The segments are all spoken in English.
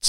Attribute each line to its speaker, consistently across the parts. Speaker 1: It's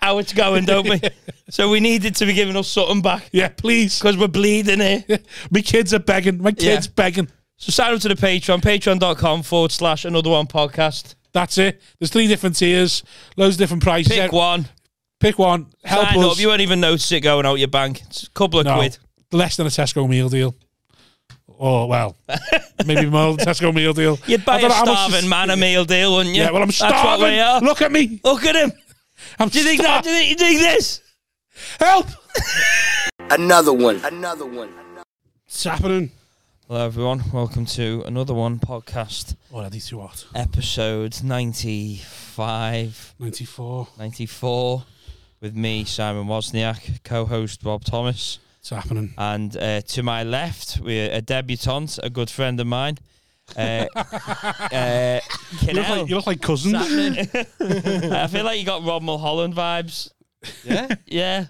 Speaker 2: how it's going, don't we? so we needed to be giving us something back
Speaker 1: yeah, please.
Speaker 2: because we're bleeding here.
Speaker 1: My kids are begging. My kids
Speaker 2: Yeah.
Speaker 1: begging.
Speaker 2: So sign up to the Patreon, patreon.com forward slash another one podcast.
Speaker 1: That's it. There's three different tiers, loads of different prices.
Speaker 2: Pick one.
Speaker 1: Pick one. Help
Speaker 2: Sign
Speaker 1: us.
Speaker 2: up. You won't even notice it going out your bank. It's a couple of
Speaker 1: No,
Speaker 2: quid.
Speaker 1: less than a Tesco meal deal. Or well, maybe more than Tesco meal deal.
Speaker 2: You'd
Speaker 1: I
Speaker 2: buy
Speaker 1: don't
Speaker 2: a
Speaker 1: know how much
Speaker 2: starving
Speaker 1: this-
Speaker 2: man a meal deal, wouldn't you?
Speaker 1: Yeah, well, I'm
Speaker 2: That's what we are.
Speaker 1: starving. Look at me.
Speaker 2: Look at him.
Speaker 1: I'm
Speaker 2: Do you think that? Do
Speaker 1: starving.
Speaker 2: you think, you think this?
Speaker 1: Help!
Speaker 3: Another one. Another one.
Speaker 1: It's happening.
Speaker 2: Hello, everyone. Welcome to another one podcast,
Speaker 1: Oh, that is too hot.
Speaker 2: episode 95,
Speaker 1: 94.
Speaker 2: 94, with me, Simon Wozniak, co host Rob Thomas.
Speaker 1: It's happening.
Speaker 2: And uh, to my left, we're a debutante, a good friend of mine. Uh, uh,
Speaker 1: You look, like, you
Speaker 2: Kinnell.
Speaker 1: look like cousins.
Speaker 2: I feel like you got Rob Mulholland vibes.
Speaker 4: Yeah,
Speaker 2: Yeah.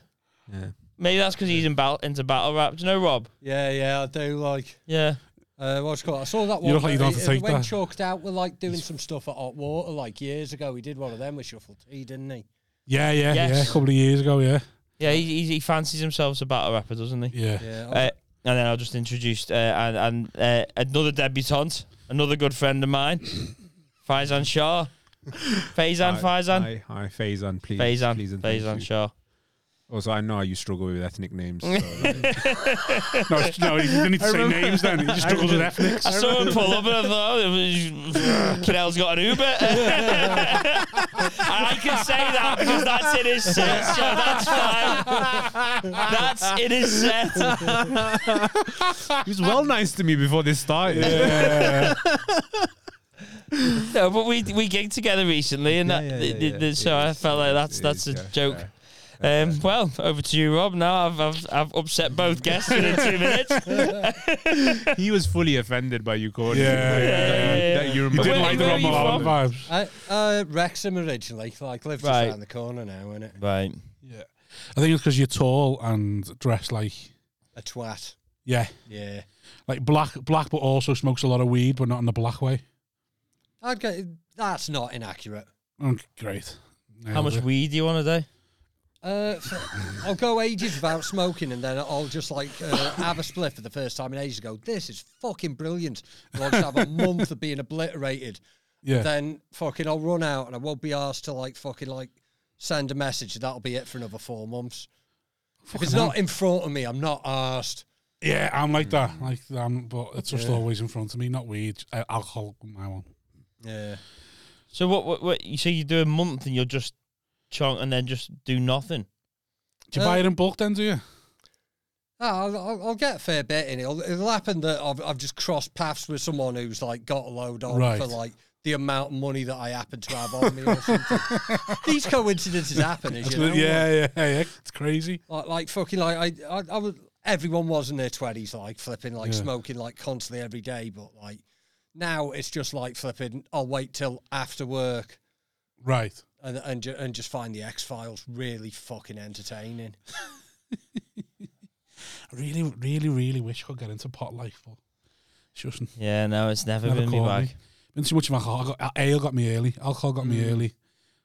Speaker 4: Yeah.
Speaker 2: Maybe that's because he's in bat- into battle rap. Do you know Rob?
Speaker 4: yeah, yeah. I do like
Speaker 2: Yeah.
Speaker 4: uh, what's it called. I saw that one.
Speaker 1: You look like you don't have to
Speaker 4: uh,
Speaker 1: take
Speaker 4: when
Speaker 1: that.
Speaker 4: chalked out were like doing some stuff at Hot Water like years ago. He did one of them with Shuffle Tea, didn't he?
Speaker 1: Yeah, yeah,
Speaker 2: Yes.
Speaker 1: yeah. A couple of years ago, yeah.
Speaker 2: Yeah, he, he, he fancies himself as a battle rapper, doesn't he?
Speaker 1: Yeah.
Speaker 4: Yeah.
Speaker 2: Uh, and then I'll just introduce uh, and, and uh, another debutante, another good friend of mine, Faizan Shah. Faizan, Faizan.
Speaker 5: Hi, hi, Faizan, please. please
Speaker 2: Faizan,
Speaker 5: and thank
Speaker 2: Faizan
Speaker 5: you.
Speaker 2: Shah.
Speaker 5: Also, I know you struggle with ethnic names. So, like,
Speaker 1: No, it's- no, you didn't need to say names then. He just struggles with ethnics.
Speaker 2: I saw him pull up and I thought, it was- Cadell's got an Uber. and I can say that because that's in his set, so that's fine. That's in his set.
Speaker 5: he was well nice to me before this started.
Speaker 1: Yeah.
Speaker 2: No, but we we gigged together recently, and
Speaker 5: Yeah,
Speaker 2: that,
Speaker 5: yeah,
Speaker 2: th-
Speaker 5: yeah,
Speaker 2: th-
Speaker 5: yeah.
Speaker 2: th- so
Speaker 5: It
Speaker 2: I
Speaker 5: is,
Speaker 2: felt
Speaker 5: it
Speaker 2: like that's
Speaker 5: is, it
Speaker 2: that's
Speaker 5: is,
Speaker 2: a
Speaker 5: yeah,
Speaker 2: joke. Um, well, over to you, Rob. Now I've I've, I've upset both guests within two minutes.
Speaker 5: he was fully offended by you calling.
Speaker 1: Yeah, yeah,
Speaker 5: him.
Speaker 2: yeah, yeah.
Speaker 5: That you
Speaker 1: He
Speaker 5: remember.
Speaker 1: didn't
Speaker 2: Where-
Speaker 1: like the
Speaker 2: where
Speaker 1: Rob
Speaker 2: are you
Speaker 1: Malone
Speaker 2: from?
Speaker 1: vibes.
Speaker 4: I, uh, Wrexham originally, like lived just
Speaker 2: Right.
Speaker 4: around the corner now, isn't it?
Speaker 2: Right.
Speaker 1: Yeah. I think it's because you're tall and dressed like,
Speaker 4: A twat.
Speaker 1: yeah,
Speaker 4: Yeah.
Speaker 1: like black, black, but also smokes a lot of weed, but not in the black way.
Speaker 4: I'd go. That's not inaccurate.
Speaker 1: Mm, great.
Speaker 2: How much weed do you want a day?
Speaker 4: Uh, f- I'll go ages without smoking, and then I'll just like uh, have a split for the first time in ages. Go, this is fucking brilliant. And I'll just have a month of being obliterated.
Speaker 1: Yeah.
Speaker 4: Then fucking I'll run out, and I won't be asked to like fucking like send a message. That'll be it for another four months. if it's not in front of me, I'm not asked.
Speaker 1: yeah, I'm like that. Like, I'm, but it's just always in front of me. Not weed, uh, alcohol. My one.
Speaker 4: Yeah.
Speaker 2: So what? What? what you say you do a month and you'll just chunk and then just do nothing.
Speaker 1: Do you
Speaker 2: Uh,
Speaker 1: buy it in bulk then? Do you?
Speaker 4: Ah, I'll, I'll, I'll get a fair bit in. It'll, it'll happen that I've, I've just crossed paths with someone who's like got a load on
Speaker 1: Right.
Speaker 4: for like the amount of money that I happen to have on me or something. These coincidences happen, as you know.
Speaker 1: yeah, yeah, yeah, yeah. It's crazy.
Speaker 4: Like, like fucking like I, I, I was, everyone was in their twenties, like flipping, like
Speaker 1: Yeah.
Speaker 4: smoking, like constantly every day. But like now, it's just like flipping. I'll wait till after work
Speaker 1: Right.
Speaker 4: and and, ju- and just find the X Files really fucking entertaining.
Speaker 1: I really, really, really wish I could get into pot life, but it's just
Speaker 2: Yeah. No, it's never,
Speaker 1: never
Speaker 2: been me
Speaker 1: caught
Speaker 2: back.
Speaker 1: me. Been too much of alcohol. I got, ale got me early. Alcohol got me early.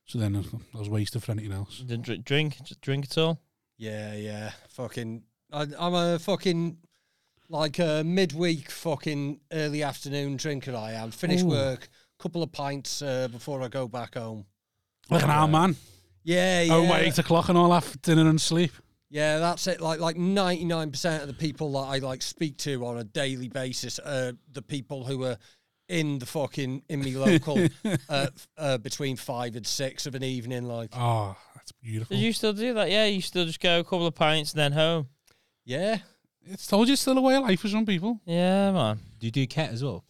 Speaker 1: So then I was wasted for anything else.
Speaker 2: Didn't dr- drink. Just drink at all.
Speaker 4: Yeah, yeah, fucking. I, I'm a fucking like a midweek fucking early afternoon drinker. I am. Finish
Speaker 1: Ooh.
Speaker 4: work, couple of pints uh, before I go back home.
Speaker 1: Like an arm man.
Speaker 4: Yeah, yeah.
Speaker 1: Oh, my eight o'clock and all that for dinner and sleep.
Speaker 4: Yeah, that's it. Like like ninety nine percent of the people that I like speak to on a daily basis are the people who are in the fucking in me local uh, f- uh, between five and six of an evening. Like,
Speaker 1: Oh, that's beautiful.
Speaker 2: Did you still do that? Yeah, you still just go a couple of pints and then home.
Speaker 4: yeah,
Speaker 1: it's told you it's still a way of life for some people.
Speaker 2: Yeah, man.
Speaker 5: Do you do cat as well?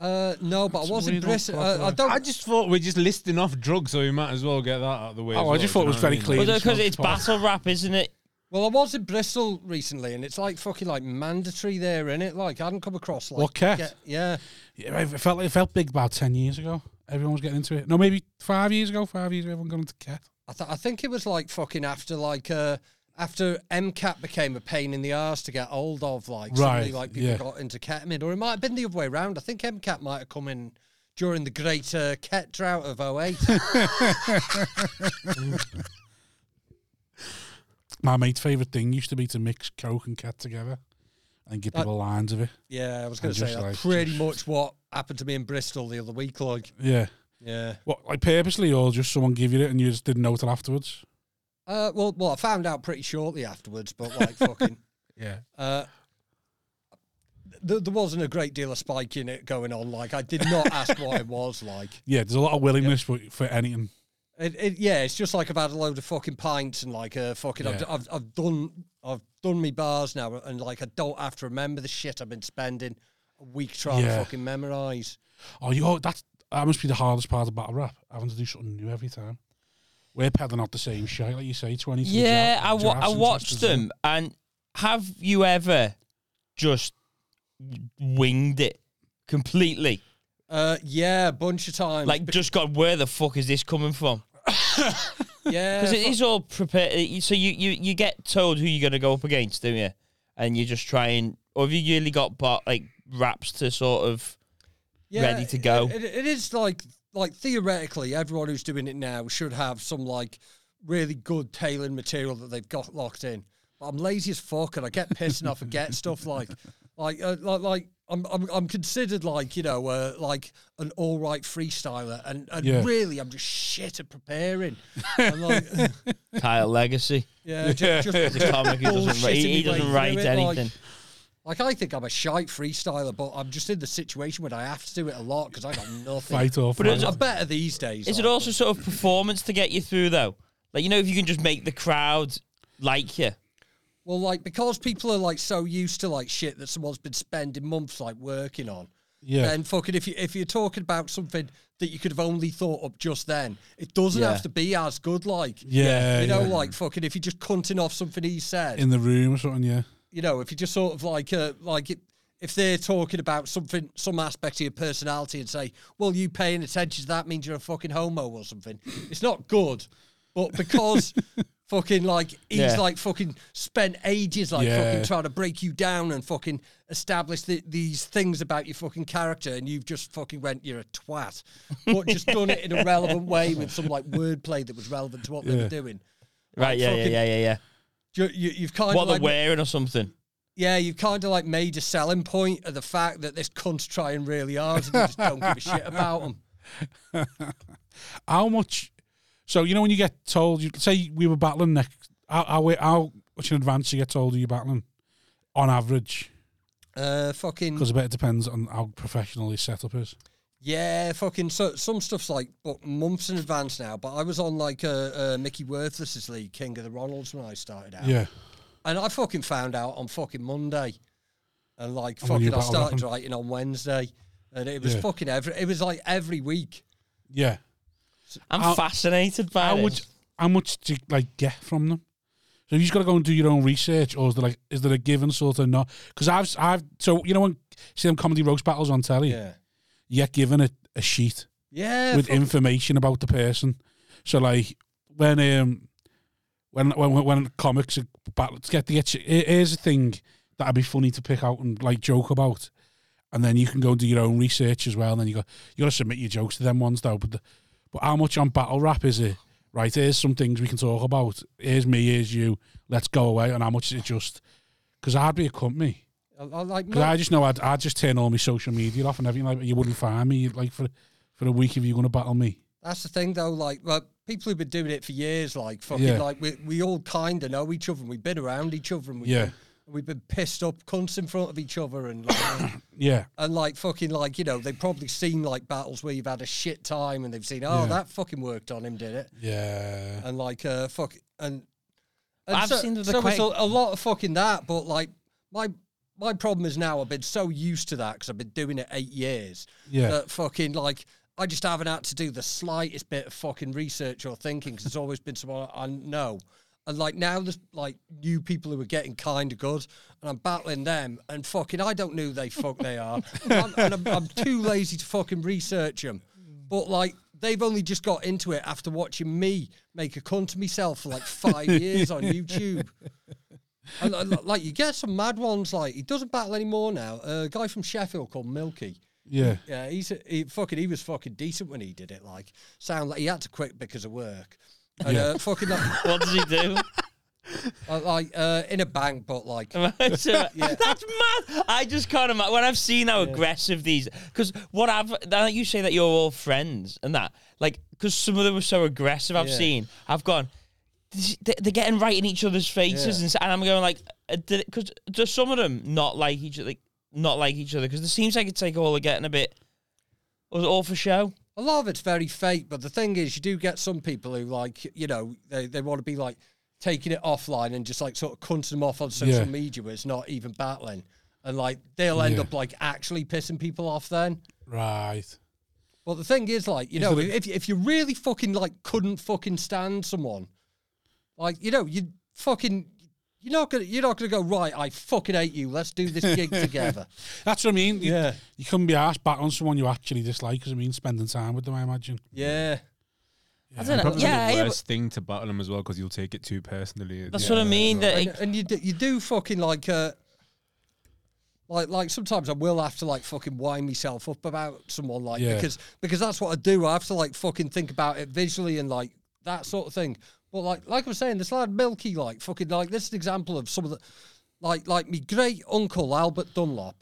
Speaker 4: uh, no, but
Speaker 1: That's
Speaker 4: I was in
Speaker 1: weird,
Speaker 4: Bristol.
Speaker 1: that's
Speaker 4: Uh, I
Speaker 1: like-
Speaker 4: don't.
Speaker 5: I just thought we're just listing off drugs, so we might as well get that out of the way.
Speaker 1: Oh,
Speaker 5: as
Speaker 1: I
Speaker 5: well,
Speaker 1: just thought
Speaker 5: do
Speaker 1: it was
Speaker 5: you know
Speaker 1: very
Speaker 5: what I mean?
Speaker 1: clean.
Speaker 2: Well,
Speaker 1: Beans,
Speaker 2: because it's
Speaker 1: pot.
Speaker 2: battle rap, isn't it?
Speaker 4: well, I was in Bristol recently, and it's like fucking like mandatory there, in it. Like, I hadn't come across like
Speaker 1: What, cat?
Speaker 4: get- yeah,
Speaker 1: Yeah, it felt it felt big about ten years ago. Everyone was getting into it. No, maybe five years ago. Five years ago, everyone got into cat.
Speaker 4: I, th- I think it was like fucking after like uh after MCAT became a pain in the arse to get hold of, like suddenly
Speaker 1: Right,
Speaker 4: like people
Speaker 1: yeah.
Speaker 4: got into ketamine, or it might have been the other way around. I think MCAT might have come in during the great uh, ket drought of 08.
Speaker 1: My mate's favourite thing used to be to mix coke and cat together and give people lines of it.
Speaker 4: yeah, I was going
Speaker 1: And
Speaker 4: to say
Speaker 1: just,
Speaker 4: that's
Speaker 1: like,
Speaker 4: pretty
Speaker 1: just-
Speaker 4: much what happened to me in Bristol the other week. Like,
Speaker 1: Yeah.
Speaker 4: yeah.
Speaker 1: What, like purposely or just someone give you it and you just didn't know till afterwards?
Speaker 4: Uh, well, well, I found out pretty shortly afterwards, but like fucking.
Speaker 1: Yeah.
Speaker 4: Uh, there, there wasn't a great deal of spike in it going on. Like, I did not ask what it was like.
Speaker 1: Yeah, there's a lot of willingness for, for anything.
Speaker 4: It, it, yeah, it's just like I've had a load of fucking pints and like uh, fucking I've,
Speaker 1: Yeah.
Speaker 4: I've I've done I've done me bars now and like I don't have to remember the shit I've been spending a week trying
Speaker 1: Yeah.
Speaker 4: to fucking memorize.
Speaker 1: Oh, you oh, that's that must be the hardest part of battle rap, having to do something new every time. We're peddling out the same shit, like you say, twenty. to the
Speaker 2: Yeah,
Speaker 1: jab-
Speaker 2: I, wa-
Speaker 1: jabs
Speaker 2: I
Speaker 1: and
Speaker 2: watched
Speaker 1: thrusters and-
Speaker 2: them. And have you ever just winged it completely?
Speaker 4: Uh, yeah, a bunch of times.
Speaker 2: Like, just God, where the fuck is this coming from?
Speaker 4: yeah,
Speaker 2: Because it
Speaker 4: fu-
Speaker 2: is all prepared. So you, you, you get told who you're going to go up against, don't you? And you just try and. Or have you really got bot, like raps to sort of.
Speaker 4: yeah,
Speaker 2: ready to go.
Speaker 4: It, it- it is like like theoretically, everyone who's doing it now should have some like really good tailoring material that they've got locked in. But I'm lazy as fuck, and I get pissed and I forget stuff like like uh, like like. I'm, I'm, I'm considered like you know uh, like an all right freestyler and, and
Speaker 1: Yeah.
Speaker 4: really I'm just shit at preparing. I'm like
Speaker 2: Kyle Legacy.
Speaker 4: yeah just, just
Speaker 2: He's a comic who doesn't write,
Speaker 4: bullshitting
Speaker 2: he
Speaker 4: me way
Speaker 2: doesn't
Speaker 4: through
Speaker 2: write
Speaker 4: it, like-
Speaker 2: anything.
Speaker 4: like I think I'm a shite freestyler but I'm just in the situation where I have to do it a lot because I got nothing.
Speaker 1: Fight off.
Speaker 2: But it's-
Speaker 4: I'm better these days.
Speaker 2: Is it
Speaker 4: like,
Speaker 2: also sort of performance to get you through though? Like you know, if you can just make the crowd like you.
Speaker 4: Well, like because people are like so used to like shit that someone's been spending months like working on.
Speaker 1: Yeah.
Speaker 4: Then fucking if you if you're talking about something that you could have only thought up just then, it doesn't
Speaker 2: Yeah.
Speaker 4: have to be as good. Like
Speaker 1: Yeah,
Speaker 4: you know,
Speaker 1: yeah.
Speaker 4: like fucking if you're just cunting off something he said,
Speaker 1: in the room or something. Yeah,
Speaker 4: you know, if you just sort of like uh, like it, if they're talking about something, some aspect of your personality, and say, "Well, you paying attention to that means you're a fucking homo or something," it's not good. But because fucking like he's
Speaker 2: Yeah.
Speaker 4: like fucking spent ages like
Speaker 1: Yeah.
Speaker 4: fucking trying to break you down and fucking establish the, these things about your fucking character, and you've just fucking went, "You're a twat," but just done it in a relevant way with some like wordplay that was relevant to what they
Speaker 1: Yeah.
Speaker 4: were doing.
Speaker 2: Right, yeah, yeah,
Speaker 4: fucking-
Speaker 2: yeah, yeah, yeah.
Speaker 4: You, you, you've kind
Speaker 2: What
Speaker 4: of
Speaker 2: they're
Speaker 4: like
Speaker 2: wearing or something.
Speaker 4: yeah, you've kind of like made a selling point of the fact that this cunt's trying really hard and they just don't give a shit about him.
Speaker 1: how much? So you know when you get told, you say we were battling next. How how, we- how much in advance you get told who you're battling, on average?
Speaker 4: Uh, fucking
Speaker 1: Because I bet it depends on how professional his setup is.
Speaker 4: yeah, fucking. So some stuff's like but months in advance now. But I was on like uh, uh, Mickey Worthless's league, King of the Ronalds, when I started out,
Speaker 1: Yeah,
Speaker 4: and I fucking found out on fucking Monday, and like
Speaker 1: And when you
Speaker 4: fucking, I
Speaker 1: battled
Speaker 4: started
Speaker 1: them?
Speaker 4: writing on Wednesday, and it was
Speaker 1: Yeah.
Speaker 4: fucking every. It was like every week.
Speaker 1: yeah.
Speaker 2: I'm
Speaker 1: How-
Speaker 2: fascinated by
Speaker 1: How
Speaker 2: this.
Speaker 1: much? How much do you like get from them? So you just got to go and do your own research, or is there like is there a given sort of not? Because I've s- I've so you know when see them comedy roast battles on telly,
Speaker 4: Yeah,
Speaker 1: you're given a, a sheet
Speaker 4: yeah.
Speaker 1: with
Speaker 4: fuck-
Speaker 1: information about the person. So like when um when when when- when comics are battle to get to get you- here- here's a thing that'd be funny to pick out and like joke about, and then you can go and do your own research as well. And then you got you got to submit your jokes to them ones though. But the, but how much on battle rap is it? Right, here's some things we can talk about. Here's me, here's you. Let's go away. And how much is it just? Because I'd be a company.
Speaker 4: I, I like
Speaker 1: Because I just know I'd, I'd just turn all my social media off and everything. Like you wouldn't find me like for for a week if you're going to battle me.
Speaker 4: That's the thing, though. Like, well, people who've been doing it for years, like, fucking,
Speaker 1: Yeah.
Speaker 4: like, we, we all kind of know each other and we've been around each other and we've,
Speaker 1: Yeah.
Speaker 4: we've been pissed up cunts in front of each other and, like,
Speaker 1: Yeah.
Speaker 4: and, like, fucking, like, you know, they've probably seen, like, battles where you've had a shit time and they've seen, oh,
Speaker 1: Yeah.
Speaker 4: that fucking worked on him, did it?
Speaker 1: Yeah.
Speaker 4: and like uh fuck and, and
Speaker 2: I've
Speaker 4: so,
Speaker 2: seen the- the
Speaker 4: so it's a,
Speaker 2: quake.
Speaker 4: a lot of fucking that but like my my problem is now i've been so used to that because i've been doing it eight years
Speaker 1: Yeah.
Speaker 4: that fucking like i just haven't had to do the slightest bit of fucking research or thinking because it's always been someone i know and like now there's like new people who are getting kind of good and i'm battling them and fucking i don't know who they fuck they are I'm, and I'm, I'm too lazy to fucking research them but like they've only just got into it after watching me make a cunt of myself for like five years on YouTube. And, uh, like you get some mad ones. Like he doesn't battle anymore now. a guy from Sheffield called Milky.
Speaker 1: Yeah.
Speaker 4: Yeah, he's a, he fucking he was fucking decent when he did it. Like sound like he had to quit because of work. And
Speaker 1: Yeah.
Speaker 4: uh, fucking like,
Speaker 2: What does he do?
Speaker 4: uh, like uh, in a bank, but like
Speaker 2: So, That's mad. I just can't imagine when I've seen how aggressive these. Because what I've now that you say that you're all friends and that, like, because some of them were so aggressive. I've
Speaker 4: Yeah.
Speaker 2: seen. I've gone. "This- they- They're getting right in each other's faces,
Speaker 4: Yeah.
Speaker 2: and, s- and I'm going like, uh, because does some of them not like each other? Not like each other because it seems like it's like all are getting a bit. Was it all for show?
Speaker 4: a lot of it's very fake, but the thing is, you do get some people who like, you know, they, they want to be like taking it offline and just like sort of cunting them off on social
Speaker 1: Yeah.
Speaker 4: media where it's not even battling. And like they'll end
Speaker 1: Yeah.
Speaker 4: up like actually pissing people off then.
Speaker 1: Right.
Speaker 4: But the thing is, like, you know,
Speaker 1: it a-
Speaker 4: if, if you really fucking like couldn't fucking stand someone, like, you know, you fucking. You're not gonna. You're not gonna go right. I fucking hate you. Let's do this gig together.
Speaker 1: That's what I mean. You,
Speaker 4: Yeah.
Speaker 1: You couldn't be asked back on someone you actually dislike because I mean spending time with them, I imagine.
Speaker 4: Yeah.
Speaker 2: I don't know.
Speaker 5: Probably
Speaker 2: Yeah,
Speaker 5: the
Speaker 2: yeah,
Speaker 5: worst thing to battle him as well because you'll take it too personally.
Speaker 2: that's what I mean. That
Speaker 4: and, and you do, you do fucking like uh like like sometimes I will have to like fucking wind myself up about someone like
Speaker 1: Yeah.
Speaker 4: because because that's what I do. I have to like fucking think about it visually and like that sort of thing. But like like I was saying, this lad Milky like fucking like this is an example of some of the like like me great uncle Albert Dunlop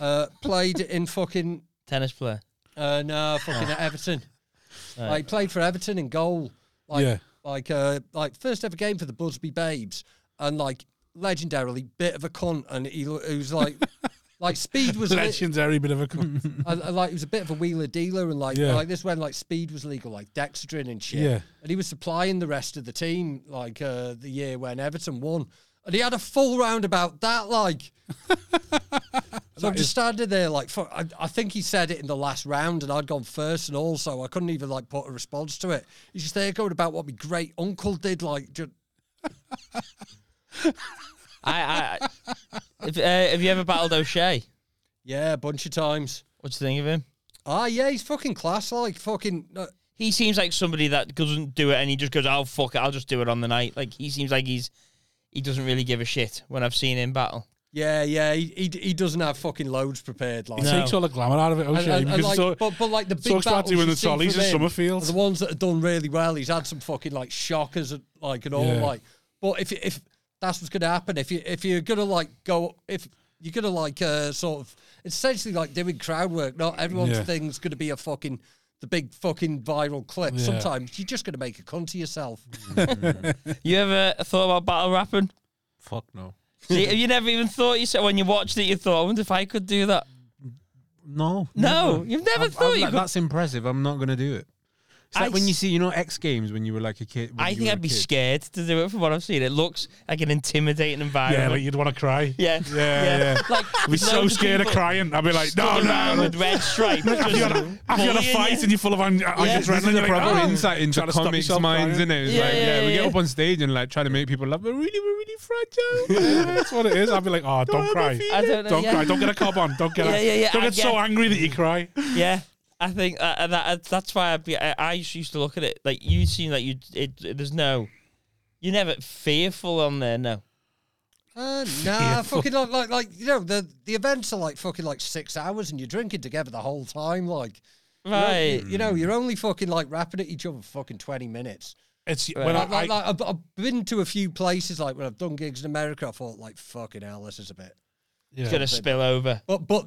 Speaker 4: uh played in fucking
Speaker 2: tennis player.
Speaker 4: uh, no, fucking at Everton. Like, he played for Everton in goal. Like,
Speaker 1: Yeah.
Speaker 4: like, uh, like first ever game for the Busby Babes, and like legendarily bit of a cunt, and he, lo- he was like, like speed was lit-
Speaker 1: Legendary bit of a cunt.
Speaker 4: and, and, like he was a bit of a wheeler dealer, and like
Speaker 1: Yeah.
Speaker 4: like this when like speed was legal, like Dexedrine and shit.
Speaker 1: Yeah.
Speaker 4: And he was supplying the rest of the team like uh, the year when Everton won, and he had a full round about that like. so I'm just standing there like fuck, I, I think he said it in the last round, and I'd gone first, and also I couldn't even like put a response to it. He's just there going about what my great uncle did, like just,
Speaker 2: I, I if, uh, have you ever battled O'Shea?
Speaker 4: yeah, a bunch of times.
Speaker 2: What do you think of him?
Speaker 4: Ah, yeah, he's fucking class, like fucking. Uh,
Speaker 2: He seems like somebody that doesn't do it, and he just goes, "Oh fuck it, I'll just do it on the night." Like he seems like he's he doesn't really give a shit when I've seen him battle.
Speaker 4: yeah, yeah, he, he he doesn't have fucking loads prepared, like.
Speaker 1: It takes all the glamour out of it, oh,
Speaker 4: And-
Speaker 1: O'Shea.
Speaker 4: and- and,
Speaker 1: because
Speaker 4: like,
Speaker 1: so,
Speaker 4: but, but like the big
Speaker 1: so it's glad
Speaker 4: battles
Speaker 1: to win
Speaker 4: you
Speaker 1: the
Speaker 4: see
Speaker 1: trolleys
Speaker 4: from
Speaker 1: in
Speaker 4: him
Speaker 1: Summerfield.
Speaker 4: are The ones that have done really well, he's had some fucking like shockers, and, like and all
Speaker 1: Yeah.
Speaker 4: like. But if if that's what's gonna happen, if you if you're gonna like go if you're gonna like uh, sort of essentially like doing crowd work, not everyone's
Speaker 1: Yeah.
Speaker 4: thing's gonna be a fucking the big fucking viral clip.
Speaker 1: Yeah.
Speaker 4: Sometimes you're just gonna make a cunt of yourself.
Speaker 2: You ever thought about battle rapping?
Speaker 5: Fuck no.
Speaker 2: See, have you never even thought you said when you watched it, you thought, "I wonder if I could do that."
Speaker 5: No.
Speaker 2: No, you've never thought you
Speaker 5: like,
Speaker 2: could-
Speaker 5: That's impressive. I'm not gonna do it. It's
Speaker 2: I
Speaker 5: like when you
Speaker 2: s-
Speaker 5: see, you know, X Games when you were like a kid. when
Speaker 2: I
Speaker 5: you
Speaker 2: think
Speaker 5: were
Speaker 2: I'd
Speaker 5: a
Speaker 2: be
Speaker 5: kid.
Speaker 2: scared to do it from what I've seen. It looks like an intimidating
Speaker 1: yeah, like
Speaker 2: environment.
Speaker 1: you'd want to cry.
Speaker 2: Yeah,
Speaker 1: Yeah, yeah.
Speaker 2: Like
Speaker 1: I'd be so
Speaker 2: loads
Speaker 1: scared of
Speaker 2: people
Speaker 1: crying. I'd be like, no,
Speaker 2: stood
Speaker 1: no.
Speaker 2: around
Speaker 1: oh, no.
Speaker 2: with red stripes.
Speaker 1: After you had a, after you had a fight and you're full of an, uh,
Speaker 2: Yeah.
Speaker 1: adrenaline,
Speaker 5: This is
Speaker 1: you're
Speaker 5: a
Speaker 1: like,
Speaker 5: proper
Speaker 1: "Oh."
Speaker 5: insight into
Speaker 1: Trying to stop
Speaker 5: comics'
Speaker 1: yourself
Speaker 5: minds,
Speaker 1: crying.
Speaker 5: isn't it? It's
Speaker 2: Yeah,
Speaker 5: like,
Speaker 2: yeah,
Speaker 5: yeah, we
Speaker 2: yeah.
Speaker 5: get up on stage and like trying to make people laugh. We're really, we're really fragile.
Speaker 1: That's what it is. I'd be like, oh, don't, cry.
Speaker 2: I don't know.
Speaker 1: Don't
Speaker 2: yeah.
Speaker 1: cry. Don't get a cob on. Don't get.
Speaker 2: Yeah,
Speaker 1: a,
Speaker 2: yeah, yeah,
Speaker 1: Don't
Speaker 2: I
Speaker 1: get so
Speaker 2: get-
Speaker 1: angry that you cry.
Speaker 2: Yeah, I think uh, uh, that uh, that's why I'd be, I I just used to look at it like you seem like you. It, it- there's no, you're never fearful on there. No,
Speaker 4: Uh, nah, fucking like, like like you know the the events are like fucking like six hours and you're drinking together the whole time like. You know-
Speaker 2: right?
Speaker 1: Mm.
Speaker 4: You know, you're only fucking like rapping at each other for fucking 20 minutes.
Speaker 1: It's when
Speaker 4: Like,
Speaker 1: I, I,
Speaker 4: like, like, I've, I've been to a few places, like when I've done gigs in America, I thought, like, fucking hell, this is a bit.
Speaker 2: It's gonna
Speaker 1: yeah.
Speaker 2: spill over.
Speaker 4: But, but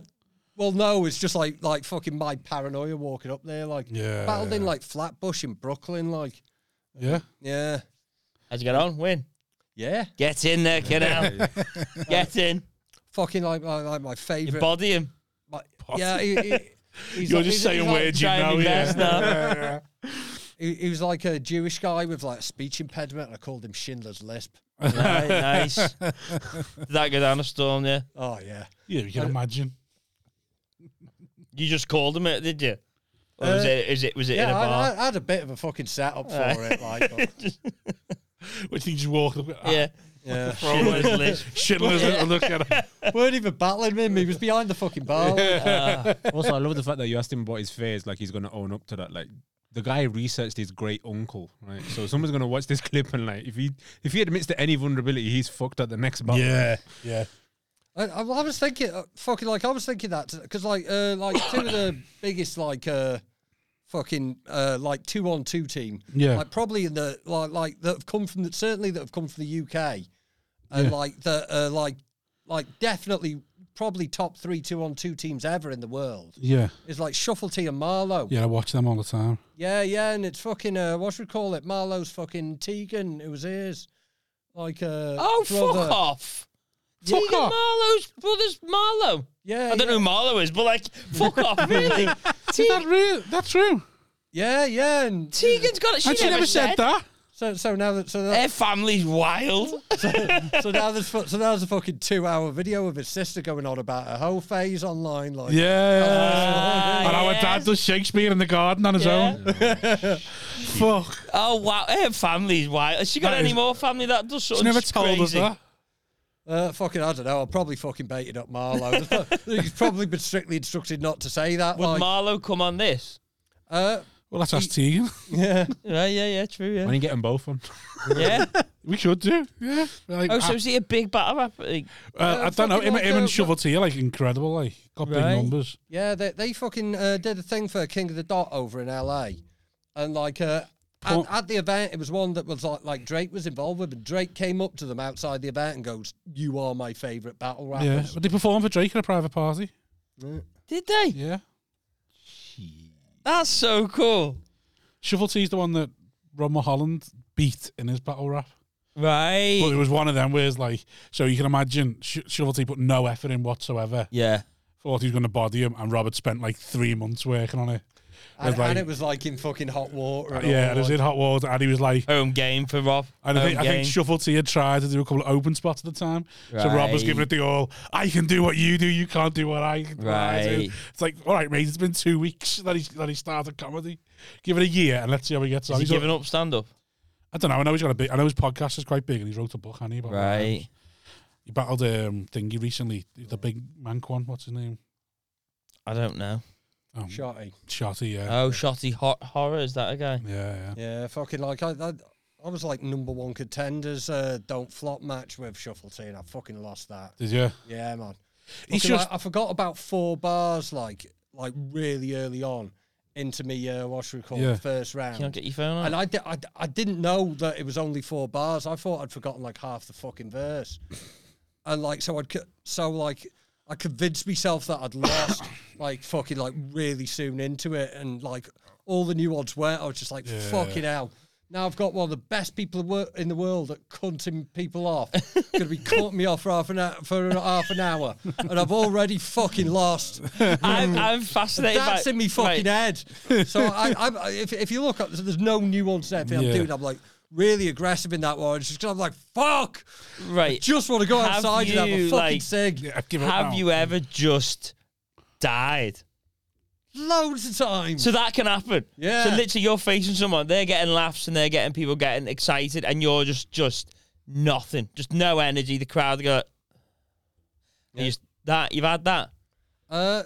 Speaker 4: Well, no, it's just like like fucking my paranoia walking up there, like
Speaker 1: Yeah.
Speaker 4: battled in like Flatbush in Brooklyn, like
Speaker 1: Yeah.
Speaker 4: yeah,
Speaker 2: How'd you get on? Win.
Speaker 4: yeah,
Speaker 2: Get in there, kiddo. Get in.
Speaker 4: fucking like like, like my
Speaker 2: You
Speaker 4: favorite.
Speaker 2: body him.
Speaker 4: my, yeah, he, he, he's
Speaker 1: You're
Speaker 4: like-
Speaker 1: just
Speaker 4: he's-
Speaker 1: saying
Speaker 4: he's like-
Speaker 1: words you
Speaker 2: trying
Speaker 1: know,
Speaker 2: my
Speaker 1: yeah.
Speaker 2: best now.
Speaker 4: He, he was like a Jewish guy with like a speech impediment, and I called him Schindler's Lisp.
Speaker 2: Right, nice. Did that go down a storm, yeah?
Speaker 4: Oh yeah,
Speaker 1: Yeah, you can imagine.
Speaker 2: You just called him it, did you? Or was
Speaker 4: Uh,
Speaker 2: it is it was it in a
Speaker 4: yeah, I,
Speaker 2: bar?
Speaker 4: I, I had a bit of a fucking setup for
Speaker 2: Right.
Speaker 4: it, like but,
Speaker 1: Which he just walked up. Yeah.
Speaker 2: yeah.
Speaker 4: yeah,
Speaker 2: Schindler's list.
Speaker 1: Schindler's yeah. look at him.
Speaker 4: weren't even battling him. He was behind the fucking bar. like,
Speaker 5: also, I love the fact that you asked him about his fears. Like he's gonna own up to that. Like the guy researched his great uncle, right? So someone's gonna watch this clip and like, if he if he admits to any vulnerability, he's fucked at the next battle.
Speaker 1: Yeah. Yeah.
Speaker 4: I, I, I was thinking, uh, fucking, like I was thinking that because, like, uh, like two of the biggest, like, uh, fucking, uh, like two on two team,
Speaker 1: Yeah.
Speaker 4: like probably in the like, like that have come from the certainly that have come from the UK, and like the uh, like, like definitely probably top three two on two teams ever in the world
Speaker 1: Yeah.
Speaker 4: is like Shufflety and Marlowe.
Speaker 1: Yeah, I watch them all the time.
Speaker 4: Yeah, yeah, and it's fucking uh, what should we call it? Marlowe's fucking Tegan. It was his, like uh,
Speaker 2: Oh
Speaker 4: brother.
Speaker 2: fuck off.
Speaker 1: Fuck
Speaker 2: Tegan
Speaker 1: off.
Speaker 2: Marlowe's brother's Marlowe.
Speaker 4: Yeah,
Speaker 2: I don't
Speaker 4: yeah.
Speaker 2: know who Marlowe is, but like fuck off, really. Tegan,
Speaker 1: real? That's true.
Speaker 4: Yeah, yeah, and
Speaker 2: Tegan's got it. She,
Speaker 1: and she never, said, that.
Speaker 4: so so now that so that,
Speaker 2: Their family's
Speaker 1: Oh,
Speaker 2: wild.
Speaker 4: so now there's fu- so now there's a fucking two hour video of his sister going on about her whole phase online, like
Speaker 1: Oh, Yeah. and our
Speaker 2: yes.
Speaker 1: dad does Shakespeare in the garden on his
Speaker 2: Uh, Yeah.
Speaker 1: own. Fuck.
Speaker 2: Oh wow, her family's wild. Has she got
Speaker 1: That
Speaker 2: any
Speaker 1: is-
Speaker 2: more family that does
Speaker 1: She
Speaker 2: something
Speaker 1: never told
Speaker 2: crazy?
Speaker 1: us that.
Speaker 4: uh, fucking I don't know. I'll probably fucking bait it up Marlowe. He's probably been strictly instructed not to say that.
Speaker 2: Would
Speaker 4: like,
Speaker 2: Marlowe come on this?
Speaker 4: uh,
Speaker 1: Well, that's us Tegan.
Speaker 4: yeah,
Speaker 2: Yeah, yeah, yeah, true,
Speaker 5: I
Speaker 2: yeah.
Speaker 5: didn't get them both on.
Speaker 2: yeah.
Speaker 1: We should do. Yeah. Like,
Speaker 2: Oh, so
Speaker 1: I,
Speaker 2: is he a big battle rap? Like,
Speaker 1: uh, I don't know.
Speaker 4: fucking
Speaker 1: Him,
Speaker 4: like
Speaker 1: him
Speaker 4: a-
Speaker 1: and Shovel Tea are like incredible. Like, got big
Speaker 2: Right.
Speaker 1: numbers.
Speaker 4: yeah. They they fucking uh, did a thing for King of the Dot over in L.A. and like uh, at,
Speaker 1: Paul-
Speaker 4: at the event it was one that was like like Drake was involved with, and Drake came up to them outside the event and goes, "You are my favorite battle rappers."
Speaker 1: Yeah. But they performed for Drake at a private party.
Speaker 2: did they?
Speaker 1: Yeah.
Speaker 2: That's so cool.
Speaker 1: Shovel Tea's the one that Ron Mulholland beat in his battle rap. But
Speaker 2: Right.
Speaker 1: it was one of them where it's like, so you can imagine Sh- Shovel Tea put no effort in whatsoever.
Speaker 2: Yeah.
Speaker 1: Thought he was going to body him, and Robert spent like three months working on it.
Speaker 4: And,
Speaker 1: It's like-
Speaker 4: and it was like in fucking hot water. and
Speaker 1: yeah,
Speaker 4: all,
Speaker 1: it was
Speaker 4: like-
Speaker 1: in hot water, and he was like,
Speaker 2: Home game for Rob.
Speaker 1: and I
Speaker 2: Home
Speaker 1: think, I think
Speaker 2: game.
Speaker 1: Shovel Tea had tried to do a couple of open spots at the time. So Rob was
Speaker 2: Right.
Speaker 1: giving it the all, I can do what you do, you can't do what I can do.
Speaker 2: Right.
Speaker 1: It's like, all right, mate, it's been two weeks that he's that he started comedy. Give it a year and let's see how he gets on.
Speaker 2: Is he
Speaker 1: He's
Speaker 2: giving up stand up?
Speaker 1: I don't know. I know he's got a big. I know his podcast is quite big, and he's wrote a book, hasn't he? About
Speaker 2: Right.
Speaker 1: He battled um thingy recently, the big mank one. What's his name?
Speaker 2: I don't know.
Speaker 1: Oh,
Speaker 4: Shotty.
Speaker 1: Shotty. Yeah.
Speaker 2: Oh, Shotty Hot Horror, is that a guy?
Speaker 1: yeah, yeah.
Speaker 4: Yeah, fucking like I, I, I was like number one contenders. Uh, don't flop match with Shuffle T, and I fucking lost that.
Speaker 1: Did you?
Speaker 4: Yeah, man.
Speaker 1: He's
Speaker 4: Fucking,
Speaker 1: just-
Speaker 4: like, I forgot about four bars, like like really early on into me. Uh, what should we call it,
Speaker 1: Yeah.
Speaker 4: first
Speaker 2: Can I
Speaker 4: round?
Speaker 2: get your phone
Speaker 4: And
Speaker 2: on?
Speaker 4: I, di- I, di- I didn't know that it was only four bars. I thought I'd forgotten like half the fucking verse. and like so I'd co- so like I convinced myself that I'd lost like fucking like really soon into it and like all the new odds were I was just like fucking hell. Now I've got one of the best people in wor- in the world at cunting people off. Going to be cutting me off for half an hour, for an- half an hour, and I've already fucking lost.
Speaker 2: I'm, I'm fascinated
Speaker 4: That's
Speaker 2: by
Speaker 4: in me
Speaker 2: Right.
Speaker 4: fucking head. So I, I, if, if you look up, there's no nuance there. I'm
Speaker 1: Yeah.
Speaker 4: doing. I'm like really aggressive in that one. It's just 'cause I'm like fuck.
Speaker 2: Right.
Speaker 4: Just want to go
Speaker 2: Have
Speaker 4: outside and have a
Speaker 2: you,
Speaker 4: fucking
Speaker 2: like-
Speaker 4: cig.
Speaker 1: Yeah, I've given up
Speaker 2: Have
Speaker 1: now.
Speaker 2: you e- ever just died?
Speaker 4: Loads of times.
Speaker 2: So that can happen.
Speaker 4: Yeah.
Speaker 2: So literally, you're facing someone, they're getting laughs and they're getting people getting excited, and you're just just nothing, just no energy. The crowd go, and you just, that you've had that
Speaker 4: Uh,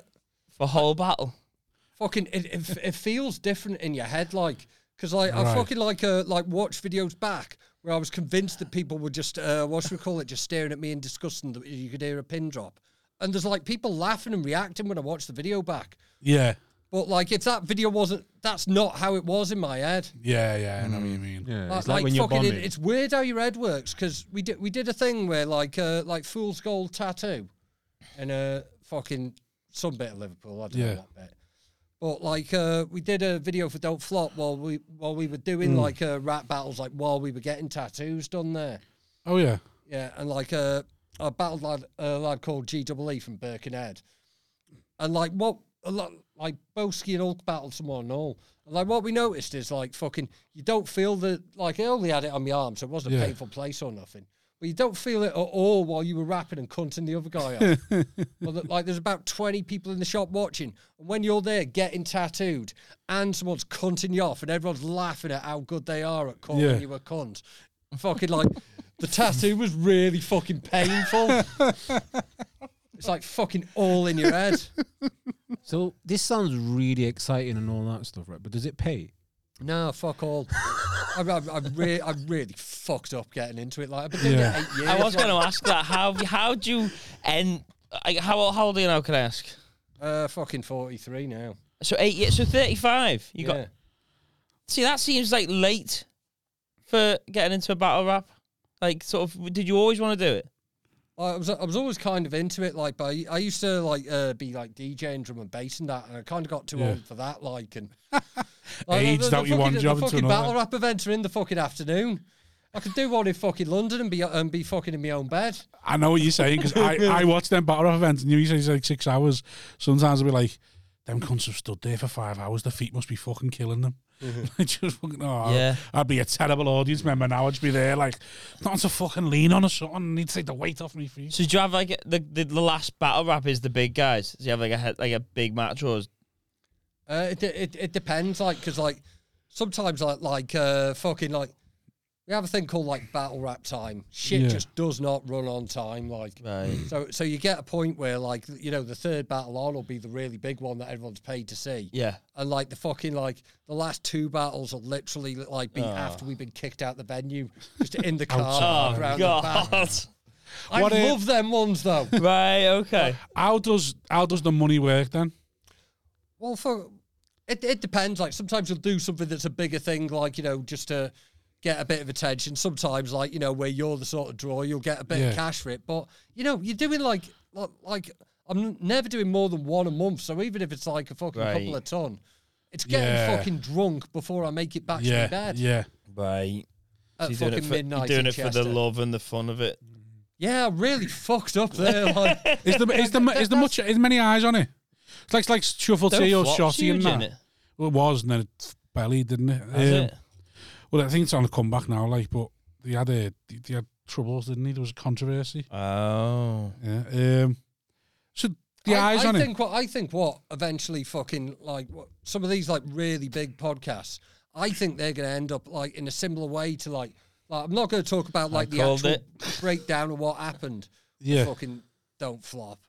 Speaker 2: for whole battle.
Speaker 4: fucking, it, it, it feels different in your head, like because like I
Speaker 1: Right.
Speaker 4: fucking like uh, like watch videos back where I was convinced that people were just uh, what should we call it, just staring at me in disgust, and you could hear a pin drop. And there's like people laughing and reacting when I watch the video back.
Speaker 1: Yeah,
Speaker 4: But like, if that video wasn't, that's not how it was in my head.
Speaker 1: yeah, yeah. I know what you mean.
Speaker 5: Yeah,
Speaker 4: Like,
Speaker 5: it's like, when you're
Speaker 4: fucking,
Speaker 5: bombing.
Speaker 4: it- it's weird how your head works because we did we did a thing where like uh, like fool's gold tattoo, and uh fucking some bit of Liverpool. I don't
Speaker 1: Yeah.
Speaker 4: know what bit. But like uh, we did a video for Don't Flop while we while we were doing like uh, rap battles, like while we were getting tattoos done there.
Speaker 1: Oh yeah.
Speaker 4: Yeah, and like uh, I battled lad, a lad called GWE from Birkenhead, and like what a lot like Boski and Hulk battled someone and all. And like what we noticed is like fucking you don't feel the like I only had it on my arm, so it wasn't
Speaker 1: Yeah.
Speaker 4: a painful place or nothing. But you don't feel it at all while you were rapping and cunting the other guy off. but look, like there's about twenty people in the shop watching, and when you're there getting tattooed, and someone's cunting you off, and everyone's laughing at how good they are at calling
Speaker 1: Yeah.
Speaker 4: you a cunt, fucking like the tattoo was really fucking painful. it's like fucking all in your head.
Speaker 5: So this sounds really exciting and all that stuff, right? But does it pay?
Speaker 4: No, fuck all. I, I, I, re- I really fucked up getting into it. Like I've been doing
Speaker 1: Yeah.
Speaker 4: it eight years.
Speaker 2: I was
Speaker 4: like,
Speaker 2: going to ask that. How how do you end? Like, how old- how old are you now? Can I ask?
Speaker 4: uh, fucking forty three now.
Speaker 2: So eight years. So thirty five. You
Speaker 4: Yeah.
Speaker 2: got. See, that seems like late for getting into a battle rap. Like, sort of. Did you always want to do it?
Speaker 4: I was I was always kind of into it, like, but I, I used to like uh, be like DJing drum and bass and that, and I kind of got too
Speaker 1: Yeah.
Speaker 4: old for that, like, and
Speaker 1: Aged out you
Speaker 4: fucking-
Speaker 1: one
Speaker 4: the
Speaker 1: job into
Speaker 4: fucking
Speaker 1: another.
Speaker 4: battle rap events are in the fucking afternoon. I could do one in fucking London and be and be fucking in my own bed.
Speaker 1: I know what you're saying because I, I watch them battle off events and you say it's like six hours. Sometimes I'll be like, them cunts have stood there for five hours. Their feet must be fucking killing them. just fucking, oh,
Speaker 2: Yeah.
Speaker 1: I'd be a terrible audience member now. I'd just be there like, not to fucking lean on or something. I need to take the weight off my feet.
Speaker 2: So do you have like the the, the last battle rap is the big guys? Do you have like a he- like a big match or? Is,
Speaker 4: Uh, it, it it depends, like, because like sometimes like like uh, fucking like we have a thing called like battle rap time. Shit
Speaker 1: Yeah.
Speaker 4: just does not run on time, like.
Speaker 2: right.
Speaker 4: So so you get a point where like you know the third battle on will be the really big one that everyone's paid to see.
Speaker 2: Yeah.
Speaker 4: And like the fucking like the last two battles will literally like
Speaker 1: Ah.
Speaker 4: be after we've been kicked out the venue, just in the car.
Speaker 2: Oh
Speaker 4: around The back.
Speaker 2: God.
Speaker 4: I
Speaker 1: What a-
Speaker 4: love them ones though.
Speaker 2: right. Okay.
Speaker 1: How does how does the money work then?
Speaker 4: Well, for it, it depends. Like sometimes you'll do something that's a bigger thing, like you know, just to get a bit of attention. Sometimes, like you know, where you're the sort of draw, you'll get a bit
Speaker 1: Yeah.
Speaker 4: of cash for it. But you know, you're doing like like, like I'm never doing more than one a month. So even if it's like a fucking couple
Speaker 2: Right.
Speaker 4: of ton, it's getting
Speaker 1: Yeah.
Speaker 4: fucking drunk before I make it back to my
Speaker 1: yeah,
Speaker 4: bed
Speaker 1: yeah.
Speaker 2: Right.
Speaker 4: at
Speaker 2: you're doing
Speaker 4: fucking
Speaker 2: it for,
Speaker 4: midnight.
Speaker 2: you're doing
Speaker 4: in
Speaker 2: it for the
Speaker 4: Chester.
Speaker 2: love and the fun of it.
Speaker 4: Yeah, I really fucked up there. Like,
Speaker 1: Is there is there, is there much is many eyes on it? It's like it's like shuffle tea or shotty and that.
Speaker 2: it.
Speaker 1: Well, it was and then it bellied, didn't it?
Speaker 2: Has
Speaker 1: Um,
Speaker 2: it?
Speaker 1: Well, I think it's on the comeback now, like, but they had a, they had troubles, didn't they? There was a controversy.
Speaker 2: Ah. Oh.
Speaker 1: Yeah. Um, so the
Speaker 4: I,
Speaker 1: eyes
Speaker 4: I
Speaker 1: on
Speaker 4: think what I think what eventually fucking like what, some of these like really big podcasts. I think they're going to end up like in a similar way to like. like I'm not going to talk about like the
Speaker 2: called
Speaker 4: actual breakdown of what happened.
Speaker 1: it. Yeah.
Speaker 4: Fucking don't flop.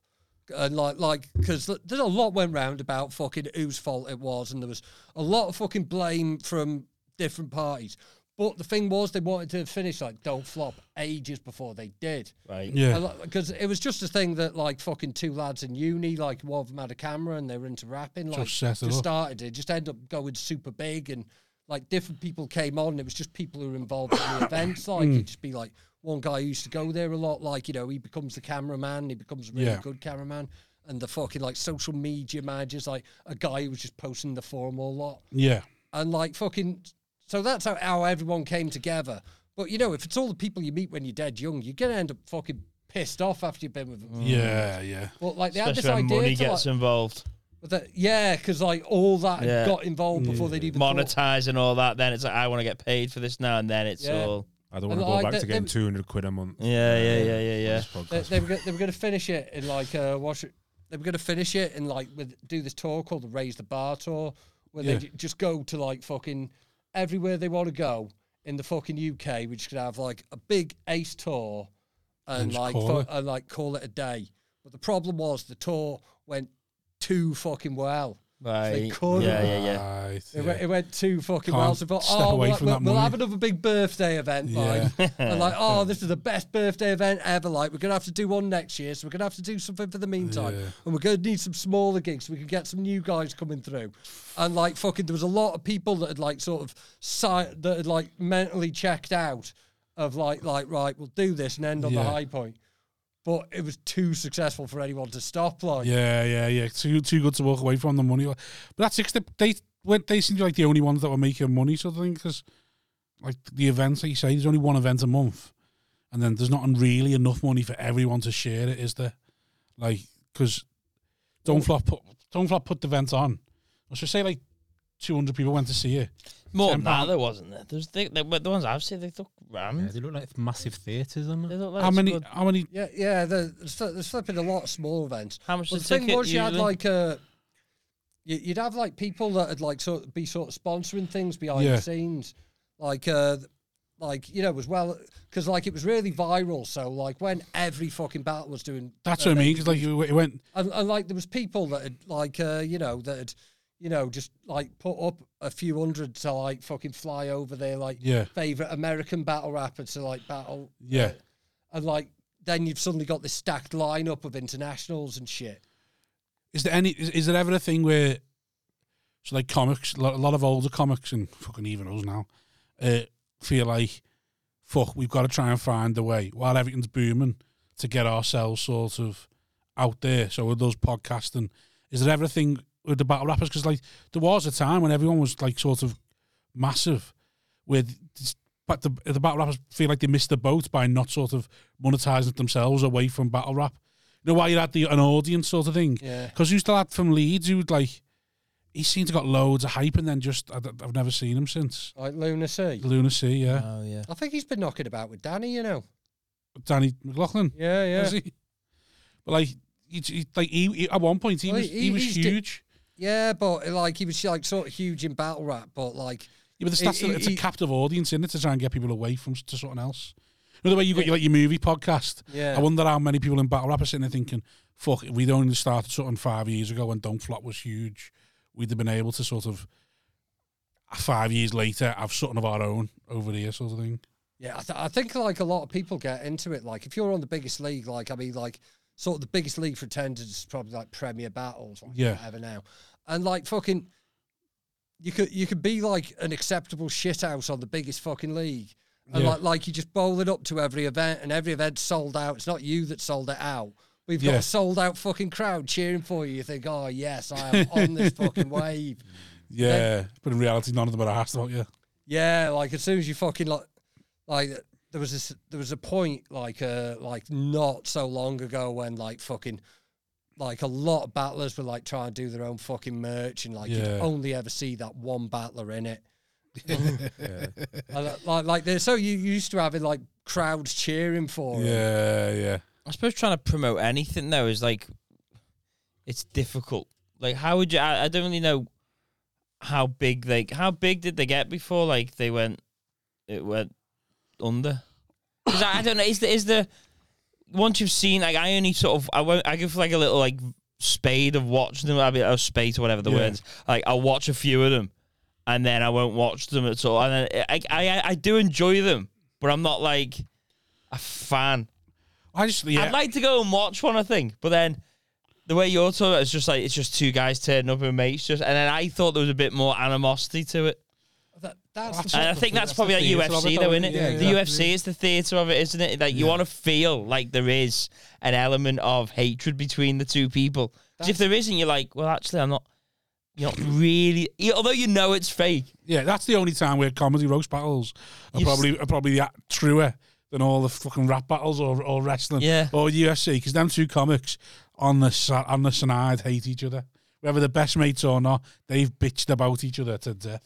Speaker 4: And like, like, because there's a lot went round about fucking whose fault it was, and there was a lot of fucking blame from different parties. But the thing was, they wanted to finish like don't flop ages before they did
Speaker 2: Right.
Speaker 1: Yeah.
Speaker 4: because it was just a thing that like fucking two lads in uni, like one of them had a camera and they were into rapping, like
Speaker 1: Just set it up.
Speaker 4: started it, just ended up going super big and like different people came on. It was just people who were involved in the events. Like
Speaker 1: Hmm.
Speaker 4: it'd just be like one guy who used to go there a lot, like you know he becomes the cameraman, he becomes a really
Speaker 1: Yeah.
Speaker 4: good cameraman, and the fucking like social media managers, like a guy who was just posting the forum a lot
Speaker 1: Yeah.
Speaker 4: and like fucking so that's how, how everyone came together but you know if it's all the people you meet when you're dead young you're gonna end up fucking pissed off after you've been with
Speaker 2: Mm.
Speaker 4: them
Speaker 1: Yeah. Yeah.
Speaker 4: but like they
Speaker 2: Especially
Speaker 4: had
Speaker 2: when
Speaker 4: this idea
Speaker 2: money
Speaker 4: to,
Speaker 2: gets
Speaker 4: like,
Speaker 2: involved,
Speaker 4: that, yeah because like all that had
Speaker 2: Yeah.
Speaker 4: got involved before they'd even thought-
Speaker 2: monetizing all that. Then it's like I want to get paid for this now, and then it's
Speaker 4: Yeah.
Speaker 2: all.
Speaker 5: I don't
Speaker 4: And
Speaker 5: want to
Speaker 4: like
Speaker 5: go back
Speaker 4: the-
Speaker 5: to getting
Speaker 4: them-
Speaker 5: two hundred quid a month.
Speaker 2: Yeah, yeah, yeah, yeah, yeah.
Speaker 5: for
Speaker 4: they,
Speaker 5: this podcast.
Speaker 4: they were go- they were going to finish it in like uh, wash it. They were going to finish it and like with do this tour called the Raise the Bar tour, where
Speaker 1: Yeah.
Speaker 4: they ju- just go to like fucking everywhere they want to go in the fucking UK. We're just gonna have like a big ace tour and,
Speaker 1: just
Speaker 4: like
Speaker 1: call
Speaker 4: fu-
Speaker 1: it.
Speaker 4: and like call it a day. But the problem was the tour went too fucking well.
Speaker 2: Right.
Speaker 4: could-
Speaker 2: Yeah, yeah, yeah.
Speaker 1: Right,
Speaker 4: It,
Speaker 1: yeah.
Speaker 4: went, it went too fucking
Speaker 1: Can't
Speaker 4: well. So, I thought,
Speaker 1: step
Speaker 4: oh,
Speaker 1: away
Speaker 4: we'll,
Speaker 1: from
Speaker 4: we'll-
Speaker 1: that
Speaker 4: we'll
Speaker 1: money.
Speaker 4: have another big birthday event. Like, and like, oh, this is the best birthday event ever. Like, we're gonna have to do one next year, so we're gonna have to do something for the meantime,
Speaker 1: Yeah.
Speaker 4: and we're gonna need some smaller gigs. So we can get some new guys coming through, and like, fucking, there was a lot of people that had like sort of si- that had like mentally checked out of like, like, right, we'll do this and end on
Speaker 1: Yeah.
Speaker 4: the high point. but it was too successful for anyone to stop. Like,
Speaker 1: Yeah, yeah, yeah. Too too good to walk away from the money. But that's it. 'cause They they, weren't- they seemed like the only ones that were making money. Sort of thing because like the events, like you say, there's only one event a month, and then there's not really enough money for everyone to share it. Is there? Like because don't flop put don't flop put the event on. I should say like two hundred people went to see it.
Speaker 2: More
Speaker 1: Ten
Speaker 2: than that,
Speaker 1: pound.
Speaker 2: there wasn't there. There's the, the, the ones I've seen. They look
Speaker 5: Yeah,
Speaker 2: rammed.
Speaker 5: they look like massive theatres, aren't
Speaker 2: They
Speaker 5: they?
Speaker 2: look like
Speaker 1: how
Speaker 2: it's
Speaker 1: many?
Speaker 2: good.
Speaker 1: How many?
Speaker 4: yeah, yeah. They're, they're flipping a lot of small events.
Speaker 2: How much
Speaker 4: Well,
Speaker 2: the
Speaker 4: the thing
Speaker 2: ticket
Speaker 4: was, you had
Speaker 2: usually?
Speaker 4: like uh, you- you'd have like people that had like sort of be sort of sponsoring things behind
Speaker 1: Yeah.
Speaker 4: the scenes, like uh, th- like you know as well because like it was really viral. So like when every fucking battle was doing
Speaker 1: That's
Speaker 4: uh,
Speaker 1: what I mean.
Speaker 4: they-
Speaker 1: Because like you- it went.
Speaker 4: and, and like there was people that had like uh, you know that had you know just like put up a few hundred to like fucking fly over their like
Speaker 1: Yeah.
Speaker 4: favorite American battle rapper to like battle
Speaker 1: Yeah.
Speaker 4: and like then you've suddenly got this stacked lineup of internationals and shit.
Speaker 1: Is there any? Is, is there ever a thing where, so like comics, lo- a lot of older comics and fucking even us now, uh, feel like, fuck, we've got to try and find a way while everything's booming to get ourselves sort of out there. So with those podcasting, is there ever a thing with the battle rappers? Because like there was a time when everyone was like sort of massive, with. But the, the battle rappers feel like they missed the boat by not sort of monetizing themselves away from battle rap. You know why you had the, an audience sort of thing?
Speaker 4: Yeah.
Speaker 1: Because who's the lad from Leeds who'd like, he seemed to got loads of hype and then just, I, have never seen him since.
Speaker 4: Like Lunacy.
Speaker 1: Lunacy, yeah.
Speaker 2: Oh yeah.
Speaker 4: I think he's been knocking about with Danny, you know.
Speaker 1: Danny McLaughlin,
Speaker 4: Yeah,
Speaker 1: was he? But like, he, he- like he, he- at one point he
Speaker 4: Well,
Speaker 1: was he,
Speaker 4: he-
Speaker 1: was
Speaker 4: he's di-
Speaker 1: huge.
Speaker 4: Yeah, but like he was like sort of huge in battle rap, but like
Speaker 1: yeah, but the
Speaker 4: he-
Speaker 1: stats,
Speaker 4: he-
Speaker 1: it's a
Speaker 4: he-
Speaker 1: captive audience, isn't it, to try and get people away from s- to something else. You know the way you got your, like your movie podcast.
Speaker 4: Yeah.
Speaker 1: I wonder how many people in battle rap are sitting there thinking, "Fuck, if we'd only started something five years ago when Don't Flop was huge, we'd have been able to sort of five years later have something of our own over here, sort of thing."
Speaker 4: yeah, I, th- I think like a lot of people get into it. Like if you're on the biggest league, like I mean, like sort of the biggest league for attendance is probably like Premier Battles, like
Speaker 1: Yeah.
Speaker 4: whatever now, and like fucking. You could you could be like an acceptable shithouse on the biggest fucking league, and
Speaker 1: Yeah.
Speaker 4: like like you just bowl it up to every event, and every event's sold out. It's not you that sold it out. We've got
Speaker 1: Yeah.
Speaker 4: a sold out fucking crowd cheering for you. You think, oh yes, I am on this fucking wave.
Speaker 1: Yeah, but in reality, none of them are asked about you.
Speaker 4: Yeah, like as soon as you fucking like, like there was this, there was a point like uh like not so long ago when like fucking like a lot of battlers were like trying to do their own fucking merch and like
Speaker 1: Yeah.
Speaker 4: you'd only ever see that one battler in it. And, uh, like like they're so you used to having like crowds cheering for 'em.
Speaker 1: Yeah, yeah.
Speaker 2: I suppose trying to promote anything though is like, it's difficult. Like, how would you? I, I don't really know how big like how big did they get before like they went it went under. Because I, I don't know. Is the is the once you've seen like I only sort of I won't I give like a little like spade of watching them. I mean, or spade or whatever the
Speaker 1: Yeah.
Speaker 2: words. Like I'll watch a few of them, and then I won't watch them at all. And then I I I- I do enjoy them, but I'm not like a fan.
Speaker 1: I just yeah.
Speaker 2: I'd like to go and watch one, I think. But then the way you're talking, it's just like it's just two guys turning up and mates. Just and then I thought there was a bit more animosity to it.
Speaker 4: That, that's
Speaker 1: That's
Speaker 4: the
Speaker 2: And I
Speaker 1: the
Speaker 2: think
Speaker 1: thing,
Speaker 2: that's
Speaker 1: that's
Speaker 2: probably
Speaker 1: the
Speaker 2: like
Speaker 1: theatre of it,
Speaker 2: UFC,
Speaker 1: though,
Speaker 2: though, isn't
Speaker 1: isn't
Speaker 2: it?
Speaker 1: it? Yeah,
Speaker 2: The
Speaker 1: exactly.
Speaker 2: UFC is the theatre of it, isn't it? Like you want to feel like there is an element of hatred between the two people. 'Cause if there isn't, you're like, well, actually, I'm not. You're not really, yeah, although you know it's fake.
Speaker 1: Yeah, that's the only time where comedy roast battles are
Speaker 2: You've
Speaker 1: probably are probably a- truer than all the fucking rap battles or, or wrestling
Speaker 2: Yeah.
Speaker 1: or UFC because them two comics on the sa- on the side hate each other. Whether they're best mates or not, they've bitched about each other to death.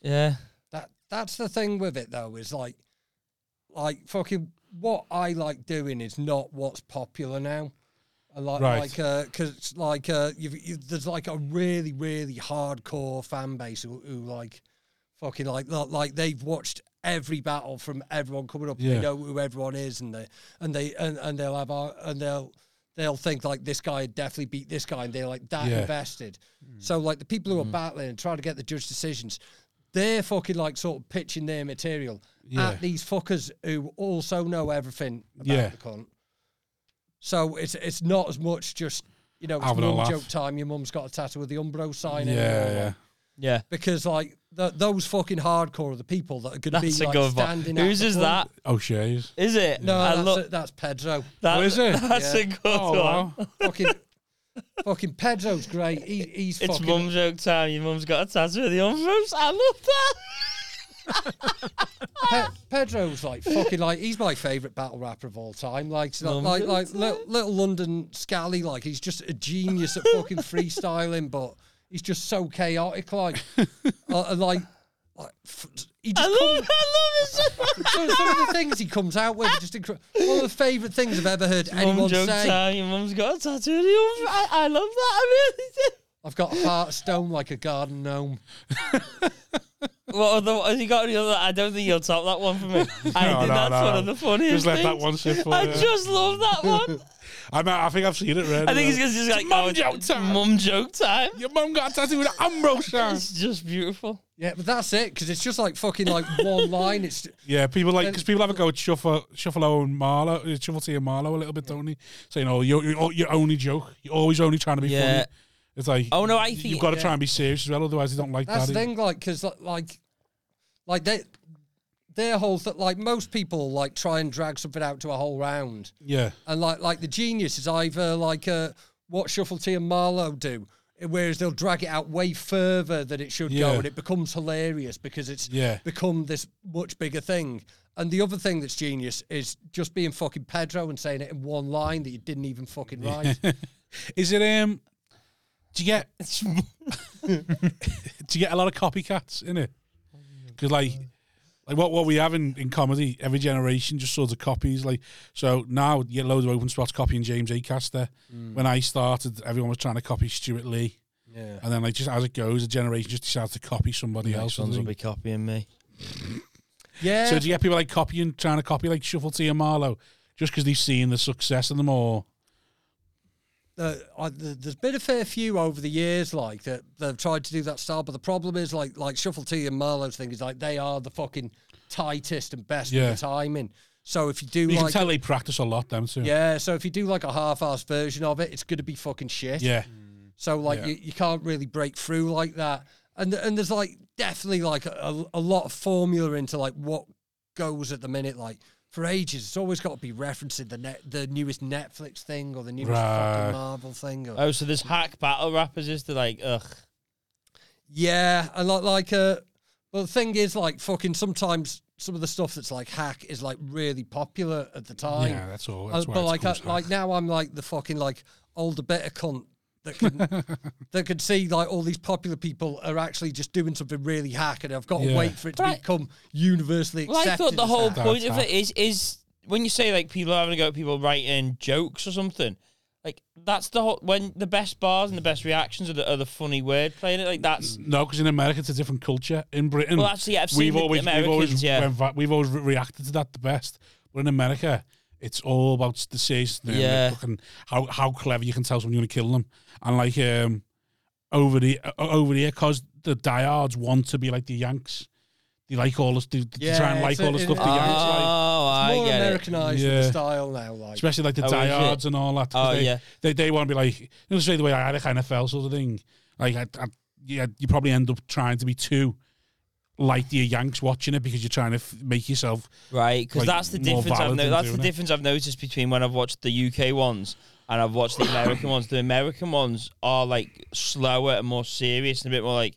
Speaker 2: Yeah,
Speaker 4: That that's the thing with it though, is like like fucking what I like doing is not what's popular now. I like
Speaker 1: Right.
Speaker 4: like uh 'cause cause like uh you've, you there's like a really, really hardcore fan base who, who like fucking like li- like they've watched every battle from everyone coming up.
Speaker 1: Yeah.
Speaker 4: They know who everyone is and they and they and, and they'll have our, and they'll they'll think like this guy definitely beat this guy and they're like that
Speaker 1: Yeah. Hmm.
Speaker 4: invested. So like the people who are battling and trying to get the judge decisions, they're fucking like sort of pitching their material
Speaker 1: Yeah.
Speaker 4: at these fuckers who also know everything about
Speaker 1: Yeah.
Speaker 4: the cunt. So it's it's not as much just you know it's
Speaker 1: Having a
Speaker 4: mum
Speaker 1: laugh.
Speaker 4: joke time. Your mum's got a tattoo with the Umbro sign.
Speaker 1: Yeah,
Speaker 4: anymore, like,
Speaker 1: yeah.
Speaker 2: Yeah.
Speaker 4: because like th those fucking hardcore are the people that are going to be
Speaker 2: That's a
Speaker 4: like
Speaker 2: good one.
Speaker 4: standing. at
Speaker 2: Whose
Speaker 4: the
Speaker 2: is
Speaker 4: front.
Speaker 2: that?
Speaker 1: Oh, shays.
Speaker 2: Is it?
Speaker 4: No,
Speaker 2: I
Speaker 4: that's,
Speaker 2: lo-
Speaker 4: it- that's Pedro.
Speaker 2: that-
Speaker 1: Oh, is it?
Speaker 2: That's
Speaker 4: Yeah.
Speaker 2: a good
Speaker 1: Oh,
Speaker 2: one.
Speaker 1: wow.
Speaker 4: fucking fucking Pedro's great. He, he's
Speaker 2: It's
Speaker 4: fucking.
Speaker 2: mum joke time. Your mum's got a tattoo of the unfirms. I love that.
Speaker 4: Pe- Pedro's like fucking like he's my favorite battle rapper of all time. Like so that- like like little, little London Scally. Like he's just a genius at fucking freestyling, but he's just so chaotic. Like uh, and, like. Like, f- he
Speaker 2: I
Speaker 4: just
Speaker 2: love, I love it. so much.
Speaker 4: some, some of the things he comes out with are just incredible. One of the favourite things I've ever heard
Speaker 2: Mum
Speaker 4: anyone
Speaker 2: joke
Speaker 4: say.
Speaker 2: time. Your mum's got a tattoo of the unfirms. I, I love that. I really do.
Speaker 4: I've got a heart of stone like a garden gnome.
Speaker 2: What other? Has he got any other? I don't think you'll top that one for me. I
Speaker 1: No,
Speaker 2: think
Speaker 1: no,
Speaker 2: that's
Speaker 1: no,
Speaker 2: one
Speaker 1: no.
Speaker 2: of the funniest.
Speaker 1: Just let that
Speaker 2: things.
Speaker 1: one sit for
Speaker 2: I
Speaker 1: you.
Speaker 2: just love that one.
Speaker 1: I, mean, I think I've seen it, really.
Speaker 2: I think he's just like
Speaker 1: mum
Speaker 2: oh,
Speaker 1: joke
Speaker 2: it's
Speaker 1: time.
Speaker 2: Mum joke time.
Speaker 1: Your mum got a tattoo with Ambrose. sign.
Speaker 2: It's just beautiful.
Speaker 4: Yeah, but that's it because it's just like fucking like one line. It's
Speaker 1: Yeah, people like because people have a go at Shuffle, Shuffle O and Marlow, uh, Shuffle T and Marlow a little bit, don't they? Saying, "Oh, you're, you're you're only joke. You're always only trying to be
Speaker 2: Yeah.
Speaker 1: funny." It's like,
Speaker 2: Oh, no, I
Speaker 1: you-
Speaker 2: think-
Speaker 1: you've got to
Speaker 2: yeah.
Speaker 1: try and be serious as well, otherwise they don't like
Speaker 4: that's
Speaker 1: that.
Speaker 4: the thing, like because like like they their whole th- like most people like try and drag something out to a whole round,
Speaker 1: Yeah,
Speaker 4: and like like the genius is either like uh, what Shuffle T and Marlowe do. eh, Whereas they'll drag it out way further than it should
Speaker 1: Yeah.
Speaker 4: go, and it becomes hilarious because it's
Speaker 1: Yeah.
Speaker 4: become this much bigger thing. And the other thing that's genius is just being fucking Pedro and saying it in one line that you didn't even fucking write.
Speaker 1: is it? Um, do you get do you get a lot of copycats in it? Because like, like what what we have in, in comedy, every generation just sort of copies. Like, so now you get loads of open spots copying James Acaster.
Speaker 4: Mm.
Speaker 1: When I started, everyone was trying to copy Stuart Lee.
Speaker 4: yeah.
Speaker 1: And then, like, just as it goes, a generation just decides to copy somebody else. doesn't it?
Speaker 2: copying me.
Speaker 4: Yeah.
Speaker 1: So, do you get people like copying, trying to copy like Shuffle T and Marlowe just because they've seen the success in them? Or,
Speaker 4: uh, I, th- there's been a fair few over the years like that they've tried to do that style, but the problem is like like Shuffle T and Marlowe's thing is like they are the fucking tightest and best
Speaker 1: Yeah.
Speaker 4: with the timing. So if you do
Speaker 1: you can
Speaker 4: like
Speaker 1: tell they practice a lot, them too.
Speaker 4: yeah, so if you do like a half-assed version of it, it's gonna be fucking shit.
Speaker 1: Yeah.
Speaker 4: So like
Speaker 1: Yeah.
Speaker 4: you, you can't really break through like that. And th- and there's like definitely like a, a lot of formula into like what goes at the minute. Like for ages, it's always got to be referencing the net the newest Netflix thing or the newest
Speaker 1: Right.
Speaker 4: fucking Marvel thing. Or,
Speaker 2: Oh, so this hack battle rappers is to like, ugh.
Speaker 4: Yeah, and like like uh, well the thing is like fucking sometimes some of the stuff that's like hack is like really popular at the time.
Speaker 1: Yeah, that's all.
Speaker 4: Uh,
Speaker 1: That's why
Speaker 4: but
Speaker 1: it's
Speaker 4: like,
Speaker 1: cool
Speaker 4: I,
Speaker 1: stuff.
Speaker 4: like now, I'm like the fucking like older better cunt that can that can see like all these popular people are actually just doing something really hack, and I've got to
Speaker 1: Yeah.
Speaker 4: wait for it to
Speaker 2: Right.
Speaker 4: become universally
Speaker 2: Well,
Speaker 4: accepted.
Speaker 2: I thought the
Speaker 4: as
Speaker 2: whole
Speaker 4: hack.
Speaker 2: point of
Speaker 1: That's
Speaker 2: it is is when you say like people are having a go at people writing jokes or something. Like that's the whole when the best bars and the best reactions are the, are the funny word playing it. Like that's
Speaker 1: no, because in America it's a different culture. In Britain,
Speaker 2: Well, actually, yeah, I've seen
Speaker 1: we've
Speaker 2: the
Speaker 1: always we've
Speaker 2: Americans,
Speaker 1: always
Speaker 2: yeah.
Speaker 1: went va- we've always re- reacted to that the best. But in America, it's all about the serious thing, like,
Speaker 2: Yeah.
Speaker 1: fucking how how clever you can tell someone you're gonna kill them, and like um over the uh, over here because the diehards want to be like the Yanks. They like all this. They, they
Speaker 4: Yeah,
Speaker 1: try and like
Speaker 4: it's a-
Speaker 1: all the
Speaker 4: it-
Speaker 1: stuff the
Speaker 4: it's-
Speaker 1: Yanks like.
Speaker 2: I
Speaker 4: more Americanized with
Speaker 1: Yeah.
Speaker 4: the style now. Like,
Speaker 1: Especially like the
Speaker 2: Oh, is it?
Speaker 1: diehards and all that. 'cause
Speaker 2: Oh,
Speaker 1: they,
Speaker 2: yeah.
Speaker 1: they they want to be like you know, say the way I had a kind of fell sort of thing. Like I, I, yeah, you probably end up trying to be too like the Yanks watching it because you're trying to f- make yourself
Speaker 2: Right,
Speaker 1: like,
Speaker 2: because that's the
Speaker 1: more
Speaker 2: difference. I've
Speaker 1: valid
Speaker 2: no-
Speaker 1: than
Speaker 2: that's the
Speaker 1: doing it.
Speaker 2: difference I've noticed between when I've watched the UK ones and I've watched the American ones. The American ones are like slower and more serious and a bit more like,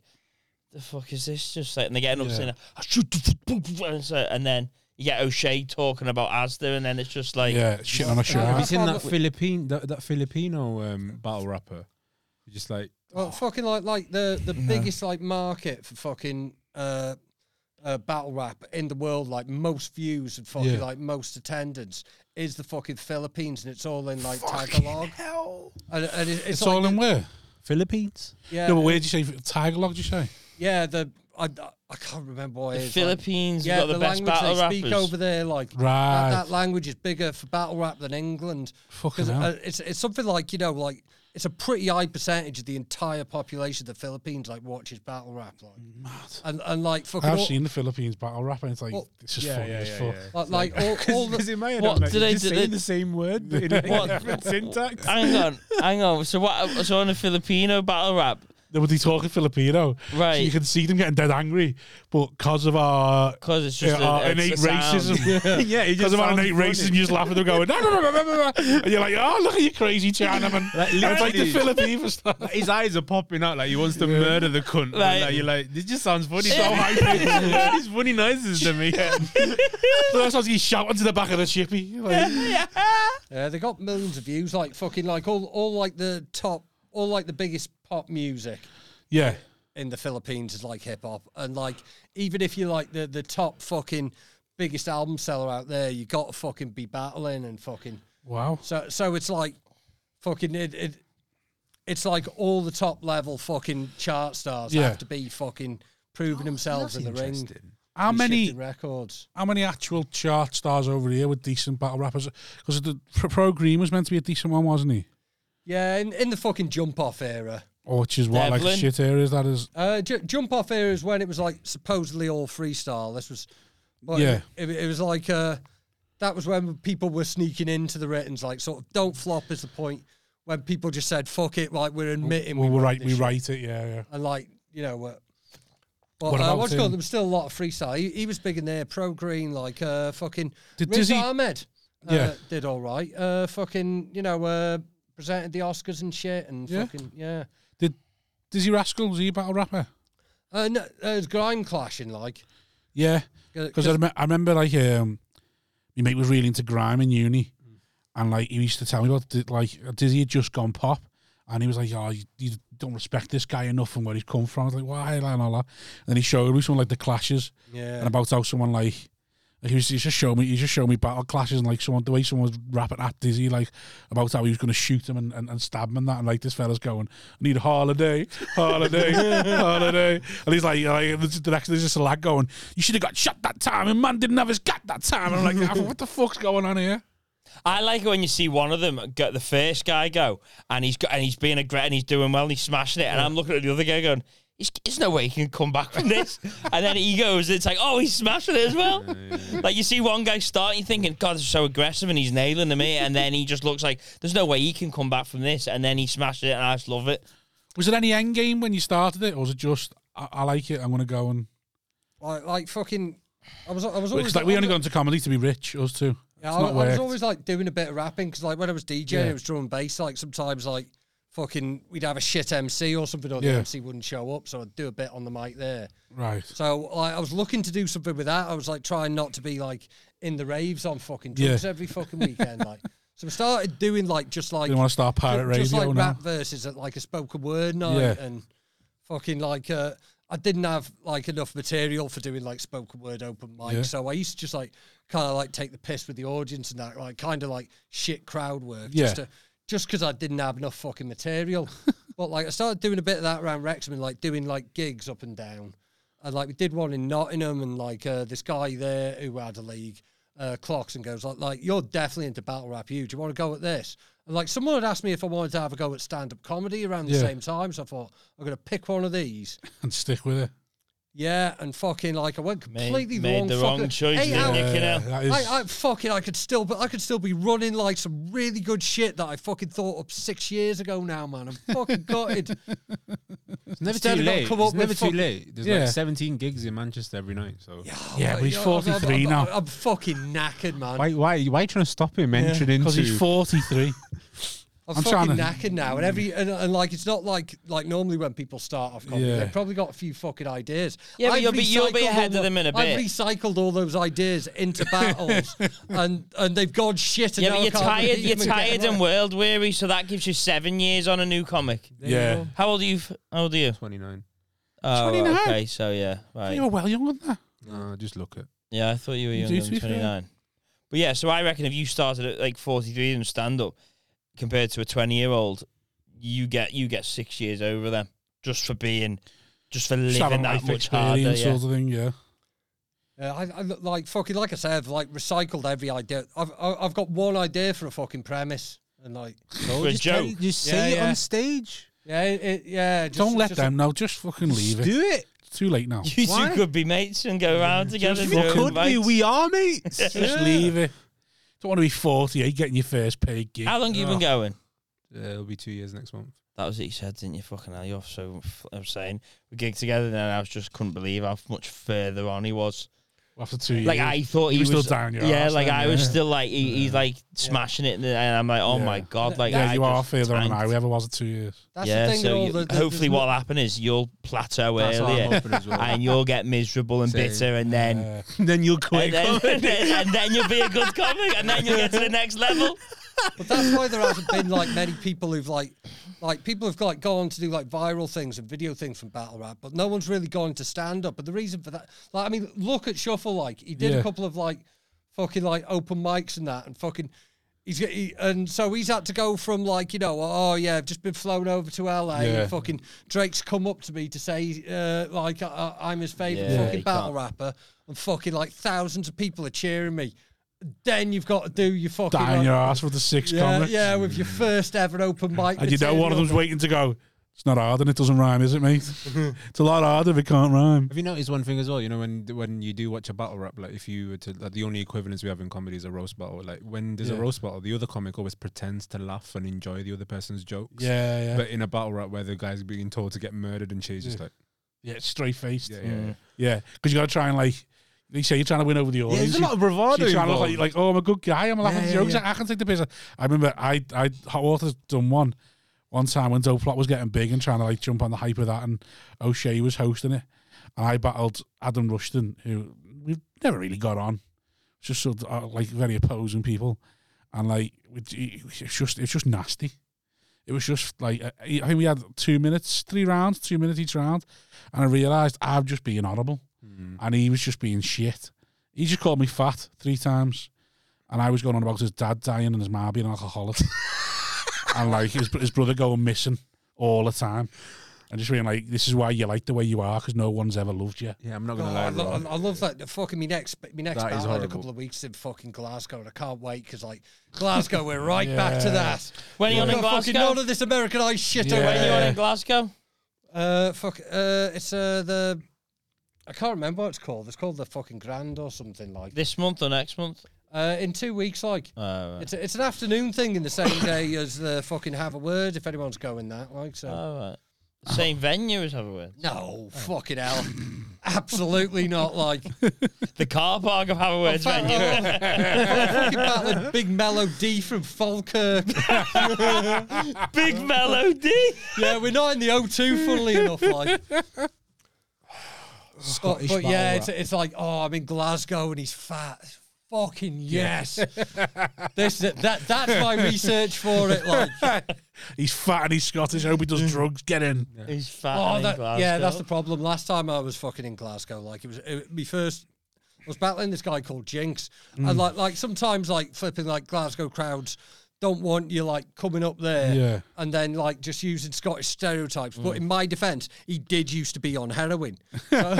Speaker 2: the fuck is this? Just like, and they're getting up
Speaker 1: Yeah.
Speaker 2: saying, I shoot the football," and, so, and then you get O'Shea talking about Asda, and then it's just like,
Speaker 1: yeah uh, shit on a
Speaker 5: Have
Speaker 1: shark.
Speaker 5: you seen
Speaker 4: found
Speaker 5: that
Speaker 4: that-
Speaker 5: Philippine that, that Filipino um, battle rapper? Just like
Speaker 1: Oh.
Speaker 4: well, fucking like like the the biggest like market for fucking. Uh, uh, battle rap in the world, like most views and fucking
Speaker 1: Yeah.
Speaker 4: like most attendance, is the fucking Philippines, and it's all in like Tagalog. And, and it- it's,
Speaker 1: It's
Speaker 4: like
Speaker 1: all
Speaker 4: the-
Speaker 1: in where?
Speaker 5: Philippines.
Speaker 4: Yeah,
Speaker 1: No, but where did you say Tiger Log? Did you say?
Speaker 4: yeah. The I, I can't remember what
Speaker 2: the
Speaker 4: it is. like-
Speaker 2: Philippines
Speaker 4: yeah,
Speaker 2: have got the, best
Speaker 4: language
Speaker 2: battle
Speaker 4: they
Speaker 2: rappers.
Speaker 4: speak over there, like that-
Speaker 1: Right.
Speaker 4: that, language is bigger for battle rap than England.
Speaker 1: Fucking
Speaker 4: 'Cause,
Speaker 1: hell.
Speaker 4: uh, it's it's something like you know, like it's a pretty high percentage of the entire population of the Philippines like watches battle rap, like and and like fucking
Speaker 1: I've
Speaker 4: all,
Speaker 1: seen the Philippines battle rap and it's like
Speaker 4: Well,
Speaker 1: it's just funny as fuck.
Speaker 4: like, like all, all the,
Speaker 5: in my head,
Speaker 2: What
Speaker 5: I'm like,
Speaker 2: do
Speaker 5: you're
Speaker 2: they
Speaker 5: just
Speaker 2: do-
Speaker 5: saying
Speaker 2: they-
Speaker 5: the same word, but in like
Speaker 2: What-
Speaker 5: different syntax.
Speaker 2: hang on, hang on. So what? So on a Filipino battle rap,
Speaker 1: They were talking Filipino. So you
Speaker 2: Right.
Speaker 1: can see them getting dead angry, but because of our
Speaker 2: Because it's just
Speaker 1: uh, our
Speaker 2: an
Speaker 1: innate racism.
Speaker 5: yeah, it
Speaker 1: Because
Speaker 5: just
Speaker 1: of our
Speaker 5: sounds
Speaker 1: innate
Speaker 5: funny.
Speaker 1: racism, you just laugh at them going, "No, no, no, no, no, no, no," and you're like, oh, look at you crazy Chinaman.
Speaker 5: Like,
Speaker 1: And it's like the
Speaker 5: literally.
Speaker 1: Filipino stuff.
Speaker 5: His eyes are popping out like he wants to murder the cunt.
Speaker 2: Like-
Speaker 5: Like, you're like, this just sounds funny.
Speaker 2: So
Speaker 5: high pitched. These funny noises to me.
Speaker 1: So that's how he's shouting to the back of the shippy. Like,
Speaker 4: Yeah, they got millions of views, like fucking like all, all like the top, all like the biggest pop music
Speaker 1: yeah.
Speaker 4: in the Philippines is like hip hop, and like even if you like the the top fucking biggest album seller out there, you got to fucking be battling and fucking
Speaker 1: Wow.
Speaker 4: so so it's like fucking it. it it's like all the top level fucking chart stars
Speaker 1: Yeah.
Speaker 4: have to be fucking proving themselves in the ring.
Speaker 1: How
Speaker 4: and
Speaker 1: many
Speaker 4: shifting records?
Speaker 1: how many actual chart stars over here with decent battle rappers? Because the Pro- Pro Green was meant to be a decent one, wasn't he?
Speaker 4: Yeah, in, in the fucking jump off era.
Speaker 1: Or which is what like
Speaker 2: Devlin.
Speaker 1: shit area is that is.
Speaker 4: Uh, ju- jump off era is when it was like supposedly all freestyle. This was, well,
Speaker 1: Yeah.
Speaker 4: it, it was like uh, that was when people were sneaking into the ratings, like sort of don't flop is the point when people just said fuck it, like we're admitting
Speaker 1: Well,
Speaker 4: we
Speaker 1: we
Speaker 4: wrote
Speaker 1: write
Speaker 4: this
Speaker 1: we
Speaker 4: shit."
Speaker 1: write it. Yeah, yeah.
Speaker 4: and like you know what. But
Speaker 1: What
Speaker 4: uh,
Speaker 1: about
Speaker 4: what's it called?
Speaker 1: him?
Speaker 4: There was still a lot of freestyle. He, he was big in there. Pro Green, like uh, fucking
Speaker 1: Did
Speaker 4: Riz
Speaker 1: Dizzy-
Speaker 4: Ahmed, uh,
Speaker 1: Yeah.
Speaker 4: did all right. Uh, fucking you know uh, presented the Oscars and shit and
Speaker 1: Yeah.
Speaker 4: fucking yeah.
Speaker 1: Did Dizzy Rascal was he a battle rapper?
Speaker 4: Uh, no, uh, it was grime clashing like. uh,
Speaker 1: Yeah, because I,
Speaker 4: Because
Speaker 1: rem- I remember like um, my mate was really into grime in uni, and like he used to tell me about di- like Dizzy had just gone pop, and he was like, "Oh, you, you don't respect this guy enough and where he's come from." I was like, "Why?" And all that, and then he showed me some like the clashes
Speaker 4: yeah,
Speaker 1: and about how someone like. Like he was he used to show me, he used to show me battle clashes and like someone the way someone was rapping at Dizzy, like about how he was going to shoot him and, and, and stab him and that, and like this fella's going, I need a holiday, holiday, holiday, and he's like, like the the next there's just a lad going, you should have got shot that time, and man didn't have his gat that time, and I'm like, what the fuck's going on here?
Speaker 2: I like it when you see one of them get the first guy go, and he's got, and he's being aggressive, and he's doing well, and he's smashing it, and I'm looking at the other guy going, "He's- "There's no way he can come back from this." and then he goes, "It's like, oh, he's smashing it as well." like you see one guy start, you're thinking, "God, this is so aggressive," and he's nailing them here, and then he just looks like, "There's no way he can come back from this," and then he smashes it, and I just love it.
Speaker 1: Was there any end game when you started it, or was it just I, I like it, I'm going to go and
Speaker 4: like, like fucking. I was, I was always
Speaker 1: it's like we only
Speaker 4: I
Speaker 1: got
Speaker 4: was-
Speaker 1: into comedy to be rich, us two.
Speaker 4: yeah,
Speaker 1: it's
Speaker 4: I,
Speaker 1: not
Speaker 4: I was
Speaker 1: worked.
Speaker 4: always like doing a bit of rapping because like when I was DJing,
Speaker 1: Yeah.
Speaker 4: it was drum and bass. Like sometimes like fucking we'd have a shit MC or something, or
Speaker 1: Yeah.
Speaker 4: the MC wouldn't show up, so I'd do a bit on the mic there.
Speaker 1: right.
Speaker 4: So like I was looking to do something with that. I was like trying not to be like in the raves on fucking drugs
Speaker 1: Yeah.
Speaker 4: every fucking weekend. like so, I started doing like just like
Speaker 1: Didn't want to start pirate
Speaker 4: Ju- just
Speaker 1: radio
Speaker 4: like
Speaker 1: now.
Speaker 4: rap verses at like a spoken word night
Speaker 1: Yeah.
Speaker 4: and fucking like uh, I didn't have like enough material for doing like spoken word open mic,
Speaker 1: Yeah.
Speaker 4: so I used to just like kind of like take the piss with the audience and that like kind of like shit crowd work
Speaker 1: Yeah.
Speaker 4: just to, just because I didn't have enough fucking material. but like I started doing a bit of that around Wrexham and like doing like gigs up and down. And like we did one in Nottingham and like uh, this guy there who had a league uh, clocks and goes like, like you're definitely into battle rap. You do you want to go at this? And like someone had asked me if I wanted to have a go at stand up comedy around the
Speaker 1: Yeah.
Speaker 4: same time. So I thought I'm gonna pick one of these.
Speaker 1: and stick with it.
Speaker 4: Yeah, and fucking like I went
Speaker 2: Made,
Speaker 4: completely
Speaker 2: made
Speaker 4: wrong.
Speaker 2: the wrong
Speaker 4: fucking-
Speaker 2: choice,
Speaker 4: Eight
Speaker 2: didn't
Speaker 4: hours-
Speaker 2: you? you know?
Speaker 1: that is,
Speaker 4: I, I fucking I could still but I could still be running like some really good shit that I fucking thought up six years ago now, man. I'm fucking gutted.
Speaker 5: It's never
Speaker 4: Instead
Speaker 5: too
Speaker 4: of not
Speaker 5: late.
Speaker 4: come
Speaker 5: It's
Speaker 4: up with
Speaker 5: never too
Speaker 4: fucking-
Speaker 5: late. There's
Speaker 1: Yeah.
Speaker 5: like 17 gigs in Manchester every night. So
Speaker 1: Yeah, but he's
Speaker 4: Oh I'm- I'm-
Speaker 1: 43
Speaker 4: I'm-
Speaker 1: now.
Speaker 4: I'm, fucking knackered, man.
Speaker 5: why, why, why are you trying to stop him entering into?
Speaker 1: because he's 43.
Speaker 4: I'm,
Speaker 1: I'm
Speaker 4: fucking
Speaker 1: trying
Speaker 4: knackered now, and every and, and like it's not like like normally when people start off comedy,
Speaker 1: Yeah.
Speaker 4: they've probably got a few fucking ideas.
Speaker 2: Yeah, but
Speaker 4: I've
Speaker 2: you'll be- you'll be
Speaker 4: recycled
Speaker 2: ahead
Speaker 4: all
Speaker 2: of them in a
Speaker 4: I've
Speaker 2: bit.
Speaker 4: recycled all those ideas into battles, and and they've gone shit. And
Speaker 2: Yeah,
Speaker 4: now
Speaker 2: but
Speaker 4: I
Speaker 2: you're
Speaker 4: can't
Speaker 2: tired.
Speaker 4: repeat
Speaker 2: You're
Speaker 4: them again.
Speaker 2: tired and world weary, so that gives you seven years on a new comic.
Speaker 1: yeah.
Speaker 2: How old are you? f- How old are you?
Speaker 5: 29.
Speaker 2: Oh,
Speaker 1: 29.
Speaker 2: okay, so yeah, right.
Speaker 1: You were well younger than that.
Speaker 5: No, just look at.
Speaker 2: Yeah, I thought you were
Speaker 1: You
Speaker 2: younger
Speaker 1: do, to
Speaker 2: than
Speaker 1: be fair.
Speaker 2: 29. But yeah, so I reckon if you started at like 43 and stand up compared to a 20 year old, you get you get six years over them just for being, just for
Speaker 1: Just
Speaker 2: living
Speaker 1: having
Speaker 2: that
Speaker 1: life
Speaker 2: much harder.
Speaker 1: experience
Speaker 2: Yeah.
Speaker 1: sort of thing, yeah.
Speaker 4: Yeah, I, I look like fucking like I said, I've like recycled every idea. I've I- I've got one idea for a fucking premise, and like
Speaker 2: For a joke.
Speaker 5: just
Speaker 4: Yeah,
Speaker 5: say it
Speaker 4: yeah.
Speaker 5: on stage.
Speaker 4: yeah, it, it- yeah. Just,
Speaker 1: Don't let
Speaker 4: just-
Speaker 1: them know. Just fucking leave
Speaker 5: Just
Speaker 1: it.
Speaker 5: do it.
Speaker 1: It's too late now.
Speaker 2: You two
Speaker 5: Why?
Speaker 2: could be mates and go around together.
Speaker 5: Just
Speaker 2: doing
Speaker 5: could be.
Speaker 2: bites.
Speaker 5: We are mates.
Speaker 1: Just leave it. Don't want to be 48 getting your first paid gig.
Speaker 2: How long have you been going?
Speaker 5: it'll be two years next month.
Speaker 2: That was what you said, didn't you? Fucking hell, you're off so f- I was saying we gigged together, and I was just couldn't believe how much further on he was.
Speaker 1: After two years.
Speaker 2: Like I thought he
Speaker 1: You were
Speaker 2: was
Speaker 1: still down your
Speaker 2: yeah,
Speaker 1: arse
Speaker 2: like
Speaker 1: then,
Speaker 2: I was
Speaker 1: yeah.
Speaker 2: still like he, he's like smashing it, and I'm like, oh
Speaker 1: Yeah.
Speaker 2: my god, like
Speaker 1: yeah,
Speaker 2: I
Speaker 1: you are
Speaker 2: just
Speaker 1: further on than
Speaker 2: tanked.
Speaker 1: I ever was at two years.
Speaker 4: That's
Speaker 2: yeah,
Speaker 4: the thing.
Speaker 2: so
Speaker 4: with all
Speaker 2: you-
Speaker 4: the, the-
Speaker 2: hopefully
Speaker 4: there's
Speaker 2: what'll happen is you'll plateau
Speaker 5: That's what I'm
Speaker 2: earlier,
Speaker 5: hoping as well.
Speaker 2: and you'll get miserable and
Speaker 5: Same.
Speaker 2: bitter, and then.
Speaker 1: Uh,
Speaker 5: then you'll
Speaker 2: And
Speaker 5: quit.
Speaker 2: then, and then you'll be a good comic, and then you'll get to the next level.
Speaker 4: But that's why there hasn't been like many people who've like, like people have like gone to do like viral things and video things from battle rap, but no one's really gone to stand up. But the reason for that, like, I mean, look at Shuffle. Like he did
Speaker 1: Yeah.
Speaker 4: a couple of like, fucking like open mics and that, and fucking. He's get, he, and so he's had to go from like you know oh yeah I've just been flown over to LA
Speaker 1: Yeah.
Speaker 4: and fucking Drake's come up to me to say uh, like I, I, I'm his favorite
Speaker 2: Yeah,
Speaker 4: fucking
Speaker 2: he
Speaker 4: battle rapper and fucking like thousands of people are cheering me. Then you've got to do your fucking
Speaker 1: dying
Speaker 4: like,
Speaker 1: your ass with the six
Speaker 4: yeah,
Speaker 1: comics.
Speaker 4: yeah, with your first ever open mic.
Speaker 1: And you know one of them's
Speaker 4: material.
Speaker 1: waiting to go. It's not hard and it doesn't rhyme, is it, mate? it's a lot harder if it can't rhyme.
Speaker 5: Have you noticed one thing as well? You know, when when you do watch a battle rap, like if you were to, like the only equivalence we have in comedy is a roast battle. Like when there's
Speaker 1: Yeah.
Speaker 5: a roast battle, the other comic always pretends to laugh and enjoy the other person's jokes.
Speaker 1: Yeah, yeah.
Speaker 5: But in a battle rap where the guy's being told to get murdered and shit, he's just
Speaker 1: Yeah.
Speaker 5: like,
Speaker 1: yeah, it's straight faced.
Speaker 5: yeah,
Speaker 1: Yeah,
Speaker 5: yeah. yeah.
Speaker 1: because you got to try and like, you say you're trying to win over the audience.
Speaker 5: there's a
Speaker 1: You-
Speaker 5: lot of bravado.
Speaker 1: She's trying to look like,
Speaker 5: involved.
Speaker 1: like, oh, I'm a good guy. I'm laughing
Speaker 5: Yeah,
Speaker 1: at
Speaker 5: yeah,
Speaker 1: jokes.
Speaker 5: yeah.
Speaker 1: I can take the piss. I remember I, I, Hot Water's done one, one time when Doplot was getting big and trying to like jump on the hype of that, and O'Shea was hosting it, and I battled Adam Rushton, who we've never really got on, just sort of uh, like very opposing people, and like it- it- it's just it's just nasty. It was just like uh, I think we had two minutes, three rounds, two minutes each round, and I realised I'm just being honourable
Speaker 5: Mm.
Speaker 1: and he was just being shit. He just called me fat three times, and I was going on about his dad dying and his mum being an alcoholic, and like his his brother going missing all the time, and just being like, "This is why you like the way you are because no one's ever loved you."
Speaker 5: yeah, I'm not
Speaker 4: Oh,
Speaker 5: gonna
Speaker 4: I,
Speaker 5: lie.
Speaker 4: lo-
Speaker 5: Rob.
Speaker 4: I love that. The Fucking me next, me next
Speaker 5: That
Speaker 4: battle
Speaker 5: is
Speaker 4: in a
Speaker 5: horrible.
Speaker 4: couple of weeks in fucking Glasgow, and I can't wait because like Glasgow, we're right back to that.
Speaker 2: When are you on
Speaker 4: We've
Speaker 2: in
Speaker 4: got fucking
Speaker 2: Glasgow?
Speaker 4: none of this Americanized shit
Speaker 1: Yeah.
Speaker 2: When you
Speaker 4: away.
Speaker 2: on in Glasgow?
Speaker 4: Uh, fuck. Uh, it's uh the. I can't remember what it's called. It's called the fucking Grand or something like.
Speaker 2: This month or next month?
Speaker 4: Uh, in two weeks, like
Speaker 2: Oh, right.
Speaker 4: it's a, it's an afternoon thing in the same day as the fucking Have a Word. If anyone's going that, like so.
Speaker 2: Oh, right. Same venue as Haverwood.
Speaker 4: No, fucking hell. Absolutely not. Like,
Speaker 2: The car park of Haverwood's
Speaker 4: fuck-
Speaker 2: venue.
Speaker 4: oh, fucking battling Big Mellow D from Falkirk.
Speaker 2: Big melody.
Speaker 4: Yeah, we're not in the O2, funnily enough. Like, but, but yeah, it's, it's like, oh, I'm in Glasgow and he's fat. Fucking yes. this is- that that's my research for it. Like,
Speaker 1: He's fat and he's Scottish. I hope he does drugs. Get in.
Speaker 2: He's fat.
Speaker 4: Oh,
Speaker 2: and in
Speaker 4: that, yeah, that's the
Speaker 2: Glasgow.
Speaker 4: problem. Last time I was fucking in Glasgow, like it was it, me first. I was battling this guy called Jinx, and like like sometimes like flipping like Glasgow crowds don't want you like coming up there
Speaker 1: Yeah.
Speaker 4: and then like just using Scottish stereotypes. But in my defence, he did used to be on heroin.
Speaker 2: Right.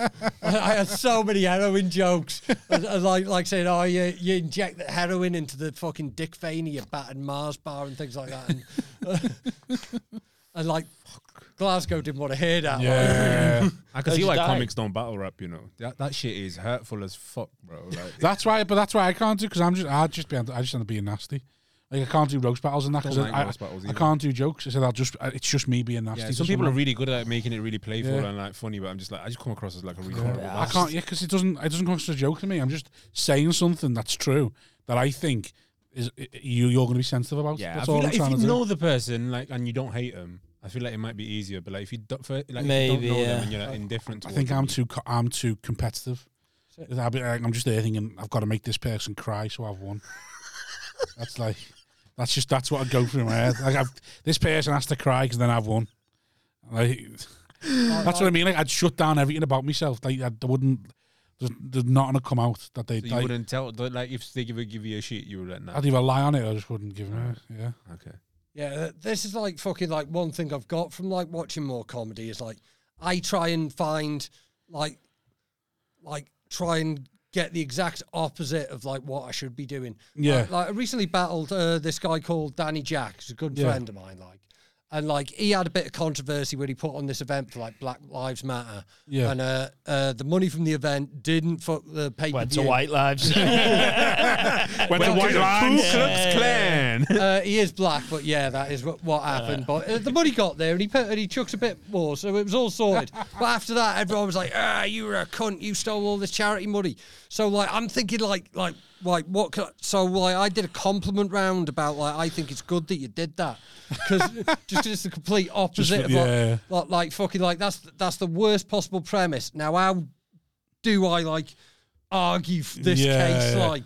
Speaker 4: I, I had so many heroin jokes, and, and, like like saying, "Oh, you you inject the heroin into the fucking Dick Veiny, you battered Mars bar, and things like that." And, and like Glasgow didn't want to hear that. like.
Speaker 1: Yeah.
Speaker 5: I can
Speaker 2: Those
Speaker 5: see why
Speaker 2: die.
Speaker 5: comics don't battle rap. You know, that that shit is hurtful as fuck, bro. Like,
Speaker 1: That's why, but that's why I can't do because I'm just I just be I just end up being nasty. Like I can't do roast battles and that
Speaker 5: Don't
Speaker 1: because
Speaker 5: like
Speaker 1: I,
Speaker 5: roast battles
Speaker 1: I
Speaker 5: either.
Speaker 1: can't do jokes. I said I'll just it's just me being nasty.
Speaker 5: Yeah,
Speaker 1: to
Speaker 5: some people are
Speaker 1: someone.
Speaker 5: really good at making it really playful
Speaker 1: Yeah.
Speaker 5: and like funny, but I'm just like I just come across as like a really horrible.
Speaker 1: I
Speaker 5: bastard.
Speaker 1: can't, yeah, because it doesn't. It doesn't come as a joke to me. I'm just saying something that's true that I think is i- i- you. You're going to be sensitive about.
Speaker 5: Yeah, I
Speaker 1: that's
Speaker 5: feel
Speaker 1: all
Speaker 5: like
Speaker 1: I'm
Speaker 5: if
Speaker 1: trying
Speaker 5: you
Speaker 1: to do.
Speaker 5: know the person like and you don't hate them, I feel like it might be easier. But like if you don't, for, like if
Speaker 2: Maybe,
Speaker 5: you don't know
Speaker 2: yeah.
Speaker 5: them and you're like, indifferent,
Speaker 1: I
Speaker 5: towards
Speaker 1: think
Speaker 5: them,
Speaker 1: I'm
Speaker 5: you-
Speaker 1: too. co- I'm too competitive. I'll be, like, I'm just there thinking I've got to make this person cry, so I've won. that's like, that's just that's what I go through in my head. Like I've, this person has to cry because then I've won. Like, that's what I mean. Like I'd shut down everything about myself. Like I, I wouldn't. There's, there's nothing to come out that they.
Speaker 5: So you wouldn't tell don't- like if they give a give you a shit, you would like nah.
Speaker 1: I'd either lie on it or I just wouldn't give them. Yeah.
Speaker 5: Okay,
Speaker 4: Yeah, th- this is like fucking like one thing I've got from like watching more comedy is like I try and find like like try and get the exact opposite of like what I should be doing.
Speaker 1: Yeah.
Speaker 4: Like, like, I recently battled uh, this guy called Danny Jack, who's a good
Speaker 1: Yeah.
Speaker 4: friend of mine, like. And like he had a bit of controversy when he put on this event for like Black Lives Matter.
Speaker 1: Yeah.
Speaker 4: And uh, uh, the money from the event didn't fuck the pay per
Speaker 2: Went to White Lives.
Speaker 1: Went to White Lines.
Speaker 5: Clan.
Speaker 4: Uh, he is black, but yeah, that is what, what happened. But uh, the money got there, and he put, and he chucked a bit more, so it was all sorted. but after that, everyone was like, "Ah, you were a cunt! You stole all this charity money." So like, I'm thinking like like like what? Could I, so like, I did a compliment round about like I think it's good that you did that because just 'cause it's the complete opposite of what,
Speaker 1: yeah.
Speaker 4: like, like fucking like that's that's the worst possible premise. Now how do I like argue f- this
Speaker 1: Yeah,
Speaker 4: case
Speaker 1: yeah.
Speaker 4: like?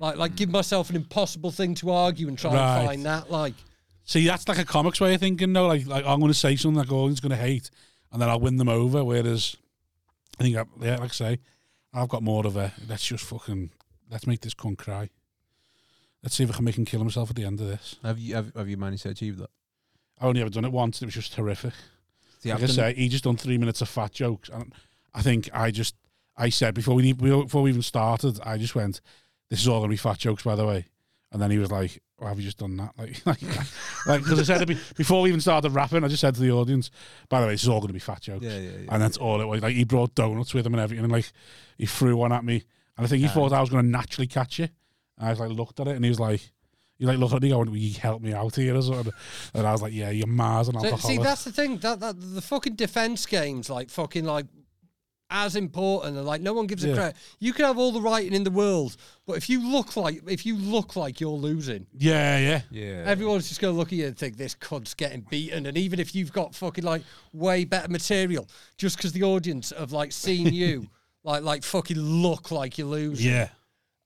Speaker 4: Like, like, give myself an impossible thing to argue and try
Speaker 1: Mm. Right.
Speaker 4: and find that. Like,
Speaker 1: See, that's like a comics way of thinking, though. Like, like I'm going to say something that Gordon's going to hate, and then I'll win them over. Whereas, I think, I, yeah, like I say, I've got more of a let's just fucking let's make this cunt cry. Let's see if I can make him kill himself at the end of this.
Speaker 5: Have you have, have you managed to achieve that?
Speaker 1: I only ever done it once. It was just horrific.
Speaker 5: See,
Speaker 1: Like I
Speaker 5: I've done-
Speaker 1: say, he just done three minutes of fat jokes, and I think I just I said before we before we even started, I just went, "This is all gonna be fat jokes, by the way." And then he was like, "Why have you just done that?" Like, like, like because I said it be, before we even started rapping, I just said to the audience, "By the way, this is all gonna be fat jokes."
Speaker 5: Yeah, yeah, yeah.
Speaker 1: And that's all it was. Like he brought donuts with him and everything, and like he threw one at me, and I think he thought I was gonna naturally catch it. And I was like, looked at it, and he was like. He like looked at me going, "Will you help me out here?" Or something. And I was like, "Yeah, you're Mars and
Speaker 4: so,
Speaker 1: alcoholic."
Speaker 4: see, that's the thing. That, that the fucking defense games, like fucking like as important, and like no one gives
Speaker 1: Yeah.
Speaker 4: a credit. You can have all the writing in the world, but if you look like if you look like you're losing,
Speaker 1: yeah, yeah.
Speaker 5: yeah.
Speaker 4: everyone's just gonna look at you and think this cunt's getting beaten. And even if you've got fucking like way better material, just because the audience have like seen you, like like fucking look like you're losing.
Speaker 1: Yeah.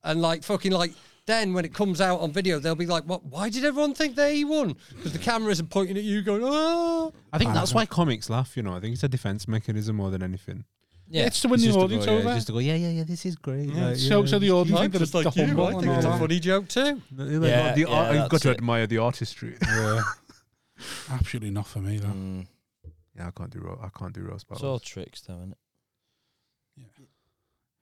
Speaker 4: and like fucking like then when it comes out on video they'll be like what why did everyone think they won because the camera isn't pointing at you going oh
Speaker 5: I think that's why comics laugh. You know, I think it's a defense mechanism more than anything.
Speaker 4: Yeah.
Speaker 1: It's to win
Speaker 5: It's
Speaker 1: the
Speaker 5: just to
Speaker 1: audience
Speaker 5: go, yeah,
Speaker 1: over.
Speaker 5: Just to go, yeah, yeah, yeah. This is great.
Speaker 1: Yeah,
Speaker 5: like,
Speaker 1: so,
Speaker 5: yeah.
Speaker 1: so the audience
Speaker 4: I'm
Speaker 1: think that
Speaker 4: just
Speaker 1: it's
Speaker 4: like
Speaker 1: the
Speaker 4: you
Speaker 1: humble
Speaker 4: I
Speaker 1: and
Speaker 4: think
Speaker 1: all
Speaker 4: it's a
Speaker 1: that.
Speaker 4: funny joke too
Speaker 5: They're like,
Speaker 2: Yeah,
Speaker 5: "Oh, the
Speaker 2: yeah,
Speaker 5: art- you've got
Speaker 2: that's
Speaker 5: to
Speaker 2: it.
Speaker 5: admire the artistry.
Speaker 1: Absolutely not for me, though.
Speaker 2: Mm.
Speaker 5: yeah, I can't do ro- I can't do roast
Speaker 2: It's
Speaker 5: battles.
Speaker 2: all tricks, though, isn't it?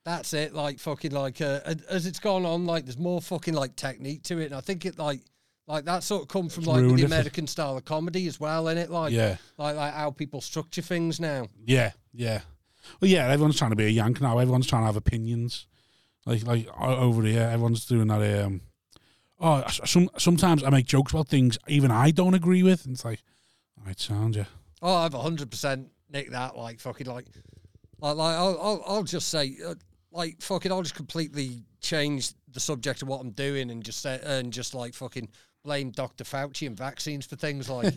Speaker 4: that's it like fucking like uh, and as it's gone on like there's more fucking like technique to it and i think it like like that sort of come from like
Speaker 1: ruined
Speaker 4: the
Speaker 1: it for-
Speaker 4: american style of comedy as well in it like
Speaker 1: Yeah.
Speaker 4: like like how people structure things now
Speaker 1: Yeah, yeah. Well, yeah, everyone's trying to be a yank now. Everyone's trying to have opinions. Like, like o- over here, everyone's doing that. Um, oh, s- some, sometimes I make jokes about things even I don't agree with. And it's like, all right, sound, yeah.
Speaker 4: Oh, I've hundred percent nicked that. Like fucking like, like, like I'll, I'll I'll just say uh, like fucking I'll just completely change the subject of what I'm doing and just say and just like fucking blame Dr. Fauci and vaccines for things like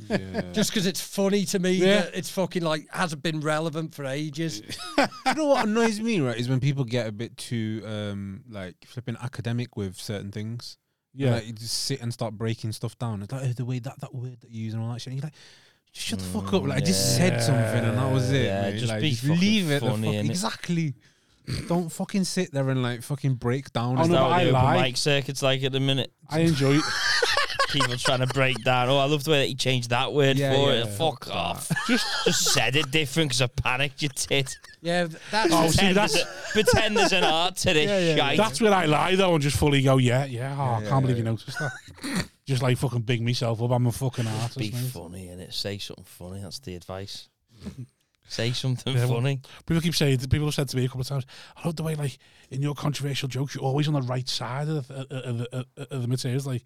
Speaker 4: just because it's funny to me
Speaker 1: Yeah.
Speaker 4: that it's fucking like hasn't been relevant for ages.
Speaker 5: you know what annoys me, right, is when people get a bit too um like flipping academic with certain things.
Speaker 1: Yeah.
Speaker 5: like, you just sit and start breaking stuff down. It's like oh, the way that that word that you use and all that shit. And you're like, just shut the fuck up. Like I just said something and that was it.
Speaker 2: Yeah,
Speaker 5: mate.
Speaker 2: just
Speaker 5: Like,
Speaker 2: be fucking
Speaker 5: leave it. the
Speaker 2: funny,
Speaker 5: fuck-
Speaker 2: innit?
Speaker 5: exactly. Don't fucking sit there and like fucking break down.
Speaker 1: Oh,
Speaker 5: and
Speaker 1: no,
Speaker 5: stuff.
Speaker 1: but I
Speaker 2: the
Speaker 1: lie.
Speaker 2: open mic circuits like at the minute.
Speaker 1: I enjoy it.
Speaker 2: People trying to break down. Oh, I love the way that he changed that word
Speaker 5: Yeah,
Speaker 2: for
Speaker 5: yeah,
Speaker 2: it. Fuck off. Just, just said it different because I panicked. You tit.
Speaker 4: Yeah, th- that's
Speaker 1: Oh, see,
Speaker 2: pretend,
Speaker 1: that's-
Speaker 2: there's a- pretend there's an art to this shite.
Speaker 1: That's where I lie, though, and just fully go, yeah, yeah. Oh, I
Speaker 5: yeah,
Speaker 1: can't believe
Speaker 5: yeah.
Speaker 1: you noticed that. just like fucking big myself up. I'm a fucking artist.
Speaker 2: Be
Speaker 1: mate.
Speaker 2: funny and it say something funny. That's the advice. say something
Speaker 1: Yeah, well-
Speaker 2: funny.
Speaker 1: People keep saying, people have said to me a couple of times, I love the way, like, in your controversial jokes, you're always on the right side of the, of the, of the materials. Like,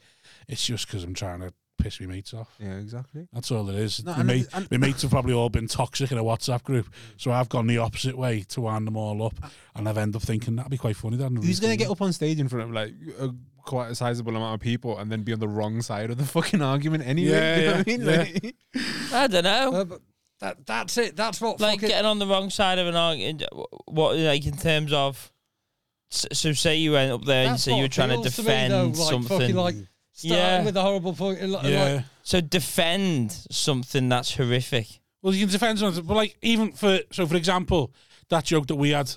Speaker 1: it's just because I'm trying to piss my mates off.
Speaker 5: Yeah, exactly.
Speaker 1: That's all it is.
Speaker 5: No,
Speaker 1: my,
Speaker 5: and-
Speaker 1: mate-
Speaker 5: and-
Speaker 1: my mates have probably all been toxic in a WhatsApp group, so I've gone the opposite way to wind them all up, and I've ended up thinking, that'd be quite funny. Then
Speaker 5: Who's gonna get up on stage in front of like a quite a sizable amount of people and then be on the wrong side of the fucking argument anyway?
Speaker 1: Yeah,
Speaker 5: you know
Speaker 1: yeah,
Speaker 5: what I mean?
Speaker 1: yeah.
Speaker 5: Like,
Speaker 2: I don't know.
Speaker 4: uh, but that that's it. That's what
Speaker 2: like uh,
Speaker 4: fucking
Speaker 2: getting on the wrong side of an argument. What like in terms of? s- So say you went up there and you
Speaker 4: that's
Speaker 2: say you were
Speaker 4: what
Speaker 2: trying to
Speaker 4: appeals me,
Speaker 2: defend
Speaker 4: though, like,
Speaker 2: something.
Speaker 4: Fucking like starting
Speaker 2: Yeah.
Speaker 4: with a horrible point. and, like-
Speaker 1: Yeah.
Speaker 4: like,
Speaker 2: so defend something that's horrific.
Speaker 1: Well, you can defend something, but like even for so for example, that joke that we had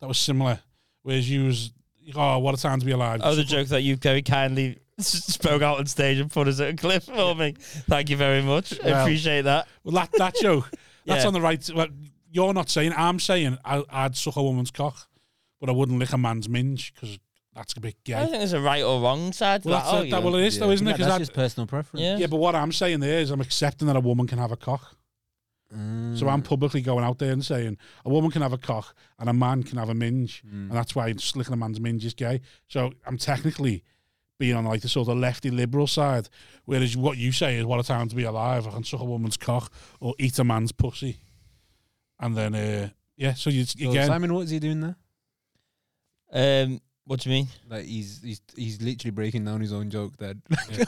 Speaker 1: that was similar, whereas you was oh what a time to be alive.
Speaker 2: Oh, the joke that you very kindly s- spoke out on stage and put us at a clip for me. Thank you very much. I
Speaker 1: Well,
Speaker 2: appreciate that.
Speaker 1: well, that that joke that's
Speaker 2: Yeah.
Speaker 1: on the right. Well, you're not saying I'm saying I, I'd suck a woman's cock, but I wouldn't lick a man's minge because That's a bit
Speaker 2: I
Speaker 1: gay.
Speaker 2: don't think there's a right or wrong side to
Speaker 1: Well,
Speaker 2: that.
Speaker 1: that's,
Speaker 2: are
Speaker 1: uh, that,
Speaker 2: you?
Speaker 1: well, it is though, isn't it?
Speaker 5: That's
Speaker 1: 'Cause that-
Speaker 5: just personal preference.
Speaker 2: yeah.
Speaker 1: yeah, but what I'm saying there is I'm accepting that a woman can have a cock.
Speaker 5: Mm.
Speaker 1: So I'm publicly going out there and saying a woman can have a cock and a man can have a minge, and that's why slicking a man's minge is gay. So I'm technically being on like the sort of lefty liberal side, whereas what you say is what a time to be alive. I can suck a woman's cock or eat a man's pussy, and then uh, yeah. So you
Speaker 5: So
Speaker 1: again,
Speaker 5: Simon, what is he doing there?
Speaker 2: Um, what do you mean?
Speaker 5: Like he's he's he's literally breaking down his own joke. That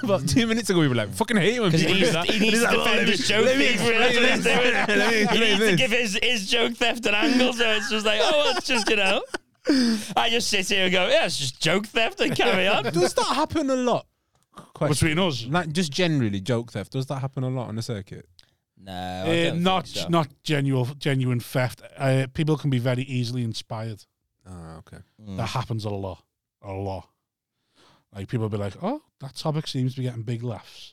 Speaker 5: about two minutes ago we were like, "Fucking hate him." "Oh,
Speaker 2: Because he needs, he needs to defend his joke.
Speaker 5: Let me
Speaker 2: thing for
Speaker 5: explain
Speaker 2: it.
Speaker 5: this. Let me
Speaker 2: He
Speaker 5: explain
Speaker 2: needs to give
Speaker 5: this.
Speaker 2: his, his joke theft an angle, so it's just like, oh, it's just, you know. I just sit here and go, yeah, it's just joke theft and carry on.
Speaker 5: Does that happen a lot? Question.
Speaker 1: between us,
Speaker 5: Like just generally joke theft. Does that happen a lot on the circuit?
Speaker 2: No,
Speaker 1: uh, not not genuine genuine theft. Uh, people can be very easily inspired.
Speaker 5: Ah, okay.
Speaker 1: That happens a lot, a lot. Like people be like, "Oh, that topic seems to be getting big laughs."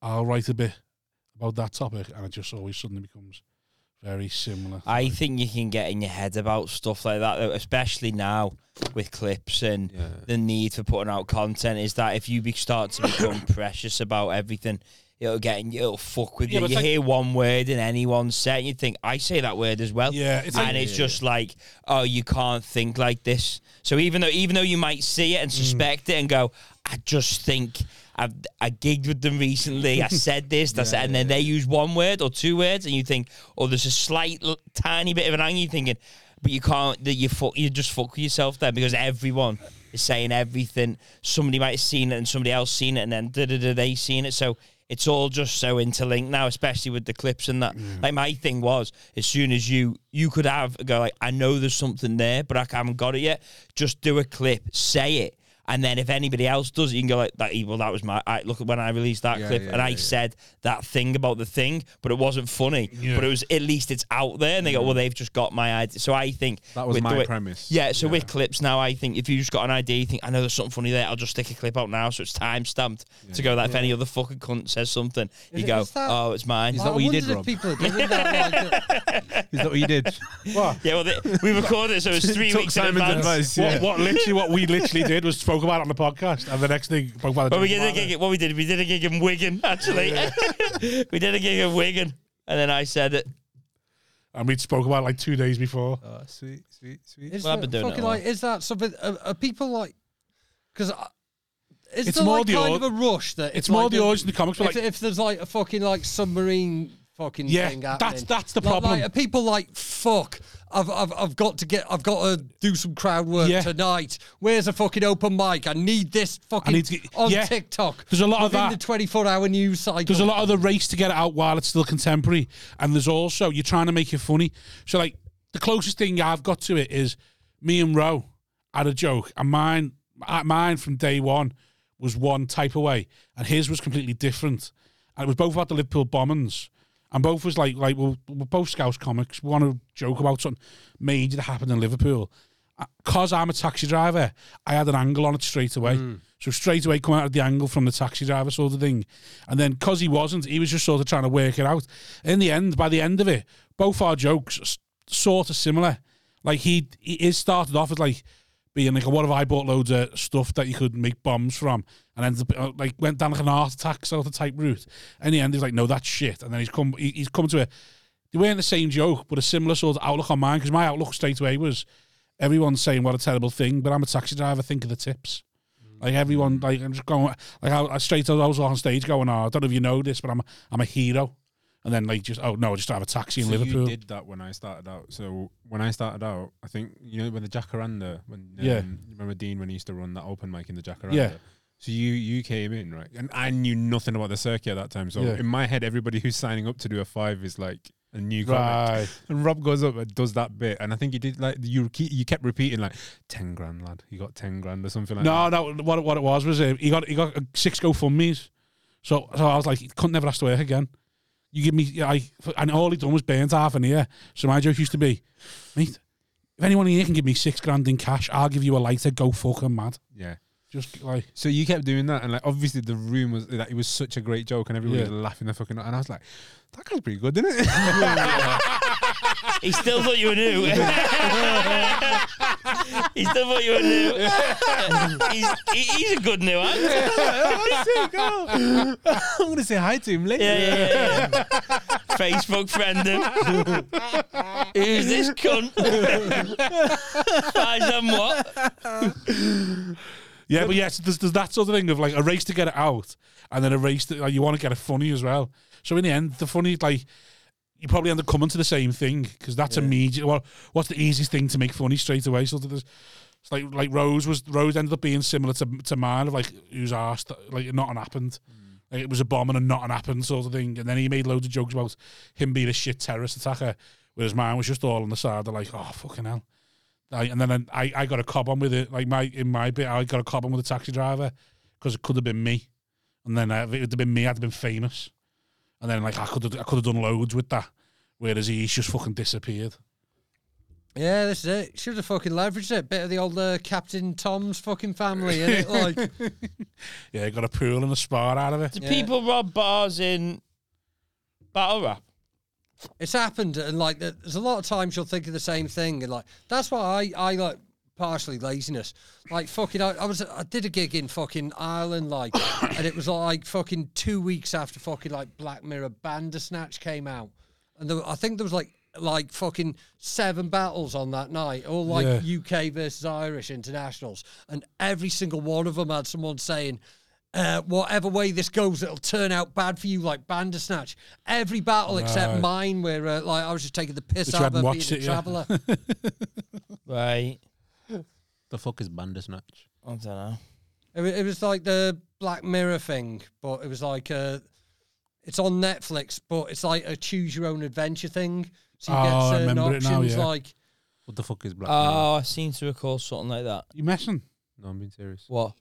Speaker 1: I'll write a bit about that topic, and it just always suddenly becomes very similar.
Speaker 2: I think you can get in your head about stuff like that, though, especially now with clips and
Speaker 5: Yeah.
Speaker 2: the need for putting out content. Is that if you be, start to become precious about everything, it'll get in, it'll fuck with
Speaker 1: Yeah,
Speaker 2: you.
Speaker 1: but
Speaker 2: You
Speaker 1: it's
Speaker 2: hear one word in anyone's set, and you think I say that word as well.
Speaker 1: Yeah, it's
Speaker 2: and
Speaker 1: like-
Speaker 2: it's just like, oh, you can't think like this. So even though even though you might see
Speaker 1: Mm.
Speaker 2: it and suspect it and go, I just think. I've, I gigged with them recently. I said this, that's it. And then they use one word or two words, and you think, oh, there's a slight l- tiny bit of an angle. You're thinking, but you can't. That you fuck. You just fuck with yourself there because everyone is saying everything. Somebody might have seen it, and somebody else seen it, and then da da da they seen it. So it's all just so interlinked now, especially with the clips and that.
Speaker 5: Mm.
Speaker 2: Like my thing was, as soon as you you could have go like, I know there's something there, but I haven't got it yet. Just do a clip, say it. And then if anybody else does it, you can go like that. Well, that was my I, look at when I released that
Speaker 5: Yeah,
Speaker 2: clip,
Speaker 5: yeah,
Speaker 2: and I
Speaker 5: yeah, yeah.
Speaker 2: said that thing about the thing, but it wasn't funny.
Speaker 1: Yeah.
Speaker 2: But it was at least it's out there, and they go, well, they've just got my idea. So I think
Speaker 5: Mm. That was
Speaker 2: with the
Speaker 5: my
Speaker 2: way-
Speaker 5: premise.
Speaker 2: Yeah. So with clips now, I think if you just got an idea, you think I know there's something funny there. I'll just stick a clip out now, so it's time stamped to go. That if any other fucking cunt says something, you
Speaker 4: it-
Speaker 2: go,
Speaker 4: is that-
Speaker 2: oh, it's mine.
Speaker 5: Is that
Speaker 4: I
Speaker 5: what you
Speaker 4: wondered
Speaker 5: did,
Speaker 4: if
Speaker 5: Rob?
Speaker 4: People are doing that, like, uh,
Speaker 5: Is that what you did?
Speaker 2: Yeah, well, they, we recorded it, so it was three
Speaker 5: Took
Speaker 2: weeks
Speaker 5: Simon's
Speaker 2: in advance.
Speaker 5: advice.
Speaker 1: what,
Speaker 5: Yeah.
Speaker 1: what literally what we literally did was spoke about it on the podcast, and the next thing spoke about it.
Speaker 2: But we did a gig. What we did, we did a gig in Wigan. Actually, we did a gig in Wigan, and then I said it.
Speaker 1: and we spoke about it like two days before.
Speaker 5: Oh, sweet, sweet, sweet.
Speaker 4: is
Speaker 2: Well, I've
Speaker 4: that
Speaker 2: been doing it a
Speaker 4: fucking
Speaker 2: while.
Speaker 4: like, is that something? Are, are people like? Because is
Speaker 1: It's
Speaker 4: there
Speaker 1: more
Speaker 4: like
Speaker 1: the
Speaker 4: kind
Speaker 1: or-
Speaker 4: of a rush that
Speaker 1: It's
Speaker 4: if,
Speaker 1: more
Speaker 4: like,
Speaker 1: the origin of the comics,
Speaker 4: If,
Speaker 1: but like
Speaker 4: if there's like a fucking like submarine fucking
Speaker 1: Yeah,
Speaker 4: thing
Speaker 1: that's-
Speaker 4: happening,
Speaker 1: that's the
Speaker 4: Like-
Speaker 1: problem.
Speaker 4: Like, are people like fuck. I've, I've, I've got to get I've got to do some crowd work
Speaker 1: Yeah.
Speaker 4: tonight. Where's a fucking open mic? I need this fucking
Speaker 1: need to get-
Speaker 4: on
Speaker 1: yeah.
Speaker 4: TikTok.
Speaker 1: There's a lot of
Speaker 4: within
Speaker 1: that.
Speaker 4: the 24 hour news cycle.
Speaker 1: there's a lot of the race to get it out while it's still contemporary, and there's also you're trying to make it funny. So like the closest thing I've got to it is me and Ro had a joke, and mine uh, mine from day one was one type of way, and his was completely different, and it was both about the Liverpool bombings. And both was like, like we're, we're both Scouse comics. We want to joke about something major that happened in Liverpool. Because I'm a taxi driver, I had an angle on it straight away. So straight away, come out of the angle from the taxi driver sort of thing. And then because he wasn't, he was just sort of trying to work it out. In the end, by the end of it, both our jokes are s- sort of similar. Like he, he is started off as like being like, what if I bought loads of stuff that you could make bombs from? And ends up uh, like went down like an art attack sort of type route. In the end, he's like, no, that's shit. And then he's come, he, he's come to a, they weren't the same joke, but a similar sort of outlook on mine. Because my outlook straight away was, everyone's saying what a terrible thing, but I'm a taxi driver. Think of the tips.
Speaker 5: Mm.
Speaker 1: Like everyone, like I'm just going like I, I straight. I was on stage going, oh, I don't know if you know this, but I'm a, I'm a hero. And then like just oh no, I just drive a taxi in
Speaker 5: So
Speaker 1: Liverpool.
Speaker 5: You did that when I started out. So when I started out, I think you know when the Jacaranda, when um,
Speaker 1: Yeah.
Speaker 5: you remember Dean when he used to run that open mic in the Jacaranda.
Speaker 1: Yeah.
Speaker 5: So you you came in right, and I knew nothing about the circuit at that time. So
Speaker 1: Yeah.
Speaker 5: in my head, everybody who's signing up to do a five is like a new comic.
Speaker 1: Right.
Speaker 5: And Rob goes up and does that bit, and I think he did like you keep, you kept repeating like ten grand, lad. You got ten grand or something like that.
Speaker 1: No, no. What it- what it was was uh, he got he got uh, six GoFundmes. So so I was like, he couldn't never ask to work again. You give me yeah, I and all he done was burnt half an ear. So my joke used to be, mate, if anyone here can give me six grand in cash, I'll give you a lighter. Go fucking mad.
Speaker 5: Yeah.
Speaker 1: Just like
Speaker 5: So you kept doing that, and like obviously the room was like it was such a great joke, and everybody
Speaker 1: Yeah.
Speaker 5: was laughing their fucking. And I was like, that guy's pretty good, isn't it?
Speaker 2: He still thought you were new. He's done what you would do. he's, he, he's a good new actor.
Speaker 5: I'm gonna say hi to him later.
Speaker 2: Yeah, yeah, yeah, yeah. Facebook friend him. Who's this cunt? Buys them what?
Speaker 1: Yeah, but yes, there's, there's that sort of thing of like a race to get it out, and then a race that like, you want to get it funny as well. So in the end, the funny like you probably end up coming to the same thing because that's immediate. Well, what's the easiest thing to make funny straight away? So there's it's like like Rose was Rose ended up being similar to to mine of like who's asked like it not an happened. Like it was a bomb and a not an happened sort of thing, and then he made loads of jokes about him being a shit terrorist attacker, whereas mine was just all on the side. They're like, oh fucking hell, like, and then I, I got a cob on with it. Like my in my bit, I got a cob on with a taxi driver because it could have been me. And then uh, if it had been me, I'd have been famous. And then like I could have I could have done loads with that. Whereas he's just fucking disappeared.
Speaker 4: Yeah, this is it. Should have fucking leveraged it. Bit of the old uh, Captain Tom's fucking family, innit? Like,
Speaker 1: Yeah, he got a pool and a spa out of it.
Speaker 2: Do
Speaker 4: Yeah.
Speaker 2: people rob bars in battle rap?
Speaker 4: it's happened, and like, there- there's a lot of times you'll think of the same thing, and like, that's why I, I like partially laziness. Like, fucking, I, I was, I did a gig in fucking Ireland, like, and it was like fucking two weeks after fucking like Black Mirror Bandersnatch came out, and there, were- I think there was like. Like fucking seven battles on that night, all like
Speaker 1: Yeah.
Speaker 4: UK versus Irish internationals, and every single one of them had someone saying, uh, "Whatever way this goes, it'll turn out bad for you." Like Bandersnatch, every battle except
Speaker 1: Right.
Speaker 4: mine, where uh, like I was just taking the piss
Speaker 1: But you
Speaker 4: out
Speaker 1: hadn't
Speaker 4: of her being
Speaker 1: watched
Speaker 4: a
Speaker 1: it yet.
Speaker 4: traveller.
Speaker 2: Right.
Speaker 5: The fuck is Bandersnatch?
Speaker 2: I don't know.
Speaker 4: It, wa- it was like the Black Mirror thing, but it was like uh, it's on Netflix, but it's like a choose your own adventure thing. So you
Speaker 1: Oh,
Speaker 4: get
Speaker 1: I
Speaker 4: certain
Speaker 1: remember it
Speaker 4: options,
Speaker 1: now, yeah.
Speaker 4: like
Speaker 5: What the fuck is Black? Mirror?
Speaker 2: Oh, I seem to recall something like that.
Speaker 1: You messing?
Speaker 5: No, I'm being serious.
Speaker 2: What?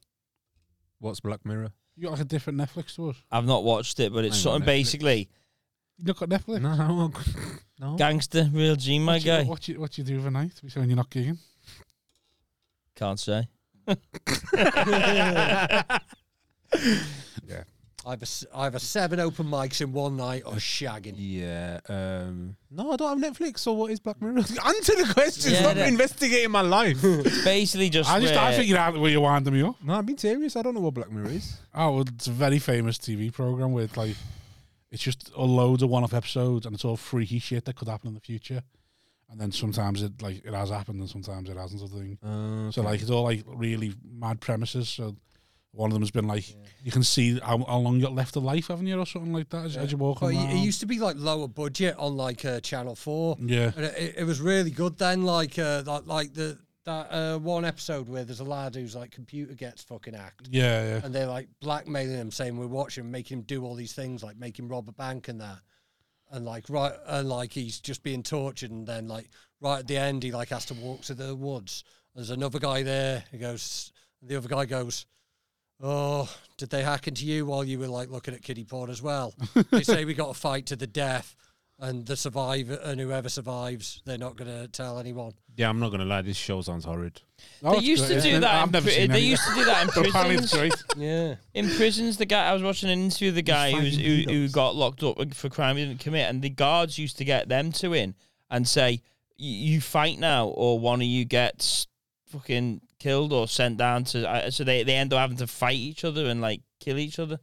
Speaker 5: What's Black Mirror?
Speaker 1: You got like a different Netflix to us.
Speaker 2: I've not watched it, but it's
Speaker 5: Hang
Speaker 2: something
Speaker 5: on, Netflix.
Speaker 2: basically
Speaker 1: You not got Netflix?
Speaker 5: No, no, no.
Speaker 2: gangster, real G, my
Speaker 1: what
Speaker 2: guy.
Speaker 1: You, what you what you do overnight? We say when you're not gigging.
Speaker 2: Can't say.
Speaker 4: I've a, s- I have a seven open mics in one night or shagging.
Speaker 5: Yeah. Um, no, I don't have Netflix. So what is Black Mirror? Answer the question.
Speaker 2: Yeah,
Speaker 5: Stop
Speaker 2: that-
Speaker 5: investigating my life.
Speaker 2: It's basically just.
Speaker 1: I just I
Speaker 2: where-
Speaker 1: figured out where you're winding me up.
Speaker 5: no, I'm being serious. I don't know what Black Mirror is.
Speaker 1: Oh, well, it's a very famous TV program with like, it's just a loads of one-off episodes, and it's all freaky shit that could happen in the future. And then sometimes it like it has happened, and sometimes it hasn't. Sort of thing.
Speaker 5: Uh,
Speaker 1: So like it's all like really mad premises. So one of them has been like you can see how, how long you got left of life, haven't you, or something like that, as, as you walk
Speaker 4: But
Speaker 1: on.
Speaker 4: it, it used to be like lower budget on like uh, Channel Four.
Speaker 1: yeah,
Speaker 4: And it, it was really good then, like uh, like, like the that uh, one episode where there's a lad who's like computer gets fucking hacked,
Speaker 1: yeah, yeah.
Speaker 4: and they're like blackmailing him, saying we're watching, making him do all these things, like make him rob a bank and that, and like right, and like he's just being tortured, and then like right at the end, he like has to walk to the woods. There's another guy there. He goes, the other guy goes. Oh, did they hack into you while you were like looking at kiddie porn as well? they say we got to fight to the death, and the survivor and whoever survives, they're not going to tell anyone.
Speaker 5: yeah, I'm not gonna lie. This show sounds horrid.
Speaker 1: Oh,
Speaker 2: They
Speaker 1: it's
Speaker 2: used to
Speaker 1: great.
Speaker 2: do that.
Speaker 1: I've
Speaker 2: in
Speaker 1: never
Speaker 2: pri-
Speaker 1: seen
Speaker 2: They
Speaker 1: any of
Speaker 2: used to do that in
Speaker 1: that. Apparently, it's
Speaker 2: prisons.
Speaker 1: great.
Speaker 4: Yeah,
Speaker 2: In prisons, the guy I was watching an interview of the guy who, was, who, who got locked up for crime he didn't commit, and the guards used to get them to in and say, "Y- "You fight now, or one of you gets fucking killed or sent down to." I- So they they end up having to fight each other and like kill each other.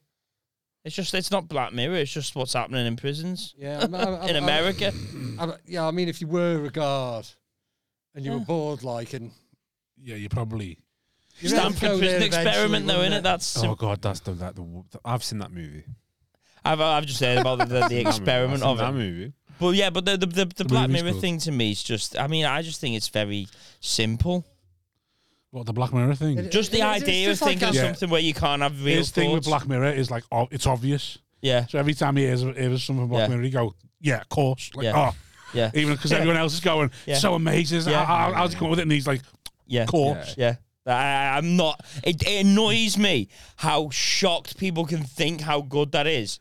Speaker 2: It's just it's not Black Mirror. It's just what's happening in prisons
Speaker 4: yeah. I'm- I'm- I'm-
Speaker 2: in
Speaker 4: I'm-
Speaker 2: America.
Speaker 4: I'm- yeah, I mean, if you were a guard and you were bored, like, and
Speaker 1: Yeah, you probably.
Speaker 4: you
Speaker 2: Stanford prison experiment, though, innit? That's
Speaker 5: oh God, that's the that the, the I've seen that movie.
Speaker 2: I've I've just heard about the, the, the
Speaker 5: That movie. I've
Speaker 2: experiment
Speaker 5: seen
Speaker 2: of
Speaker 5: that
Speaker 2: it.
Speaker 5: movie.
Speaker 2: But yeah, but the the, the, the, Black
Speaker 1: movie's
Speaker 2: Mirror
Speaker 1: good.
Speaker 2: thing to me is just. I mean, I just think it's very simple.
Speaker 1: What the Black Mirror thing?
Speaker 2: Just the idea of thinking of
Speaker 1: Yeah.
Speaker 2: something where you can't have real
Speaker 1: His thing with
Speaker 2: thoughts.
Speaker 1: Black Mirror is like oh, it's obvious.
Speaker 2: Yeah,
Speaker 1: So every time he hears, hears something about
Speaker 2: Yeah.
Speaker 1: Mirror, he go, "Yeah, of course." Like,
Speaker 2: Yeah.
Speaker 1: oh,
Speaker 2: yeah,
Speaker 1: even because everyone else is going,
Speaker 2: Yeah.
Speaker 1: "So amazing!"
Speaker 2: Yeah.
Speaker 1: How, how, how's he going with it? And he's like,
Speaker 2: yeah,
Speaker 1: "Of course."
Speaker 2: yeah. I, I- I'm not. It, it annoys me how shocked people can think how good that is.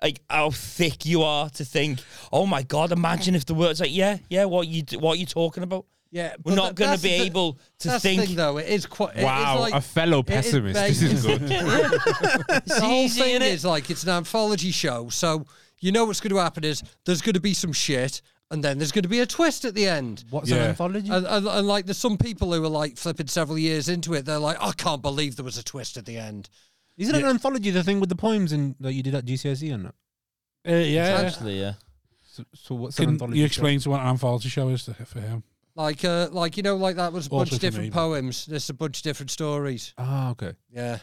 Speaker 2: Like how thick you are to think. Oh my god! Imagine if the words like yeah, yeah. What you d- what you talking about?
Speaker 4: yeah,
Speaker 2: We're
Speaker 4: but
Speaker 2: not
Speaker 4: that-
Speaker 2: going
Speaker 4: that's
Speaker 2: to be
Speaker 4: the-
Speaker 2: able to
Speaker 4: that's the
Speaker 2: think.
Speaker 4: thing, though. It is quite. it
Speaker 5: Wow,
Speaker 4: is like,
Speaker 5: a fellow
Speaker 4: it is
Speaker 5: pessimist.
Speaker 4: ba-
Speaker 5: this is good.
Speaker 2: It's
Speaker 4: the whole
Speaker 2: easy,
Speaker 4: thing
Speaker 2: innit?
Speaker 4: is like it's an anthology show, so you know what's going to happen is there's going to be some shit, and then there's going to be a twist at the end.
Speaker 6: What's
Speaker 1: Yeah.
Speaker 6: an anthology?
Speaker 4: And, and, and like, there's some people who are like flipping several years into it. They're like, I can't believe there was a twist at the end.
Speaker 5: Isn't an anthology the thing with the poems and E that you did at GCSE or not?
Speaker 1: Uh, yeah.
Speaker 6: Actually, yeah.
Speaker 5: So, so what's an
Speaker 1: Can
Speaker 5: anthology?
Speaker 1: you
Speaker 5: show?
Speaker 1: explain to what an anthology show is to, for him?
Speaker 4: Like, uh, like you know, like that was a
Speaker 1: Also
Speaker 4: bunch of
Speaker 1: for me,
Speaker 4: different
Speaker 1: but-
Speaker 4: poems. There's a bunch of different stories.
Speaker 5: Ah, okay.
Speaker 4: Yeah.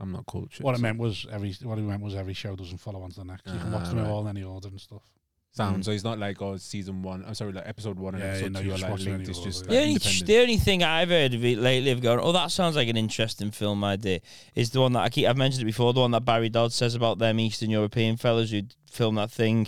Speaker 5: I'm not cultured.
Speaker 1: What I
Speaker 5: so-
Speaker 1: meant was every what I meant was every show doesn't follow on to the next. You can
Speaker 5: Ah,
Speaker 1: watch them
Speaker 5: right.
Speaker 1: all in any order and stuff.
Speaker 5: sound. So it's not like oh season one. I'm sorry, like episode one and
Speaker 1: Yeah, yeah,
Speaker 5: episode
Speaker 1: no,
Speaker 5: two
Speaker 1: you
Speaker 5: are
Speaker 1: just
Speaker 5: like
Speaker 1: watch them
Speaker 5: linked. It's
Speaker 1: anyway,
Speaker 5: just
Speaker 1: although
Speaker 2: The
Speaker 5: like,
Speaker 2: only,
Speaker 5: independent.
Speaker 2: the only thing I've heard of it lately of going, oh, that sounds like an interesting film idea, is the one that I keep, I've mentioned it before, the one that Barry Dodd says about them Eastern European fellas who film that thing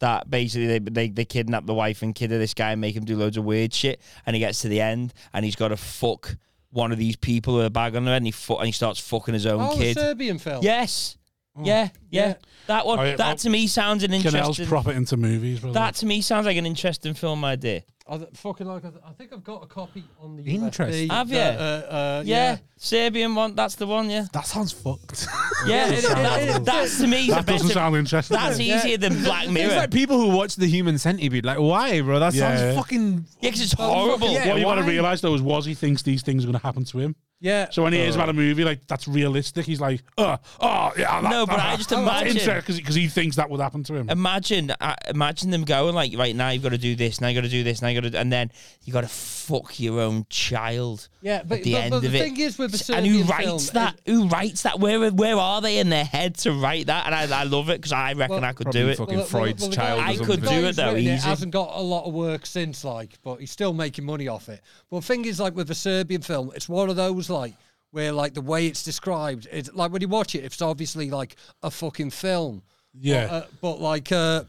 Speaker 2: that basically they, they, they kidnap the wife and kid of this guy and make him do loads of weird shit. And he gets to the end and he's got to fuck one of these people with a bag on their head and he, fu- and he starts fucking his own
Speaker 4: Oh, the
Speaker 2: kid.
Speaker 4: Serbian film.
Speaker 2: Yes. Yeah, yeah,
Speaker 4: Yeah.
Speaker 2: That one.
Speaker 1: Oh, yeah,
Speaker 2: that
Speaker 1: well,
Speaker 2: to me sounds an
Speaker 1: Canel's
Speaker 2: interesting.
Speaker 1: prop it into movies, brother.
Speaker 2: that to me sounds like an interesting film idea.
Speaker 4: I th- fucking like. I, th- I think I've got a copy on the
Speaker 5: Interesting.
Speaker 4: USB
Speaker 2: Have
Speaker 4: that,
Speaker 2: ya?
Speaker 4: uh, uh,
Speaker 2: Yeah. Serbian one. That's the one. Yeah.
Speaker 6: That sounds fucked.
Speaker 2: Yeah, it- it- it- that's to me.
Speaker 1: that
Speaker 2: the
Speaker 1: doesn't
Speaker 2: better,
Speaker 1: sound interesting.
Speaker 2: that's easier than Black
Speaker 5: It's
Speaker 2: Mirror.
Speaker 5: like people who watch the Human Centipede. Like, why, bro? That
Speaker 1: Yeah, yeah.
Speaker 5: sounds fucking.
Speaker 2: Yeah, 'cause it's horrible.
Speaker 5: yeah.
Speaker 1: what you want
Speaker 5: why?
Speaker 1: to realise though is Wazzy thinks these things are going to happen to him.
Speaker 4: Yeah.
Speaker 1: So when he
Speaker 5: Oh.
Speaker 1: hears about a movie like that's realistic, he's like, "Uh, oh yeah." That,
Speaker 2: No, but I just imagine-
Speaker 1: because he thinks that would happen to him.
Speaker 2: Imagine, uh, imagine them going like, right now you've got to do this, now you got to do this, now you got to, and then you got to fuck your own child.
Speaker 4: Yeah, but-
Speaker 2: at the
Speaker 4: but-
Speaker 2: end
Speaker 4: but the
Speaker 2: of
Speaker 4: thing
Speaker 2: it.
Speaker 4: is with the
Speaker 2: and who
Speaker 4: Serbian
Speaker 2: writes
Speaker 4: film is-
Speaker 2: that? Who writes that? Where where are they in their head to write that? And I, I love it because I reckon
Speaker 4: Well,
Speaker 2: I could
Speaker 5: probably
Speaker 2: do it.
Speaker 5: fucking
Speaker 4: the-
Speaker 5: Freud's
Speaker 4: the
Speaker 5: child
Speaker 4: guy-
Speaker 5: or
Speaker 2: I could
Speaker 5: something.
Speaker 4: the guy
Speaker 2: do it
Speaker 4: who's
Speaker 2: though,
Speaker 4: written It
Speaker 2: easy.
Speaker 4: hasn't got a lot of work since, like, but he's still making money off it. But thing is, like, with the Serbian film, it's one of those, like, where, like, the way it's described, it's like when you watch it, it's obviously like a fucking film.
Speaker 1: yeah,
Speaker 4: Uh, but like, uh,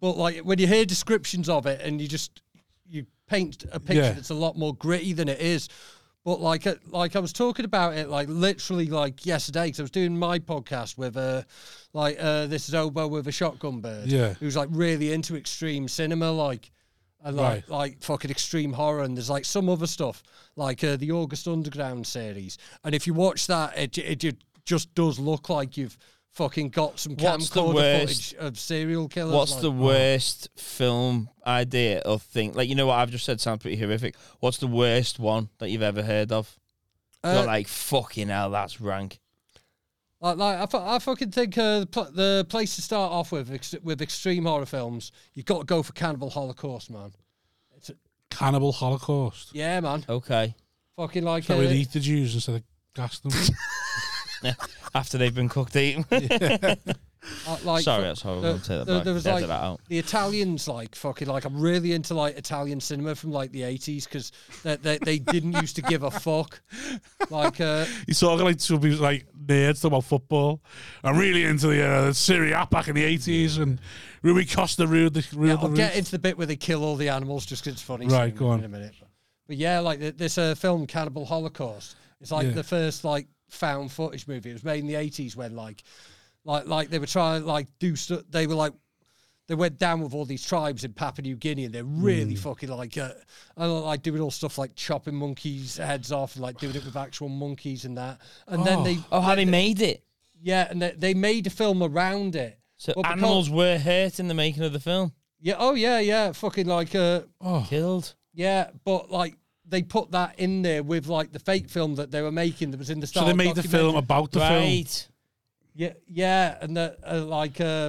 Speaker 4: but like when you hear descriptions of it, and you just you paint a picture
Speaker 1: Yeah.
Speaker 4: that's a lot more gritty than it is. But like, uh, like I was talking about it, like literally, like yesterday, because I was doing my podcast with uh, like uh, this is oboe with a shotgun bird,
Speaker 1: Yeah.
Speaker 4: who's like really into extreme cinema, like. And like,
Speaker 1: Right.
Speaker 4: like fucking extreme horror, and there's like some other stuff, like uh, the August Underground series. And if you watch that, it, ju- it, ju- just does look like you've fucking got some
Speaker 2: What's the
Speaker 4: camcorder
Speaker 2: worst-
Speaker 4: footage of serial killers.
Speaker 2: What's
Speaker 4: like,
Speaker 2: the worst film idea or thing? Like you know what I've just said sounds pretty horrific. What's the worst one that you've ever heard of? You're
Speaker 4: Uh,
Speaker 2: like fucking hell, that's rank.
Speaker 4: Like, like I, fu- I fucking think uh, the, pl- the place to start off with ex- with extreme horror films, you've got to go for Cannibal Holocaust, man.
Speaker 1: cannibal holocaust.
Speaker 4: Yeah, man.
Speaker 2: Okay.
Speaker 4: Fucking like.
Speaker 1: So
Speaker 4: uh,
Speaker 1: he'd eat the Jews instead of gas them.
Speaker 2: After they've been cooked eaten.
Speaker 4: uh, like
Speaker 2: Sorry,
Speaker 4: fu-
Speaker 2: that's horrible.
Speaker 4: the-
Speaker 2: I'll take that
Speaker 4: the-
Speaker 2: back.
Speaker 4: there was,
Speaker 2: Edit
Speaker 4: like,
Speaker 2: that out.
Speaker 4: the Italians, like fucking, like I'm really into like Italian cinema from like the 80s because they, they they didn't used to give a fuck. Like, uh,
Speaker 1: he's talking like to be like nerds about football. I'm really into the, uh, the Serie A back in the eighties and Rui Costa ruled the ruled
Speaker 4: Yeah,
Speaker 1: the
Speaker 4: I'll get
Speaker 1: roost.
Speaker 4: into the bit where they kill all the animals just 'cause it's funny.
Speaker 1: Right,
Speaker 4: so
Speaker 1: go on.
Speaker 4: In a minute. But yeah, like th- this uh, film, Cannibal Holocaust. It's like
Speaker 1: Yeah.
Speaker 4: the first like found footage movie. It was made in the eighties when like, like, like they were trying like do stu- they were like. They went down with all these tribes in Papua New Guinea, and they're really
Speaker 1: Hmm.
Speaker 4: fucking like, uh, and like doing all stuff like chopping monkeys' heads off, and like doing it with actual monkeys and that. And then they,
Speaker 2: Oh, how they made it.
Speaker 4: yeah, and they, they made a film around it.
Speaker 2: So
Speaker 4: But because-
Speaker 2: animals were hurt in the making of the film.
Speaker 4: yeah, oh yeah, yeah, fucking like, uh,
Speaker 2: Killed.
Speaker 4: Yeah, but like they put that in there with like the fake film that they were making that was in the
Speaker 1: So
Speaker 4: start.
Speaker 1: they made the film about the film.
Speaker 2: right.
Speaker 4: Yeah, yeah, and the, uh, like uh,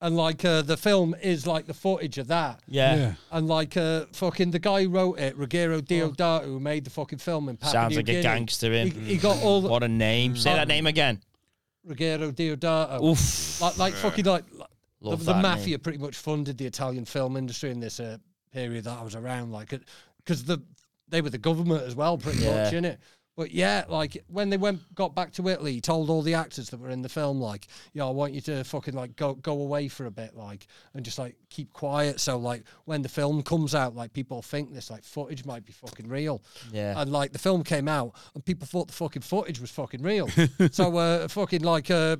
Speaker 4: and like uh, the film is like the footage of that.
Speaker 2: Yeah.
Speaker 1: Yeah.
Speaker 4: And like uh, fucking the guy who wrote it, Ruggiero Diodato, who made the fucking film in Papua
Speaker 2: Oh. Sounds
Speaker 4: New
Speaker 2: like a
Speaker 4: Guinea,
Speaker 2: gangster
Speaker 4: He,
Speaker 2: in. Mm.
Speaker 4: he Mm. got all the,
Speaker 2: What a name. Say that name again.
Speaker 4: Ruggiero Diodato.
Speaker 2: Oof.
Speaker 4: Like, like fucking like, like the,
Speaker 2: Love
Speaker 4: the
Speaker 2: that
Speaker 4: mafia
Speaker 2: name.
Speaker 4: pretty much funded the Italian film industry in this uh, period that I was around, like because the they were the government as well, pretty
Speaker 2: Yeah.
Speaker 4: much in it. But yeah, like when they went got back to Italy, he told all the actors that were in the film, like, "Yeah, I want you to fucking like go go away for a bit, like, and just like keep quiet." So like when the film comes out, like people think this like footage might be fucking real.
Speaker 2: Yeah.
Speaker 4: And like the film came out, and people thought the fucking footage was fucking real. so uh, fucking like uh,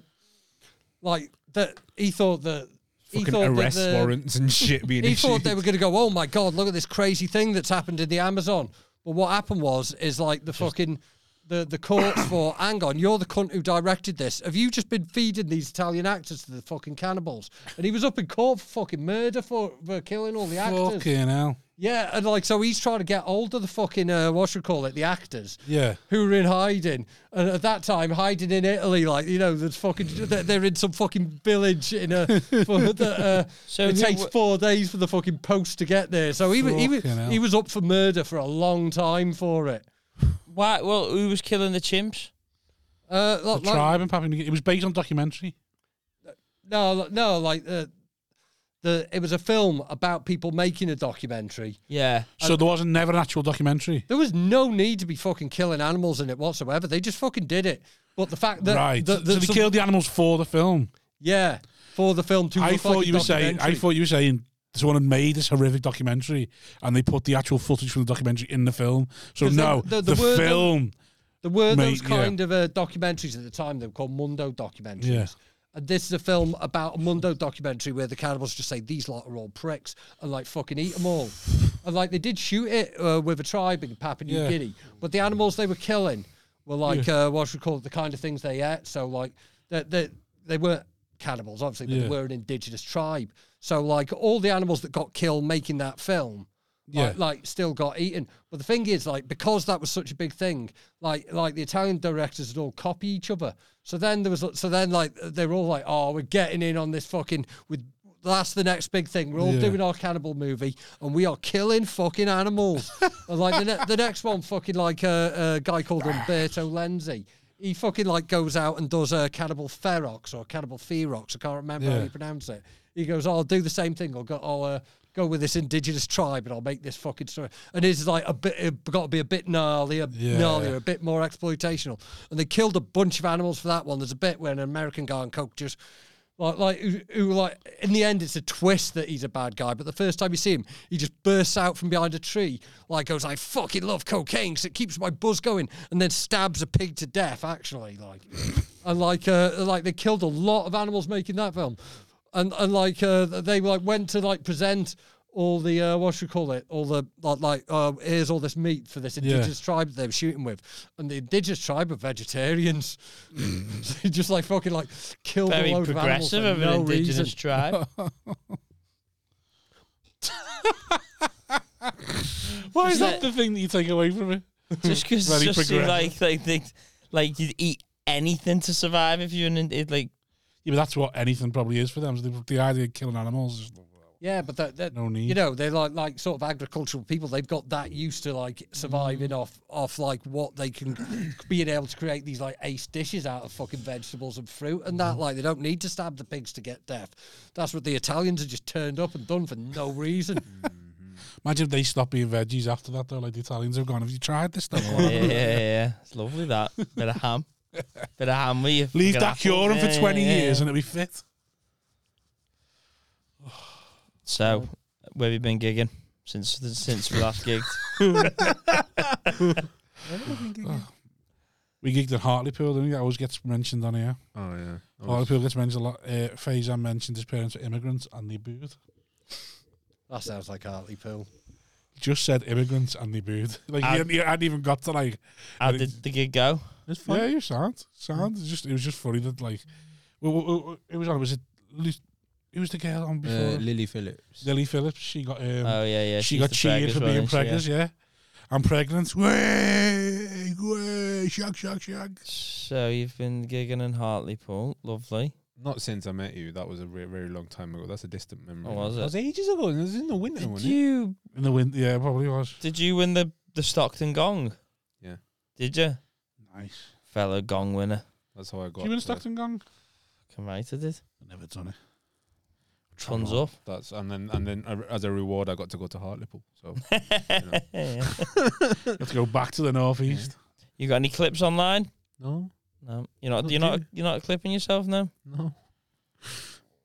Speaker 4: like that he thought that he
Speaker 5: Fucking
Speaker 4: thought that
Speaker 5: arrest
Speaker 4: the-
Speaker 5: warrants and shit being
Speaker 4: he
Speaker 5: issued.
Speaker 4: thought they were going to go oh my god look at this crazy thing that's happened in the amazon but what happened was is like the fucking the, the courts for, hang on, you're the cunt who directed this. Have you just been feeding these Italian actors to the fucking cannibals? And he was up in court for fucking murder for, for killing all the actors.
Speaker 1: Fucking hell.
Speaker 5: Oh,
Speaker 4: Yeah, and like, so he's trying to get hold of the fucking, uh, what should we call it, the actors.
Speaker 1: Yeah.
Speaker 4: Who were in hiding. And at that time, hiding in Italy, like, you know, there's fucking, they're they're in some fucking village in a, for the, uh,
Speaker 2: So
Speaker 4: it
Speaker 2: who
Speaker 4: takes
Speaker 2: wa-
Speaker 4: four days for the fucking post to get there. So he, wa- he, wa-
Speaker 1: Fucking hell.
Speaker 4: he was up for murder for a long time for it.
Speaker 2: Why? Well, who was killing the chimps?
Speaker 4: Uh,
Speaker 1: The
Speaker 4: like, like-
Speaker 1: tribe in Papua New Guinea. It was based on documentary.
Speaker 4: no, like- no, like uh, the it was a film about people making a documentary.
Speaker 2: Yeah.
Speaker 1: So there wasn't never an actual documentary.
Speaker 4: There was no need to be fucking killing animals in it whatsoever. They just fucking did it. But the fact that
Speaker 1: right.
Speaker 4: that-
Speaker 1: so
Speaker 4: that
Speaker 1: they
Speaker 4: some-
Speaker 1: killed the animals for the film.
Speaker 4: yeah, for the film to
Speaker 1: I
Speaker 4: look
Speaker 1: thought
Speaker 4: like a
Speaker 1: you were saying. I
Speaker 4: documentary.
Speaker 1: thought you were saying someone had made this horrific documentary and they put the actual footage from the documentary in the film. So
Speaker 4: 'Cause
Speaker 1: no,
Speaker 4: the-
Speaker 1: the,
Speaker 4: the- the word-
Speaker 1: film.
Speaker 4: There were
Speaker 1: Mate,
Speaker 4: those
Speaker 1: yeah.
Speaker 4: kind of uh, documentaries at the time. They were called Mundo documentaries.
Speaker 1: Yeah.
Speaker 4: And this is a film about a Mundo documentary where the cannibals just say these lot are all pricks and like fucking eat them all. and like they did shoot it uh, with a tribe in Papua New
Speaker 1: Yeah.
Speaker 4: Guinea, but the animals they were killing were like uh, what should we call it, the kind of things they ate. So like they they, they weren't cannibals obviously, but
Speaker 1: Yeah.
Speaker 4: they were an indigenous tribe. So like all the animals that got killed making that film
Speaker 1: Yeah.
Speaker 4: like, like still got eaten. But the thing is, like, because that was such a big thing, like, like the Italian directors would all copy each other. So then there was, so then like they were all like, oh, we're getting in on this fucking with. That's the next big thing. We're all
Speaker 1: Yeah.
Speaker 4: doing our cannibal movie, and we are killing fucking animals. and like the, ne- the next one, fucking like a, a guy called Umberto Lenzi. He fucking like goes out and does a cannibal ferox or cannibal ferox. I can't remember how
Speaker 1: Yeah.
Speaker 4: you pronounce it. He goes, I'll do the same thing. I'll go, I'll uh, go with this indigenous tribe and I'll make this fucking story. And it's like a bit, it got to be a bit gnarly, a
Speaker 1: Yeah.
Speaker 4: gnarlier, a bit more exploitational. And they killed a bunch of animals for that one. There's a bit where an American guy on coke just. Like, like, who, who, like, in the end, it's a twist that he's a bad guy. But the first time you see him, he just bursts out from behind a tree, like, goes, I fucking love cocaine 'cause it keeps my buzz going, and then stabs a pig to death, actually. Like, and like, uh, like, they killed a lot of animals making that film and and like uh, they like went to like present all the uh, what should we call it all the like, like uh, here's all this meat for this indigenous tribe that they were shooting with and the indigenous tribe are vegetarians so you just like fucking like killed
Speaker 2: Very
Speaker 4: a load of animals
Speaker 2: progressive
Speaker 4: for
Speaker 2: of an
Speaker 4: no
Speaker 2: indigenous
Speaker 4: reason
Speaker 2: tribe.
Speaker 1: Why is
Speaker 2: Isn't
Speaker 1: that
Speaker 2: it-
Speaker 1: the thing that you take away from it?
Speaker 2: just because
Speaker 1: Very
Speaker 2: just seems like
Speaker 1: progressive.
Speaker 2: like they, like you'd eat anything to survive if you're in it, like
Speaker 1: Yeah, but that's what anything probably is for them. So the, the idea of killing animals. Is,
Speaker 4: yeah but that, that
Speaker 1: No need.
Speaker 4: you know they're like like sort of agricultural people they've got that used to like surviving off off like what they can being able to create these like ace dishes out of fucking vegetables and fruit and that like they don't need to stab the pigs to get death that's what the italians are just turned up and done for no reason
Speaker 1: imagine if they stop being veggies after that though. Like the Italians have gone. Have you tried this stuff?
Speaker 2: yeah, yeah, yeah, yeah. It's lovely that bit of ham, bit of ham. With your
Speaker 1: Leave
Speaker 2: fucking
Speaker 1: that
Speaker 2: apples.
Speaker 1: curing
Speaker 2: Yeah,
Speaker 1: for twenty
Speaker 2: yeah, yeah.
Speaker 1: years and it'll be fit.
Speaker 2: So, where have you been gigging since since we last gigged?
Speaker 1: We gigged at Hartlepool, didn't we? That always gets mentioned on here.
Speaker 5: Oh yeah. I was-
Speaker 1: Hartlepool gets mentioned a lot. Uh, Faizan mentioned his parents were immigrants and they booed.
Speaker 4: That sounds like Hartlepool.
Speaker 1: Just said immigrants and they booed. Like
Speaker 2: I-
Speaker 1: I, he, hadn't even got to like.
Speaker 2: How did the gig go?
Speaker 5: It's fine.
Speaker 1: Yeah, you sound sound. It's just it was just funny that like, w- w- w- it was on. Was it? Lu- Who was the girl on before?
Speaker 5: Uh, Lily Phillips.
Speaker 1: Lily Phillips. She got um,
Speaker 2: oh yeah, yeah.
Speaker 1: she
Speaker 2: she's
Speaker 1: got
Speaker 2: the
Speaker 1: cheated
Speaker 2: preggers
Speaker 1: for
Speaker 2: one,
Speaker 1: being
Speaker 2: isn't she?
Speaker 1: pregnant. Yeah. I'm pregnant. Way, way, shag, shag, shag.
Speaker 2: So you've been gigging in Hartlepool, lovely.
Speaker 5: Not since I met you. That was a very, very long time ago. That's a distant memory.
Speaker 2: Oh, was it?
Speaker 5: That was ages ago. It was in the winter,
Speaker 2: Did
Speaker 5: wasn't it?
Speaker 2: you
Speaker 1: In the wind, yeah, probably was.
Speaker 2: did you win the the Stockton Gong?
Speaker 5: Yeah.
Speaker 2: Did you,
Speaker 1: Nice.
Speaker 2: fellow Gong winner?
Speaker 5: That's how I got.
Speaker 1: Did you win a
Speaker 5: to-
Speaker 1: Stockton Gong?
Speaker 2: Come right, I did.
Speaker 1: Never done it.
Speaker 2: Tons up.
Speaker 5: That's and then and then uh, as a reward, I got to go to Hartlepool. So
Speaker 1: You have to go back to the northeast.
Speaker 2: you got any clips online?
Speaker 5: no,
Speaker 2: No, you're not.
Speaker 5: Not
Speaker 2: you're not.
Speaker 5: really.
Speaker 2: You're not clipping yourself now.
Speaker 5: no,